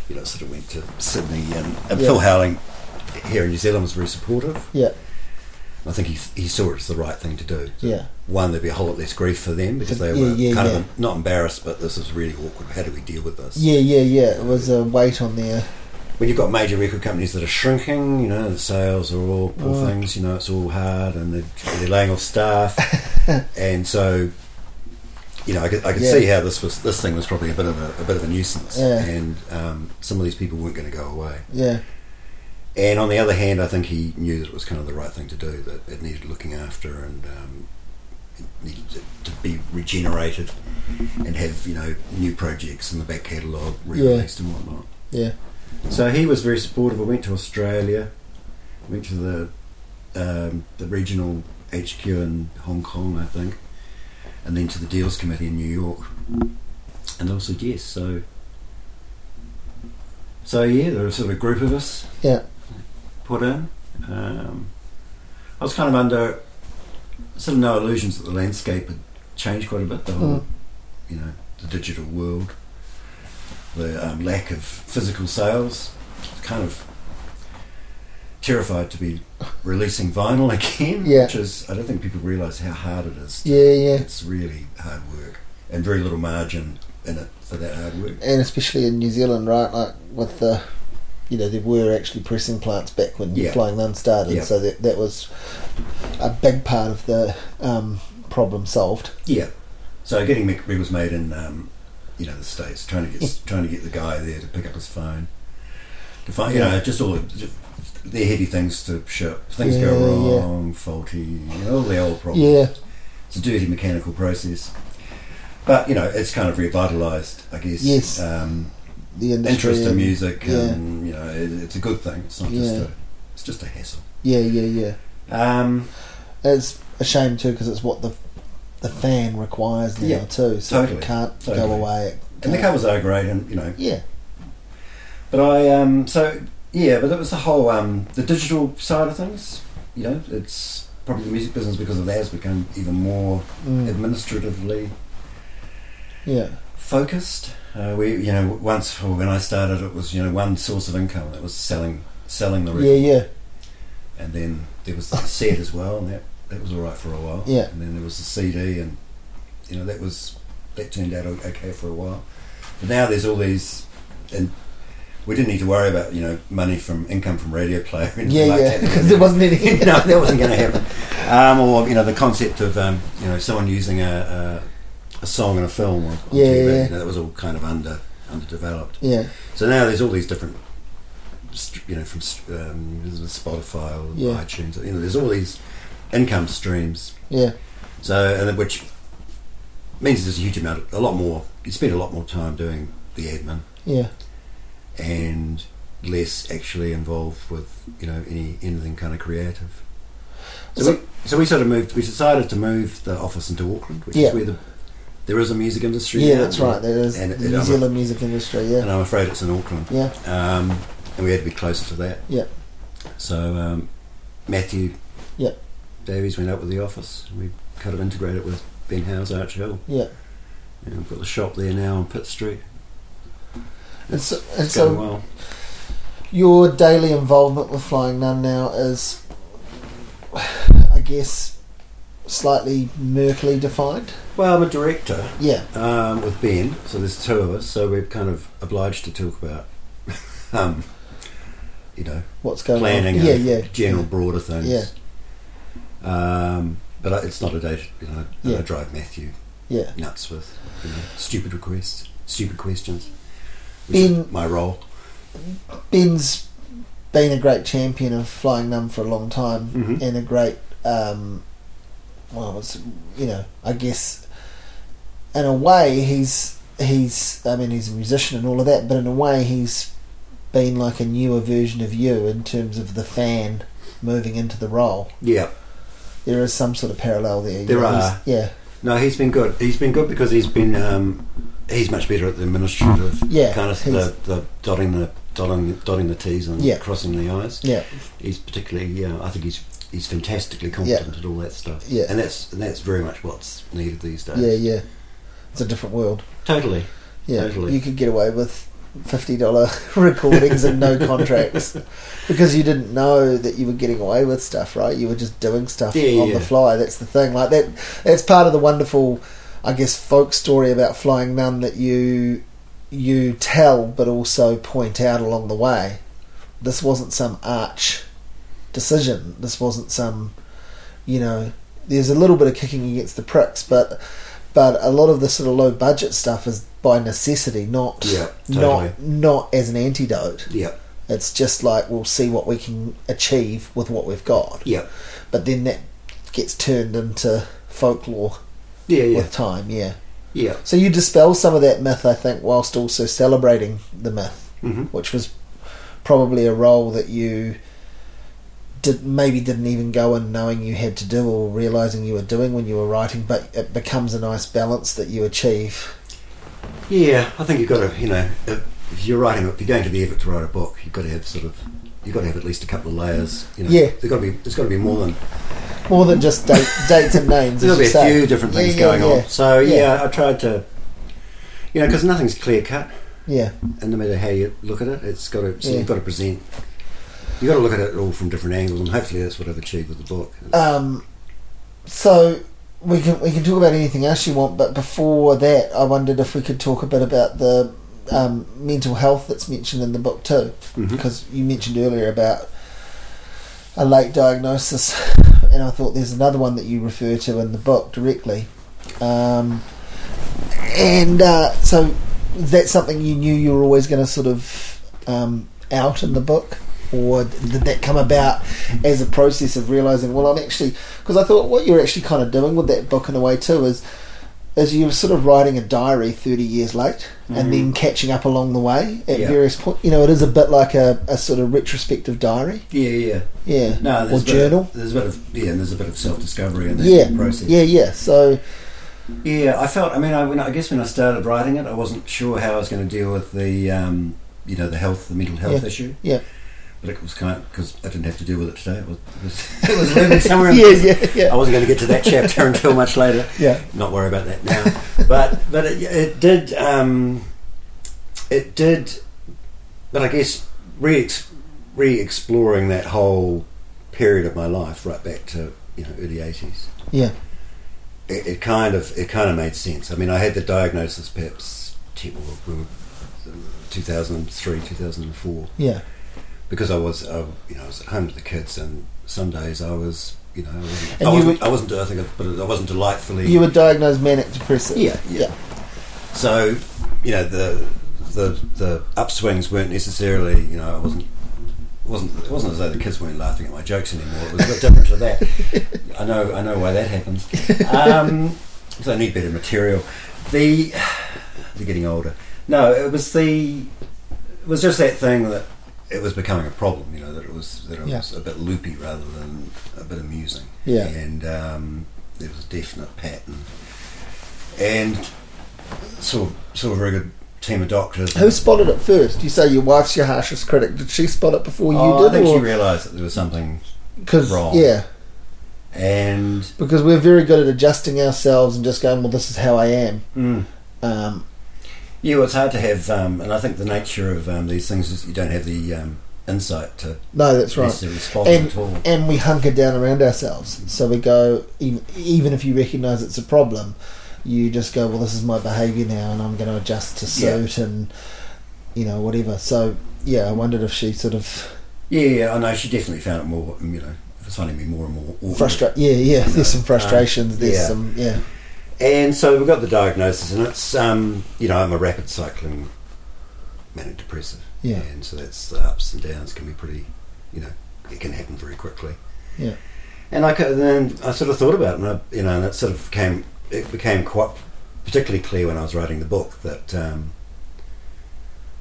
Speaker 2: you know, it sort of went to Sydney and, and
Speaker 3: Yeah.
Speaker 2: Phil Howling here in New Zealand was very supportive.
Speaker 3: Yeah.
Speaker 2: I think he, he saw it as the right thing to do.
Speaker 3: Yeah.
Speaker 2: One, there'd be a whole lot less grief for them because they
Speaker 3: Yeah,
Speaker 2: were
Speaker 3: yeah,
Speaker 2: kind
Speaker 3: yeah.
Speaker 2: of em- not embarrassed, but this is really awkward. How do we deal with this?
Speaker 3: Yeah, yeah, yeah. It was a weight on there.
Speaker 2: when you've got major record companies that are shrinking, you know, the sales are all poor
Speaker 3: Mm.
Speaker 2: things, you know, it's all hard and they're, they're laying off staff. and so, you know, I could, I could
Speaker 3: Yeah.
Speaker 2: see how this was this thing was probably a bit of a, a bit of a nuisance.
Speaker 3: Yeah.
Speaker 2: And um, some of these people weren't going to go away.
Speaker 3: Yeah.
Speaker 2: And on the other hand, I think he knew that it was kind of the right thing to do, that it needed looking after and um, it needed to, to be regenerated and have, you know, new projects in the back catalogue re
Speaker 3: Yeah.
Speaker 2: released and whatnot.
Speaker 3: Yeah.
Speaker 2: So he was very supportive. I went to Australia, went to the um, the regional HQ in Hong Kong, I think, and then to the deals committee in New York, and also yes. So, so yeah, there was sort of a group of us.
Speaker 3: Yeah.
Speaker 2: Put in. Um, I was kind of under sort of no illusions that the landscape had changed quite a bit. The whole,
Speaker 3: Mm.
Speaker 2: you know, the digital world, the um, lack of physical sales, kind of terrified to be releasing vinyl again.
Speaker 3: Yeah.
Speaker 2: Which is, I don't think people realise how hard it is.
Speaker 3: Yeah, yeah.
Speaker 2: It's really hard work and very little margin in it for that hard work.
Speaker 3: And especially in New Zealand, right? Like with the, you know, there were actually pressing plants back when
Speaker 2: Yeah.
Speaker 3: Flying Nun started,
Speaker 2: Yeah.
Speaker 3: so that that was a big part of the um, problem solved.
Speaker 2: Yeah. So getting Mick records made in, um, you know, the states, trying to get trying to get the guy there to pick up his phone, to find you know just all the just the heavy things to ship, things go
Speaker 3: Yeah, yeah.
Speaker 2: wrong, faulty, you know, all the old problems.
Speaker 3: Yeah,
Speaker 2: It's a dirty mechanical process, but you know it's kind of revitalised, I guess.
Speaker 3: Yes.
Speaker 2: Um,
Speaker 3: the industry
Speaker 2: interest in
Speaker 3: and-
Speaker 2: music,
Speaker 3: yeah.
Speaker 2: and you know, it, it's a good thing. It's not just
Speaker 3: Yeah.
Speaker 2: a it's just a hassle.
Speaker 3: Yeah, yeah, yeah.
Speaker 2: Um,
Speaker 3: It's a shame too because it's what the the fan requires now
Speaker 2: Yeah,
Speaker 3: too. So
Speaker 2: totally,
Speaker 3: it can't go
Speaker 2: totally.
Speaker 3: away. It
Speaker 2: and the
Speaker 3: can't-
Speaker 2: covers are great, and you know,
Speaker 3: Yeah,
Speaker 2: But I um so yeah, but it was the whole um the digital side of things. You know, it's probably the music business because of that has become even more
Speaker 3: mm,
Speaker 2: administratively
Speaker 3: yeah,
Speaker 2: focused. Uh, we you know once well, when I started, it was you know one source of income that was selling selling the record,
Speaker 3: yeah, yeah,
Speaker 2: and then there was the set as well, and that that was all right for a while.
Speaker 3: Yeah.
Speaker 2: and then there was the CD, and you know that was that turned out o- okay for a while. But now there's all these, and we didn't need to worry about you know money from income from radio play. Or anything
Speaker 3: yeah,
Speaker 2: like
Speaker 3: yeah.
Speaker 2: that.
Speaker 3: Because there wasn't any.
Speaker 2: no, that wasn't going to happen. Um, or you know the concept of um, you know someone using a, a, a song in a film on, on
Speaker 3: Yeah,
Speaker 2: TV,
Speaker 3: yeah.
Speaker 2: You know, that was all kind of under underdeveloped.
Speaker 3: Yeah,
Speaker 2: So now there's all these different, str- you know, from st- um, Spotify or
Speaker 3: Yeah.
Speaker 2: iTunes. You know, there's all these income streams.
Speaker 3: yeah,
Speaker 2: So and then- which means there's a huge amount, a lot more. You spend a lot more time doing the admin
Speaker 3: yeah,
Speaker 2: and less actually involved with you know any anything kind of creative. So,
Speaker 3: So-
Speaker 2: we, so we sort of moved. We decided to move the office into Auckland, which
Speaker 3: Yeah.
Speaker 2: is where the there is a music industry.
Speaker 3: yeah.
Speaker 2: now.
Speaker 3: That's right. There is
Speaker 2: And
Speaker 3: the
Speaker 2: it- it-
Speaker 3: New
Speaker 2: I'm-
Speaker 3: Zealand music industry. Yeah,
Speaker 2: and I'm afraid it's in Auckland.
Speaker 3: yeah,
Speaker 2: Um, and we had to be closer to that.
Speaker 3: Yeah.
Speaker 2: So um, Matthew
Speaker 3: Yeah.
Speaker 2: Davies went up with the office. and We kind of integrated with Ben Howe's Arch Hill.
Speaker 3: yeah.
Speaker 2: And we've got the shop there now on Pitt Street.
Speaker 3: And so, and
Speaker 2: It's going
Speaker 3: so
Speaker 2: well.
Speaker 3: your daily involvement with Flying Nun now is, I guess, slightly murkily defined.
Speaker 2: Well, I'm a director
Speaker 3: Yeah,
Speaker 2: um, with Ben, so there's two of us, so we're kind of obliged to talk about, um, you know,
Speaker 3: what's going
Speaker 2: planning
Speaker 3: on?
Speaker 2: and
Speaker 3: Yeah, yeah,
Speaker 2: general broader things.
Speaker 3: Yeah.
Speaker 2: Um, but I- it's not a day you know, that
Speaker 3: Yeah.
Speaker 2: I drive Matthew
Speaker 3: yeah.
Speaker 2: nuts with you know, stupid requests, stupid questions.
Speaker 3: Ben-
Speaker 2: my role.
Speaker 3: Ben's been a great champion of Flying Numb for a long time
Speaker 2: Mhm.
Speaker 3: and a great, um, well, it's, you know, I guess in a way he's, he's, I mean, he's a musician and all of that, but in a way he's been like a newer version of you in terms of the fan moving into the role.
Speaker 2: Yeah.
Speaker 3: There is some sort of parallel there. you
Speaker 2: There
Speaker 3: know, he's-
Speaker 2: are.
Speaker 3: Yeah.
Speaker 2: No, he's been good. He's been good because he's been um, he's much better at the administrative
Speaker 3: Yeah,
Speaker 2: kind of
Speaker 3: he's-
Speaker 2: the, the dotting the dotting dotting the t's and
Speaker 3: Yeah.
Speaker 2: crossing the i's.
Speaker 3: Yeah.
Speaker 2: He's particularly yeah, I think he's he's fantastically competent at all that stuff.
Speaker 3: Yeah.
Speaker 2: And that's and that's very much what's needed these days.
Speaker 3: Yeah, yeah. It's a different world.
Speaker 2: Totally.
Speaker 3: Yeah,
Speaker 2: Totally.
Speaker 3: you could get away with fifty dollar recordings and no contracts because you didn't know that you were getting away with stuff, right? You were just doing stuff
Speaker 2: Yeah,
Speaker 3: on
Speaker 2: yeah.
Speaker 3: the fly. That's the thing. Like that. That's part of the wonderful, I guess, folk story about flying nun that you you tell, but also point out along the way. This wasn't some arch decision. This wasn't some, you know. There's a little bit of kicking against the pricks, but but a lot of the sort of low budget stuff is by necessity, not
Speaker 2: Yeah, totally.
Speaker 3: not not as an antidote.
Speaker 2: Yeah.
Speaker 3: It's just like we'll see what we can achieve with what we've got.
Speaker 2: Yeah.
Speaker 3: But then that gets turned into folklore
Speaker 2: Yeah, yeah.
Speaker 3: with time, yeah.
Speaker 2: Yeah.
Speaker 3: So you dispel some of that myth, I think, whilst also celebrating the myth,
Speaker 2: Mhm.
Speaker 3: which was probably a role that you did maybe didn't even go in knowing you had to do or realizing you were doing when you were writing, but it becomes a nice balance that you achieve.
Speaker 2: Yeah, I think you've got to, you know, if if you're writing, if you're going to the effort to write a book, you've got to have sort of, you've got to have at least a couple of layers. You know,
Speaker 3: Yeah.
Speaker 2: There's got to be, there's got to be more than
Speaker 3: More than just date, dates and names.
Speaker 2: There's
Speaker 3: as
Speaker 2: going
Speaker 3: you say.
Speaker 2: to be a few different
Speaker 3: Yeah,
Speaker 2: things
Speaker 3: yeah,
Speaker 2: going
Speaker 3: yeah.
Speaker 2: on. So yeah,
Speaker 3: Yeah.
Speaker 2: I tried to, you know, because nothing's clear cut,
Speaker 3: Yeah,
Speaker 2: and no matter how you look at it, it's got to. So
Speaker 3: Yeah.
Speaker 2: You've got to present. You've got to look at it all from different angles, and hopefully that's what I've achieved with the book.
Speaker 3: Um, so we can we can talk about anything else you want, but before that, I wondered if we could talk a bit about the um, mental health that's mentioned in the book too,
Speaker 2: Mhm.
Speaker 3: because you mentioned earlier about a late diagnosis, and I thought there's another one that you refer to in the book directly, um, and uh, so is that something you knew you were always going to sort of um, out in the book? Or did that come about as a process of realizing, well, I'm actually because I thought what you're actually kind of doing with that book in a way too is is you're sort of writing a diary 30 years late and then catching up along the way at
Speaker 2: Mm. Yeah.
Speaker 3: various points. You know, it is a bit like a, a sort of retrospective diary,
Speaker 2: Yeah, yeah.
Speaker 3: yeah, or
Speaker 2: No, there's a bit of-
Speaker 3: journal,
Speaker 2: there's a bit of yeah, and there's a bit of self-discovery in that
Speaker 3: yeah,
Speaker 2: process.
Speaker 3: yeah, yeah. So
Speaker 2: Yeah, I felt. I mean, I, when I, I guess when I started writing it, I wasn't sure how I was going to deal with the, um, you know, the health, the mental health
Speaker 3: Yeah.
Speaker 2: issue.
Speaker 3: Yeah.
Speaker 2: But it was kind of because I didn't have to deal with it today. It was, it was, it was living somewhere. in-
Speaker 3: yeah, yeah,
Speaker 2: I
Speaker 3: yeah,
Speaker 2: wasn't going to get to that chapter until much later.
Speaker 3: yeah,
Speaker 2: Not worry about that now. but but it, it did. Um, it did. But I guess re re exploring that whole period of my life, right back to you know early eighties
Speaker 3: yeah,
Speaker 2: it, it kind of it kind of made sense. I mean, I had the diagnosis perhaps ten, well, we were- 2003, 2004,
Speaker 3: yeah,
Speaker 2: because I was I, you know I was at home with the kids, and some days I was you know I wasn't
Speaker 3: And
Speaker 2: I
Speaker 3: you
Speaker 2: wasn't,
Speaker 3: were-
Speaker 2: I wasn't I think I- but I wasn't delightfully
Speaker 3: You were diagnosed manic depressive.
Speaker 2: yeah, yeah So you know the the the upswings weren't necessarily you know I wasn't. Wasn't, it wasn't as though the kids weren't laughing at my jokes anymore. It was a bit different to that. I know, I know why that happens. Um, so I need better material. The they're getting older. No, it was the it was just that thing that it was becoming a problem. You know that it was that it
Speaker 3: Yeah.
Speaker 2: was a bit loopy rather than a bit amusing.
Speaker 3: Yeah.
Speaker 2: and um, there was a definite pattern. And saw saw a very good team of doctors.
Speaker 3: Who spotted it first? You say your wife's your harshest critic. Did she spot it before you
Speaker 2: Oh, I
Speaker 3: did?
Speaker 2: think she
Speaker 3: or-
Speaker 2: realised that there was something,
Speaker 3: 'cause-
Speaker 2: wrong.
Speaker 3: yeah,
Speaker 2: and
Speaker 3: because we're very good at adjusting ourselves and just going, well, this is how I am. Um,
Speaker 2: Yeah, well, it's hard to have, um, and I think the nature of um, these things is you don't have the um, insight to
Speaker 3: no, that's right.
Speaker 2: necessarily spot them
Speaker 3: And
Speaker 2: at all.
Speaker 3: and we hunker down around ourselves. So we go, even, even if you recognise it's a problem, you just go, well, this is my behaviour now, and I'm going to adjust to
Speaker 2: Yeah.
Speaker 3: suit and you know whatever. So yeah, I wondered if she sort of
Speaker 2: Yeah, yeah, I know. She definitely found it more, you know, it's finding me more and more awkward.
Speaker 3: frustrate. Yeah, yeah. There's some frustrations. There's
Speaker 2: Uh, yeah.
Speaker 3: some yeah,
Speaker 2: And so we got the diagnosis, and it's, um, you know, I'm a rapid cycling manic depressive.
Speaker 3: Yeah.
Speaker 2: And so that's the ups and downs can be pretty you know it can happen very quickly.
Speaker 3: Yeah.
Speaker 2: And I ca- then I sort of thought about it, and I, you know, and it sort of came it became quite particularly clear when I was writing the book that um,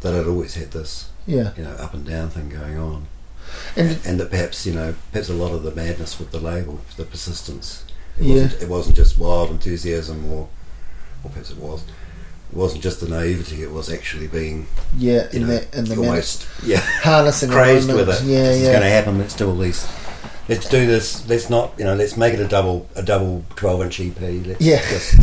Speaker 2: that I'd always had this
Speaker 3: yeah.
Speaker 2: you know up and down thing going on,
Speaker 3: And-
Speaker 2: and that perhaps you know perhaps a lot of the madness with the label, the persistence, it
Speaker 3: Yeah.
Speaker 2: wasn't it wasn't just wild enthusiasm or or perhaps it was. It wasn't just the naivety; it was actually being,
Speaker 3: Yeah, in
Speaker 2: you know,
Speaker 3: the in the man-
Speaker 2: almost, yeah,
Speaker 3: harnessing the
Speaker 2: crazed
Speaker 3: moment.
Speaker 2: with it.
Speaker 3: Yeah,
Speaker 2: this is
Speaker 3: yeah.
Speaker 2: going to happen. Let's do all these. Let's do this. Let's not, you know, let's make it a double, a double twelve-inch EP. Let's
Speaker 3: Yeah.
Speaker 2: Just,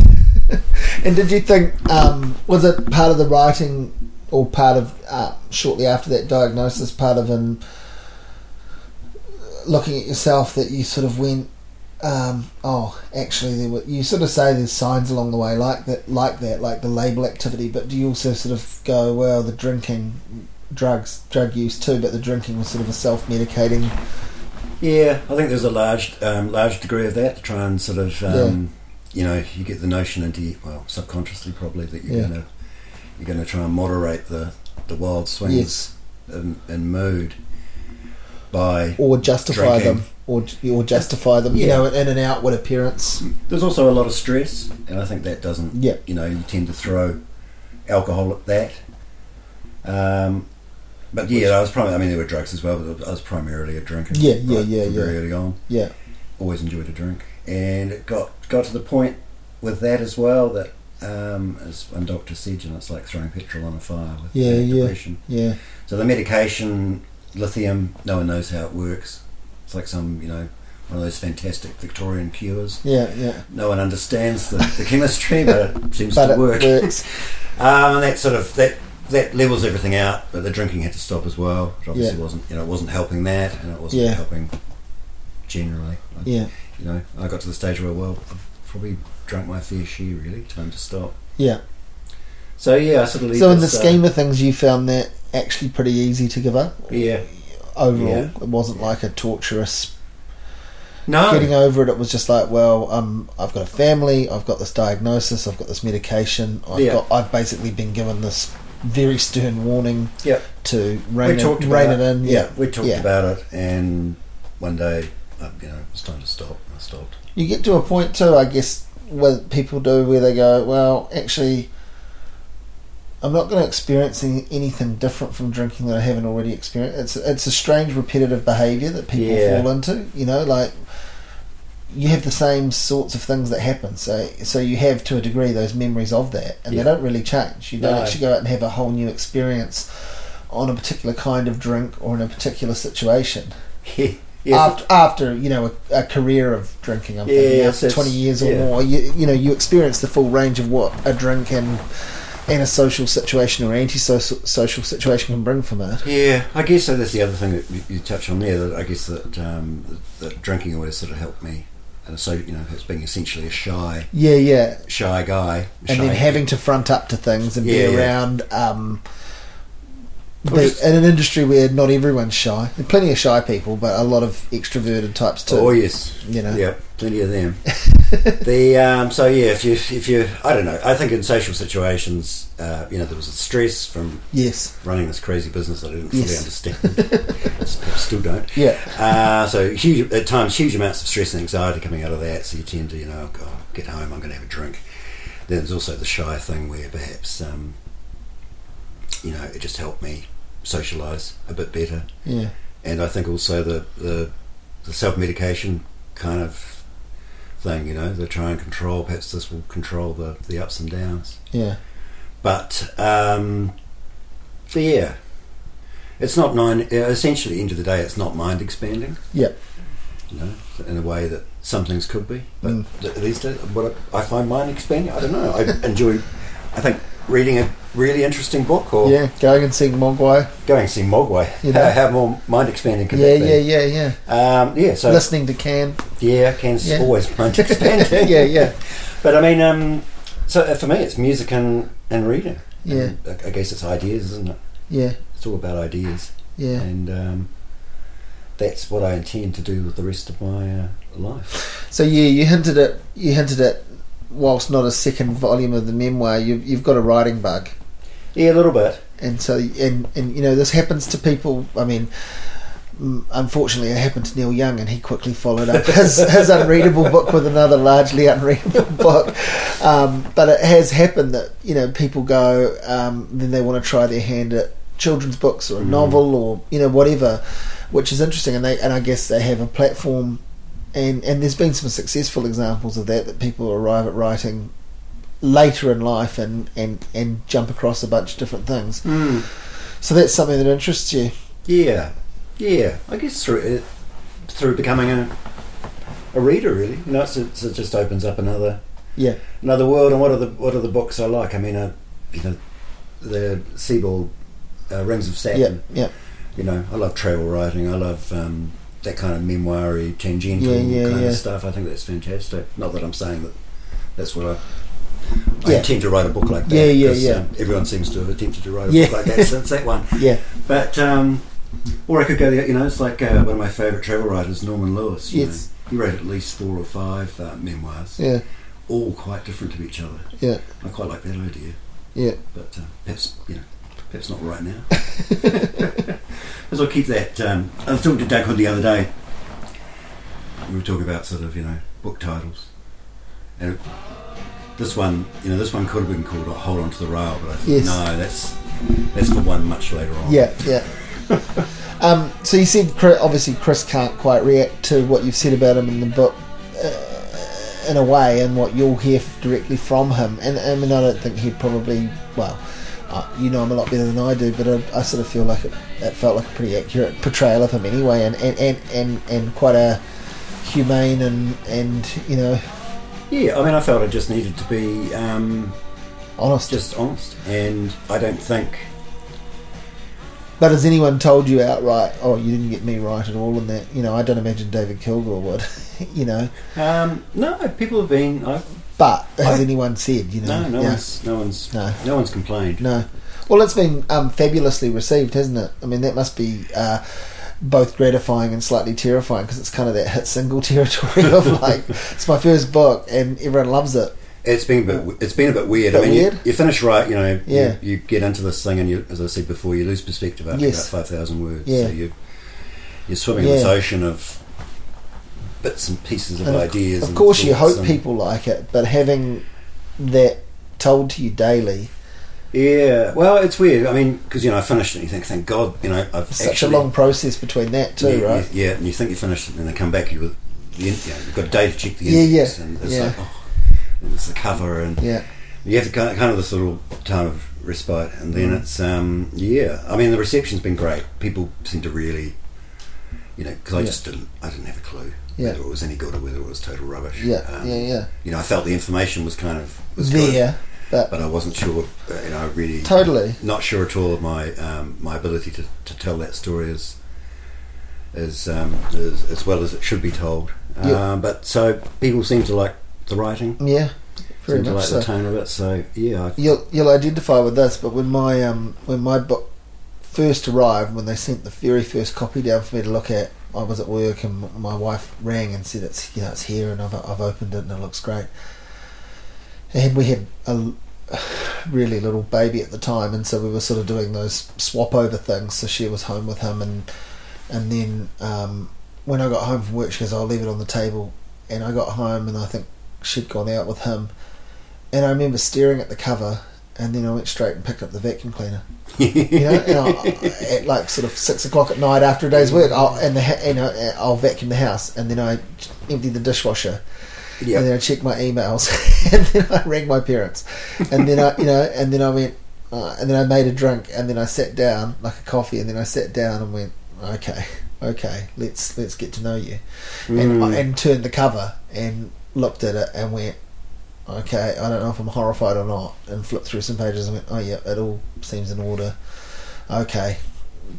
Speaker 3: And did you think um, was it part of the writing or part of uh, shortly after that diagnosis, part of um, looking at yourself that you sort of went, um, oh, actually, there were. You sort of say there's signs along the way like that, like that, like the label activity, but do you also sort of go, well, the drinking, drugs, drug use too, but the drinking was sort of a self-medicating.
Speaker 2: yeah. I think there's a large, um, large degree of that to try and sort of, um, you know, you get the notion into your- well, subconsciously probably that you're
Speaker 3: Yeah.
Speaker 2: gonna, you're gonna try and moderate the the wild swings in, in mood by
Speaker 3: or justify
Speaker 2: Drinking.
Speaker 3: them, or or justify them. You
Speaker 2: Yeah.
Speaker 3: know, in an outward appearance.
Speaker 2: There's also a lot of stress, and I think that doesn't.
Speaker 3: Yeah.
Speaker 2: You know, you tend to throw alcohol at that. Um, but yeah, I was primarily. I mean, there were drugs as well, but I was primarily a drinker.
Speaker 3: Yeah, yeah, yeah,
Speaker 2: from
Speaker 3: yeah.
Speaker 2: Very early on,
Speaker 3: Yeah,
Speaker 2: always enjoyed a drink, and it got got to the point with that as well that. Um, as one doctor said, you know, it's like throwing petrol on a fire with
Speaker 3: Yeah,
Speaker 2: manic
Speaker 3: yeah.
Speaker 2: depression.
Speaker 3: yeah,
Speaker 2: So the medication, lithium, no one knows how it works. It's like some, you know, one of those fantastic Victorian cures
Speaker 3: yeah, yeah.
Speaker 2: no one understands the, the chemistry, but it seems
Speaker 3: But
Speaker 2: to
Speaker 3: it
Speaker 2: work.
Speaker 3: works.
Speaker 2: Um, and that sort of that that levels everything out. But the drinking had to stop as well. Which obviously
Speaker 3: Yeah.
Speaker 2: wasn't you know it wasn't helping that, and it wasn't
Speaker 3: Yeah.
Speaker 2: helping generally. I,
Speaker 3: Yeah,
Speaker 2: You know, I got to the stage where well, I've probably drunk my fair share. Really, time to stop.
Speaker 3: yeah.
Speaker 2: So yeah, I sort of leave
Speaker 3: So in the
Speaker 2: this, uh,
Speaker 3: scheme of things, you found that actually pretty easy to give up.
Speaker 2: yeah,
Speaker 3: Overall,
Speaker 2: Yeah.
Speaker 3: it wasn't like a torturous
Speaker 2: no,
Speaker 3: getting over it. It was just like, well, um, I've got a family, I've got this diagnosis, I've got this medication, I've
Speaker 2: Yeah.
Speaker 3: got, I've basically been given this very stern warning
Speaker 2: yeah,
Speaker 3: to
Speaker 2: we
Speaker 3: rein it,
Speaker 2: talked
Speaker 3: rein
Speaker 2: about
Speaker 3: it in.
Speaker 2: Yeah, we talked
Speaker 3: Yeah.
Speaker 2: about it, and one day, uh, you know, it was time to stop. and I stopped.
Speaker 3: you get to a point too, I guess, where people do where they go, well, actually, I'm not going to experience any, anything different from drinking that I haven't already experienced. It's it's a strange repetitive behaviour that people
Speaker 2: Yeah.
Speaker 3: fall into. You know, like you have the same sorts of things that happen. So so you have to a degree those memories of that, and
Speaker 2: Yeah.
Speaker 3: they don't really change. You don't
Speaker 2: No.
Speaker 3: actually go out and have a whole new experience on a particular kind of drink or in a particular situation
Speaker 2: Yes,
Speaker 3: after, after you know a, a career of drinking, I'm
Speaker 2: Yeah,
Speaker 3: thinking
Speaker 2: yeah,
Speaker 3: after
Speaker 2: it's-
Speaker 3: twenty years or
Speaker 2: yeah.
Speaker 3: more, you you know you experience the full range of what a drink and and a social situation or anti-social social situation can bring from it.
Speaker 2: Yeah, I guess so. That's the other thing that you- you touch on there. That I guess that um, that- that drinking always sort of helped me, and so you know, it's being essentially a shy,
Speaker 3: Yeah, yeah,
Speaker 2: shy guy,
Speaker 3: and
Speaker 2: shy-
Speaker 3: then having to front up to things and
Speaker 2: Yeah,
Speaker 3: be
Speaker 2: yeah.
Speaker 3: around. Um,
Speaker 2: Well,
Speaker 3: the-
Speaker 2: just-
Speaker 3: in an industry where not everyone's shy, There are plenty of shy people, but a lot of extroverted types too.
Speaker 2: Oh yes,
Speaker 3: You know,
Speaker 2: yeah, plenty of them. the um, so yeah, if you if you, I don't know. I think in social situations, uh, you know, there was a stress from
Speaker 3: yes,
Speaker 2: running this crazy business that I didn't fully
Speaker 3: Yes.
Speaker 2: understand. Still don't.
Speaker 3: yeah,
Speaker 2: Uh, so huge at times, huge amounts of stress and anxiety coming out of that. So you tend to, you know, oh, God, get home, I'm going to have a drink. Then there's also the shy thing where perhaps, um, you know, it just helped me socialise a bit better.
Speaker 3: yeah,
Speaker 2: And I think also the the, the self medication kind of thing, you know, the try and control. Perhaps this will control the the ups and downs.
Speaker 3: yeah,
Speaker 2: But um, but yeah, it's not mind. Essentially, end of the day, it's not mind expanding.
Speaker 3: Yeah.
Speaker 2: You know, in a way that some things could be. But
Speaker 3: Mm.
Speaker 2: th- these days, what I, I find mind expanding. I don't know. I enjoy. I think reading a really interesting book or
Speaker 3: yeah. Going and seeing Mogwai.
Speaker 2: going to see Mogwai.
Speaker 3: You know.
Speaker 2: How, how more mind expanding could
Speaker 3: Yeah,
Speaker 2: that be?
Speaker 3: yeah, yeah, yeah.
Speaker 2: Um, yeah. So
Speaker 3: Listening to Can.
Speaker 2: yeah, Ken's
Speaker 3: Yeah.
Speaker 2: always mind expanding.
Speaker 3: yeah, yeah,
Speaker 2: But I mean, um, so uh, for me, it's music and and reading.
Speaker 3: yeah,
Speaker 2: And I I guess it's ideas, isn't it?
Speaker 3: yeah,
Speaker 2: It's all about ideas.
Speaker 3: yeah.
Speaker 2: and um, that's what I intend to do with the rest of my uh, life.
Speaker 3: So yeah, you hinted at you hinted at whilst not a second volume of the memoir, you've you've got a writing bug,
Speaker 2: Yeah, a little bit.
Speaker 3: and so and and you know this happens to people. I mean. Mm, Unfortunately, it happened to Neil Young, and he quickly followed up his, his unreadable book with another largely unreadable book. Um, but it has happened that you know people go, um, then they want to try their hand at children's books or a novel or you know whatever, which is interesting. And they and I guess they have a platform, and and there's been some successful examples of that that people arrive at writing later in life and and and jump across a bunch of different things.
Speaker 2: Mm.
Speaker 3: So that's something that interests you.
Speaker 2: Yeah, yeah. I guess through it, through becoming a a reader, really. You know, it's, it's, it just opens up another
Speaker 3: Yeah.
Speaker 2: another world. And what are the what are the books I like? I mean, uh, you know, the Seaball, uh, Rings of Saturn.
Speaker 3: Yeah, yeah,
Speaker 2: you know, I love travel writing. I love um, that kind of memoiry, tangential
Speaker 3: Yeah, yeah,
Speaker 2: kind
Speaker 3: yeah.
Speaker 2: of stuff. I think that's fantastic. Not that I'm saying that that's what I. I
Speaker 3: Yeah.
Speaker 2: intend to write a book like that.
Speaker 3: Yeah, yeah,
Speaker 2: 'cause,
Speaker 3: yeah.
Speaker 2: um, everyone seems to have attempted to write a
Speaker 3: Yeah.
Speaker 2: book like that since that one.
Speaker 3: yeah,
Speaker 2: But um, or I could go the you know it's like uh, one of my favourite travel writers, Norman Lewis. You
Speaker 3: Yes.
Speaker 2: know. he wrote at least four or five uh, memoirs,
Speaker 3: yeah,
Speaker 2: all quite different to each other.
Speaker 3: yeah,
Speaker 2: I quite like that idea,
Speaker 3: yeah.
Speaker 2: but uh, perhaps you know perhaps not right now. As I'll keep that. Um, I was talking to Doug Hood the other day. We were talking about sort of you know book titles, and this one you know this one could have been called "Hold On to the Rail," but I thought
Speaker 3: Yes.
Speaker 2: no, that's that's for one much later on.
Speaker 3: Yeah, yeah. um, so you said Chri- obviously Chris can't quite react to what you've said about him in the book uh, in a way, and what you'll hear f- directly from him. And I mean, I don't think he'd probably well. Uh, you know him a lot better than I do, but I, I sort of feel like it, it felt like a pretty accurate portrayal of him anyway, and and, and, and, and quite a humane and and you know
Speaker 2: Yeah, I mean, I felt I just needed to be um,
Speaker 3: honest.
Speaker 2: just honest, and I don't think.
Speaker 3: But has anyone told you outright, oh, you didn't get me right at all in that? You know, I don't imagine David Kilgore would, you know.
Speaker 2: Um, no, people have been. I,
Speaker 3: But has
Speaker 2: I-
Speaker 3: anyone said, you know?
Speaker 2: no, no
Speaker 3: yeah,
Speaker 2: one's, no one's,
Speaker 3: No.
Speaker 2: no one's complained.
Speaker 3: no. Well, it's been um, fabulously received, hasn't it? I mean, that must be uh, both gratifying and slightly terrifying because it's kind of that hit single territory of like, it's my first book and everyone loves it.
Speaker 2: It's been a bit. It's been a bit weird.
Speaker 3: Bit
Speaker 2: I mean,
Speaker 3: weird?
Speaker 2: You, you finish right. You know,
Speaker 3: Yeah.
Speaker 2: you, you get into this thing, and you, as I said before, you lose perspective after
Speaker 3: Yes.
Speaker 2: about five thousand words.
Speaker 3: Yeah.
Speaker 2: So you, you're swimming in this
Speaker 3: Yeah.
Speaker 2: ocean of bits and pieces of
Speaker 3: And of-
Speaker 2: ideas.
Speaker 3: Of
Speaker 2: and
Speaker 3: course, you
Speaker 2: thoughts
Speaker 3: hope
Speaker 2: and-
Speaker 3: people like it, but having that told to you daily,
Speaker 2: Yeah. Well, it's weird. I mean, because you know, I finished it, and you think, thank God, you know, I've
Speaker 3: such
Speaker 2: actually
Speaker 3: a long process between that, too,
Speaker 2: yeah,
Speaker 3: right?
Speaker 2: Yeah, and you think you finished it, and they come back you with the in, you know, you've got a day to check the
Speaker 3: Yeah,
Speaker 2: index,
Speaker 3: yeah,
Speaker 2: and it's
Speaker 3: yeah.
Speaker 2: like oh, and it's the cover, and
Speaker 3: Yeah.
Speaker 2: you have to kind of, kind of this little time of respite, and then
Speaker 3: Mm.
Speaker 2: it's um yeah. I mean, the reception's been great. People seem to really, you know, because I
Speaker 3: Yeah.
Speaker 2: just didn't, I didn't have a clue
Speaker 3: Yeah.
Speaker 2: whether it was any good or whether it was total rubbish.
Speaker 3: Yeah,
Speaker 2: Um,
Speaker 3: yeah, yeah.
Speaker 2: You know, I felt the information was kind of was good,
Speaker 3: there, but
Speaker 2: but I wasn't sure. uh, You know, I really
Speaker 3: totally.
Speaker 2: not sure at all of my um, my ability to, to tell that story as as, um, as as well as it should be told.
Speaker 3: Yeah.
Speaker 2: Um, but so people seem to like the writing,
Speaker 3: Yeah, very
Speaker 2: seem to
Speaker 3: much
Speaker 2: like
Speaker 3: so.
Speaker 2: the tone of it. So yeah, I,
Speaker 3: You'll you'll identify with this, but when my um when my book first arrived, when they sent the very first copy down for me to look at, I was at work and m- my wife rang and said it's you know it's here and I've I've opened it and it looks great. And we had a l- really little baby at the time, and so we were sort of doing those swap over things. So she was home with him, and and then um, when I got home from work, she goes, "I'll leave it on the table." And I got home, and I think she'd gone out with him, and I remember staring at the cover, and then I went straight and picked up the vacuum cleaner. You know, and I, at like sort of six o'clock at night after a day's work, I'll, and the ha- you know I'll vacuum the house, and then I empty the dishwasher,
Speaker 2: yeah,
Speaker 3: and then I checked my emails, and then I rang my parents, and then I, you know, and then I went, uh, and then I made a drink, and then I sat down like a coffee, and then I sat down and went, okay, okay, let's let's get to know you, and I,
Speaker 2: Mm.
Speaker 3: and turned the cover and looked at it and went, okay, I don't know if I'm horrified or not, and flipped through some pages and went, oh yeah, it all seems in order, okay.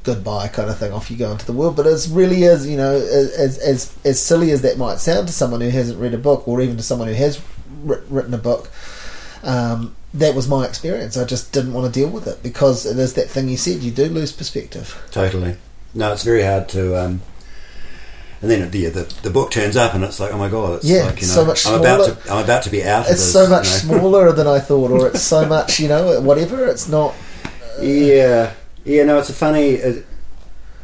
Speaker 3: Goodbye, kind of thing. Off you go into the world, but it really is, you know, as as as silly as that might sound to someone who hasn't read a book, or even to someone who has writ- written a book, um, that was my experience. I just didn't want to deal with it because it is that thing you said. You do lose perspective.
Speaker 2: totally. No, it's very hard to. Um, and then the, the the book turns up, and it's like, oh my god, it's
Speaker 3: Yeah,
Speaker 2: like you know,
Speaker 3: so much
Speaker 2: I'm about
Speaker 3: smaller.
Speaker 2: to I'm about to be out. of
Speaker 3: It's
Speaker 2: this,
Speaker 3: so much
Speaker 2: you know.
Speaker 3: smaller than I thought, or it's so much, you know, whatever. It's not.
Speaker 2: Yeah, yeah. No, it's a funny. It,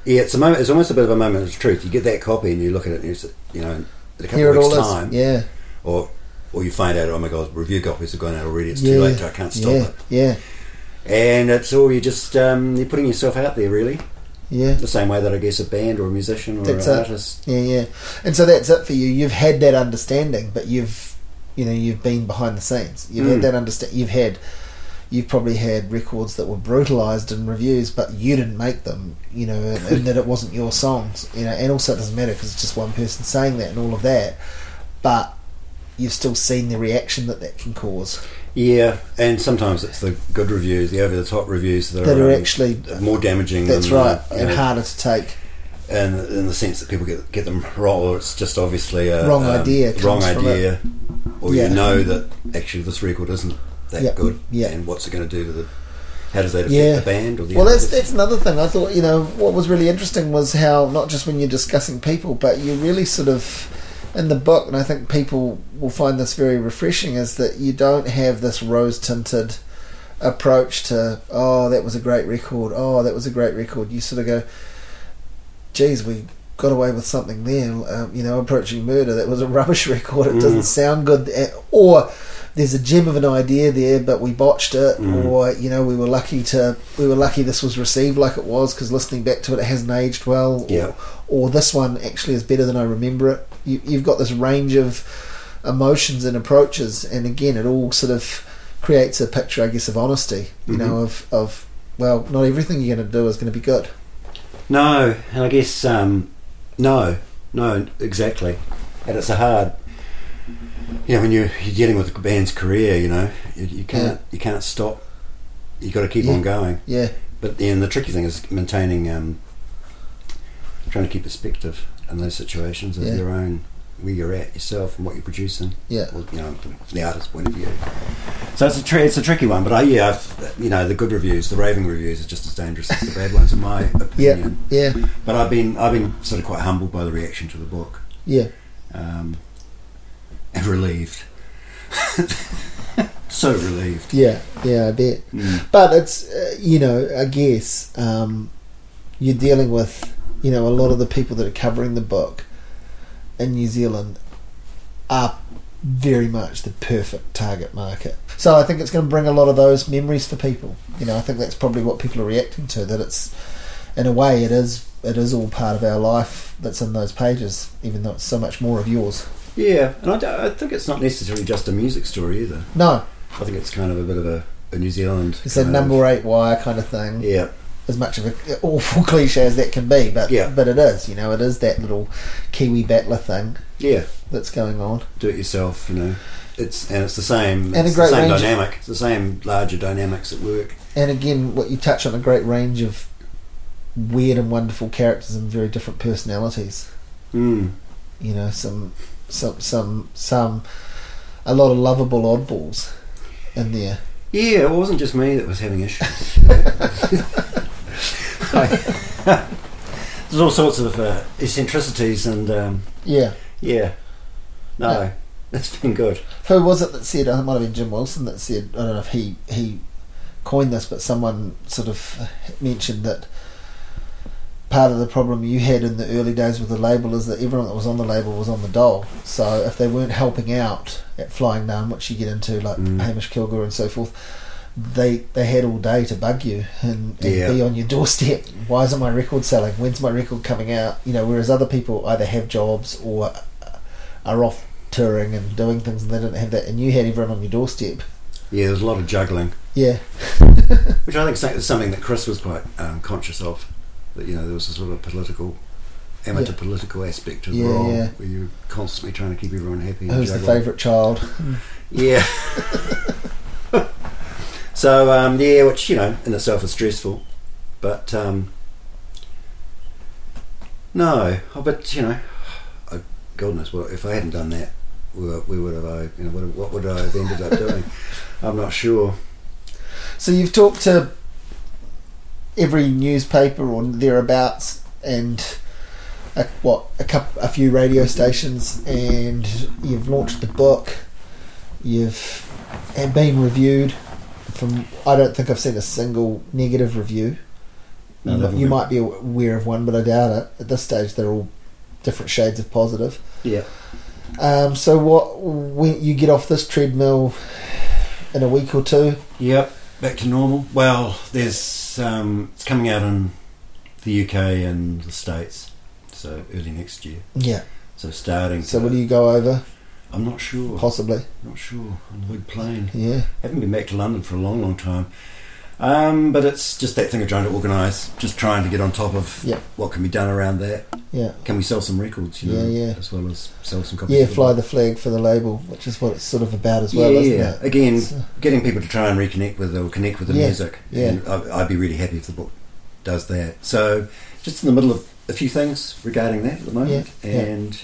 Speaker 2: Yeah, it's a moment. It's almost a bit of a moment of truth. You get that copy and you look at it, and it's you know, in a couple
Speaker 3: Here
Speaker 2: of
Speaker 3: it all
Speaker 2: weeks'
Speaker 3: is.
Speaker 2: time,
Speaker 3: Yeah.
Speaker 2: or or you find out, oh my god, review copies have gone out already. It's
Speaker 3: yeah,
Speaker 2: too late. I can't stop
Speaker 3: yeah,
Speaker 2: it.
Speaker 3: Yeah.
Speaker 2: And it's all you just um, you're putting yourself out there, really.
Speaker 3: Yeah.
Speaker 2: The same way that I guess a band or a musician or
Speaker 3: That's
Speaker 2: an
Speaker 3: it.
Speaker 2: artist.
Speaker 3: Yeah, yeah. And so that's it for you. You've had that understanding, but you've you know, you've been behind the scenes. You've
Speaker 2: Mm.
Speaker 3: had that understand you've had you've probably had records that were brutalized in reviews, but you didn't make them, you know, and, and that it wasn't your songs, you know, and also it doesn't matter because it's just one person saying that and all of that. But you've still seen the reaction that that can cause
Speaker 2: Hmm, Yeah, and sometimes it's the good reviews, the over the top reviews that,
Speaker 3: that are
Speaker 2: um,
Speaker 3: actually
Speaker 2: more damaging.
Speaker 3: that's
Speaker 2: than,
Speaker 3: right
Speaker 2: Uh, you
Speaker 3: and
Speaker 2: know,
Speaker 3: harder to take
Speaker 2: in, in the sense that people get get them wrong, or it's just obviously a
Speaker 3: Wrong
Speaker 2: um,
Speaker 3: idea comes
Speaker 2: wrong
Speaker 3: from
Speaker 2: idea, or
Speaker 3: Yeah.
Speaker 2: you know that actually this record isn't that
Speaker 3: Yeah,
Speaker 2: good.
Speaker 3: yeah.
Speaker 2: and what's it going to do to the? How does that affect
Speaker 3: Yeah.
Speaker 2: the band or the?
Speaker 3: Well, that's
Speaker 2: artist?
Speaker 3: that's another thing. I thought you know what was really interesting was how not just when you're discussing people, but you really sort of in the book, and I think people will find this very refreshing, is that you don't have this rose tinted approach to oh that was a great record, oh that was a great record. You sort of go, geez, we got away with something there. Um, you know, approaching murder that was a rubbish record. It doesn't
Speaker 2: Mm.
Speaker 3: sound good, at, or there's a gem of an idea there, but we botched it,
Speaker 2: Mm.
Speaker 3: or you know, we were lucky to we were lucky this was received like it was because listening back to it, it hasn't aged well,
Speaker 2: Yeah.
Speaker 3: or, or this one actually is better than I remember it. You, you've got this range of emotions and approaches, and again, it all sort of creates a picture, I guess, of honesty. You know, of of well, not everything you're going to do is going to be good.
Speaker 2: No, and I guess um, no, no, exactly. And it's a hard, you know, when you're, you're dealing with a band's career, you know, you, you can't you can't stop. You got to keep
Speaker 3: Yeah.
Speaker 2: on going.
Speaker 3: Yeah,
Speaker 2: But then the tricky thing is maintaining, um, trying to keep perspective in those situations of
Speaker 3: Yeah.
Speaker 2: your own where you're at yourself and what you're producing.
Speaker 3: yeah,
Speaker 2: Well, you know, from the artist's point of view. So it's a tr- it's a tricky one, but I yeah, I've, you know, the good reviews, the raving reviews, are just as dangerous as the bad ones, in my opinion.
Speaker 3: yeah, yeah,
Speaker 2: But I've been I've been sort of quite humbled by the reaction to the book,
Speaker 3: yeah.
Speaker 2: um, and relieved. so relieved.
Speaker 3: Yeah, yeah, I bet. But it's uh, you know, I guess um, you're dealing with you know a lot of the people that are covering the book in New Zealand are very much the perfect target market. So I think it's going to bring a lot of those memories for people. You know, I think that's probably what people are reacting to. That it's in a way it is it is all part of our life that's in those pages, even though it's so much more of yours.
Speaker 2: Yeah, and I, d- I think it's not necessarily just a music story either.
Speaker 3: No,
Speaker 2: I think it's kind of a bit of a, a New Zealand.
Speaker 3: it's a
Speaker 2: kind
Speaker 3: number
Speaker 2: of-
Speaker 3: eight wire kind of thing.
Speaker 2: Yeah,
Speaker 3: as much of an awful cliche as that can be, but
Speaker 2: Yeah.
Speaker 3: but it is, you know, it is that little Kiwi battler thing
Speaker 2: yeah.
Speaker 3: that's going on.
Speaker 2: Do it yourself. You know, it's and it's the same.
Speaker 3: And a
Speaker 2: it's
Speaker 3: great
Speaker 2: the same
Speaker 3: range.
Speaker 2: dynamic. It's the same larger dynamics at work.
Speaker 3: And again, what you touch on a great range of weird and wonderful characters and very different personalities.
Speaker 2: Mm.
Speaker 3: You know, some some some some a lot of lovable oddballs in there.
Speaker 2: Yeah, it wasn't just me that was having issues. I- There's all sorts of uh, eccentricities and um,
Speaker 3: Yeah.
Speaker 2: yeah,
Speaker 3: No.
Speaker 2: no, it's been good.
Speaker 3: Who was it that said? uh, It might have been Jim Wilson that said. I don't know if he he coined this, but someone sort of mentioned that part of the problem you had in the early days with the label is that everyone that was on the label was on the dole. So if they weren't helping out at Flying Nun, which you get into like
Speaker 2: Mm.
Speaker 3: Hamish Kilgore and so forth, they they had all day to bug you and, and
Speaker 2: Yeah.
Speaker 3: be on your doorstep. Why isn't my record selling? When's my record coming out? You know, whereas other people either have jobs or are off touring and doing things, and they didn't have that. And you had everyone on your doorstep.
Speaker 2: Yeah, there's a lot of juggling,
Speaker 3: Yeah,
Speaker 2: which I think is so- is something that Chris was quite um, conscious of. That you know there was this little political, amateur
Speaker 3: Yeah.
Speaker 2: political aspect to the
Speaker 3: Yeah,
Speaker 2: role
Speaker 3: yeah.
Speaker 2: where you were constantly trying to keep everyone happy. And
Speaker 3: who's the
Speaker 2: juggling.
Speaker 3: favourite child?
Speaker 2: Yeah. so um, yeah, which you know in itself is stressful, but um, no, oh, but you know, I, God knows what if I hadn't done that, we, were- we would have, uh, you know, what, what would I have ended up doing? I'm not sure.
Speaker 3: So you've talked to every newspaper or thereabouts, and a, what a couple, a few radio stations, and you've launched the book. You've and been reviewed. From I don't think I've seen a single negative review.
Speaker 2: No,
Speaker 3: you,
Speaker 2: they haven't
Speaker 3: you
Speaker 2: been-
Speaker 3: might be aware of one, but I doubt it. At this stage, they're all different shades of positive.
Speaker 2: Yeah.
Speaker 3: Um, so what? When you get off this treadmill in a week or two,
Speaker 2: Yep. Back to normal. Well, there's um, it's coming out in the UK and the States, so early next year.
Speaker 3: yeah.
Speaker 2: So starting.
Speaker 3: So
Speaker 2: to-
Speaker 3: what do you go over?
Speaker 2: I'm not sure.
Speaker 3: Possibly,
Speaker 2: not sure. On the big plane.
Speaker 3: yeah.
Speaker 2: Haven't been back to London for a long, long time. Um, but it's just that thing of trying to organise, just trying to get on top of
Speaker 3: Yeah.
Speaker 2: what can be done around that.
Speaker 3: Yeah,
Speaker 2: Can we sell some records? You
Speaker 3: Yeah,
Speaker 2: know,
Speaker 3: yeah.
Speaker 2: As well as sell some copies.
Speaker 3: yeah.
Speaker 2: of the-
Speaker 3: Fly the flag for the label, which is what it's sort of about as well,
Speaker 2: yeah.
Speaker 3: isn't it?
Speaker 2: Again,
Speaker 3: It's, uh,
Speaker 2: getting people to try and reconnect with or connect with the
Speaker 3: Yeah,
Speaker 2: music.
Speaker 3: yeah.
Speaker 2: And I, I'd be really happy if the book does that. So, just in the middle of a few things regarding that at the moment,
Speaker 3: Yeah, yeah.
Speaker 2: and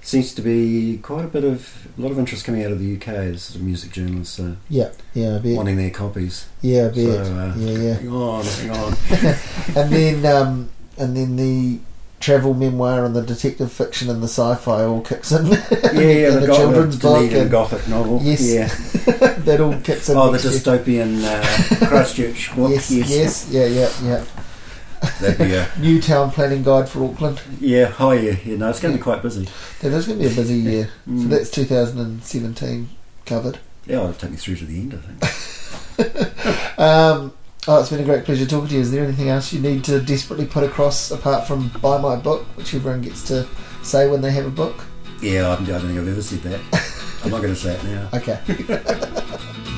Speaker 2: seems to be quite a bit of a lot of interest coming out of the UK as sort of music journalists uh,
Speaker 3: yeah, yeah, I bet.
Speaker 2: wanting their copies.
Speaker 3: yeah, I bet.
Speaker 2: So, uh,
Speaker 3: yeah, yeah.
Speaker 2: Hang on, hang on.
Speaker 3: and then, um, and then the travel memoir and the detective fiction and the sci-fi all kicks in.
Speaker 2: Yeah, yeah,
Speaker 3: and
Speaker 2: the,
Speaker 3: the
Speaker 2: go-
Speaker 3: children's
Speaker 2: the
Speaker 3: book
Speaker 2: Dunedin
Speaker 3: and
Speaker 2: Gothic novel.
Speaker 3: Yes.
Speaker 2: Yeah.
Speaker 3: that all kicks in.
Speaker 2: Oh, the
Speaker 3: next year.
Speaker 2: dystopian uh, Christchurch book.
Speaker 3: Yes, yes, yeah, yeah, yeah.
Speaker 2: That'd be a,
Speaker 3: New town planning guide for Auckland.
Speaker 2: yeah. Oh, yeah. yeah no, it's going to be quite busy.
Speaker 3: That is going to be a busy year. So
Speaker 2: Mm.
Speaker 3: that's 2017 covered.
Speaker 2: Yeah, it'll take me through to the end, I think.
Speaker 3: Um, oh, it's been a great pleasure talking to you. Is there anything else you need to desperately put across apart from buy my book, which everyone gets to say when they have a book?
Speaker 2: Yeah, I don't I don't think I've ever said that. I'm not going to say it now.
Speaker 3: Okay.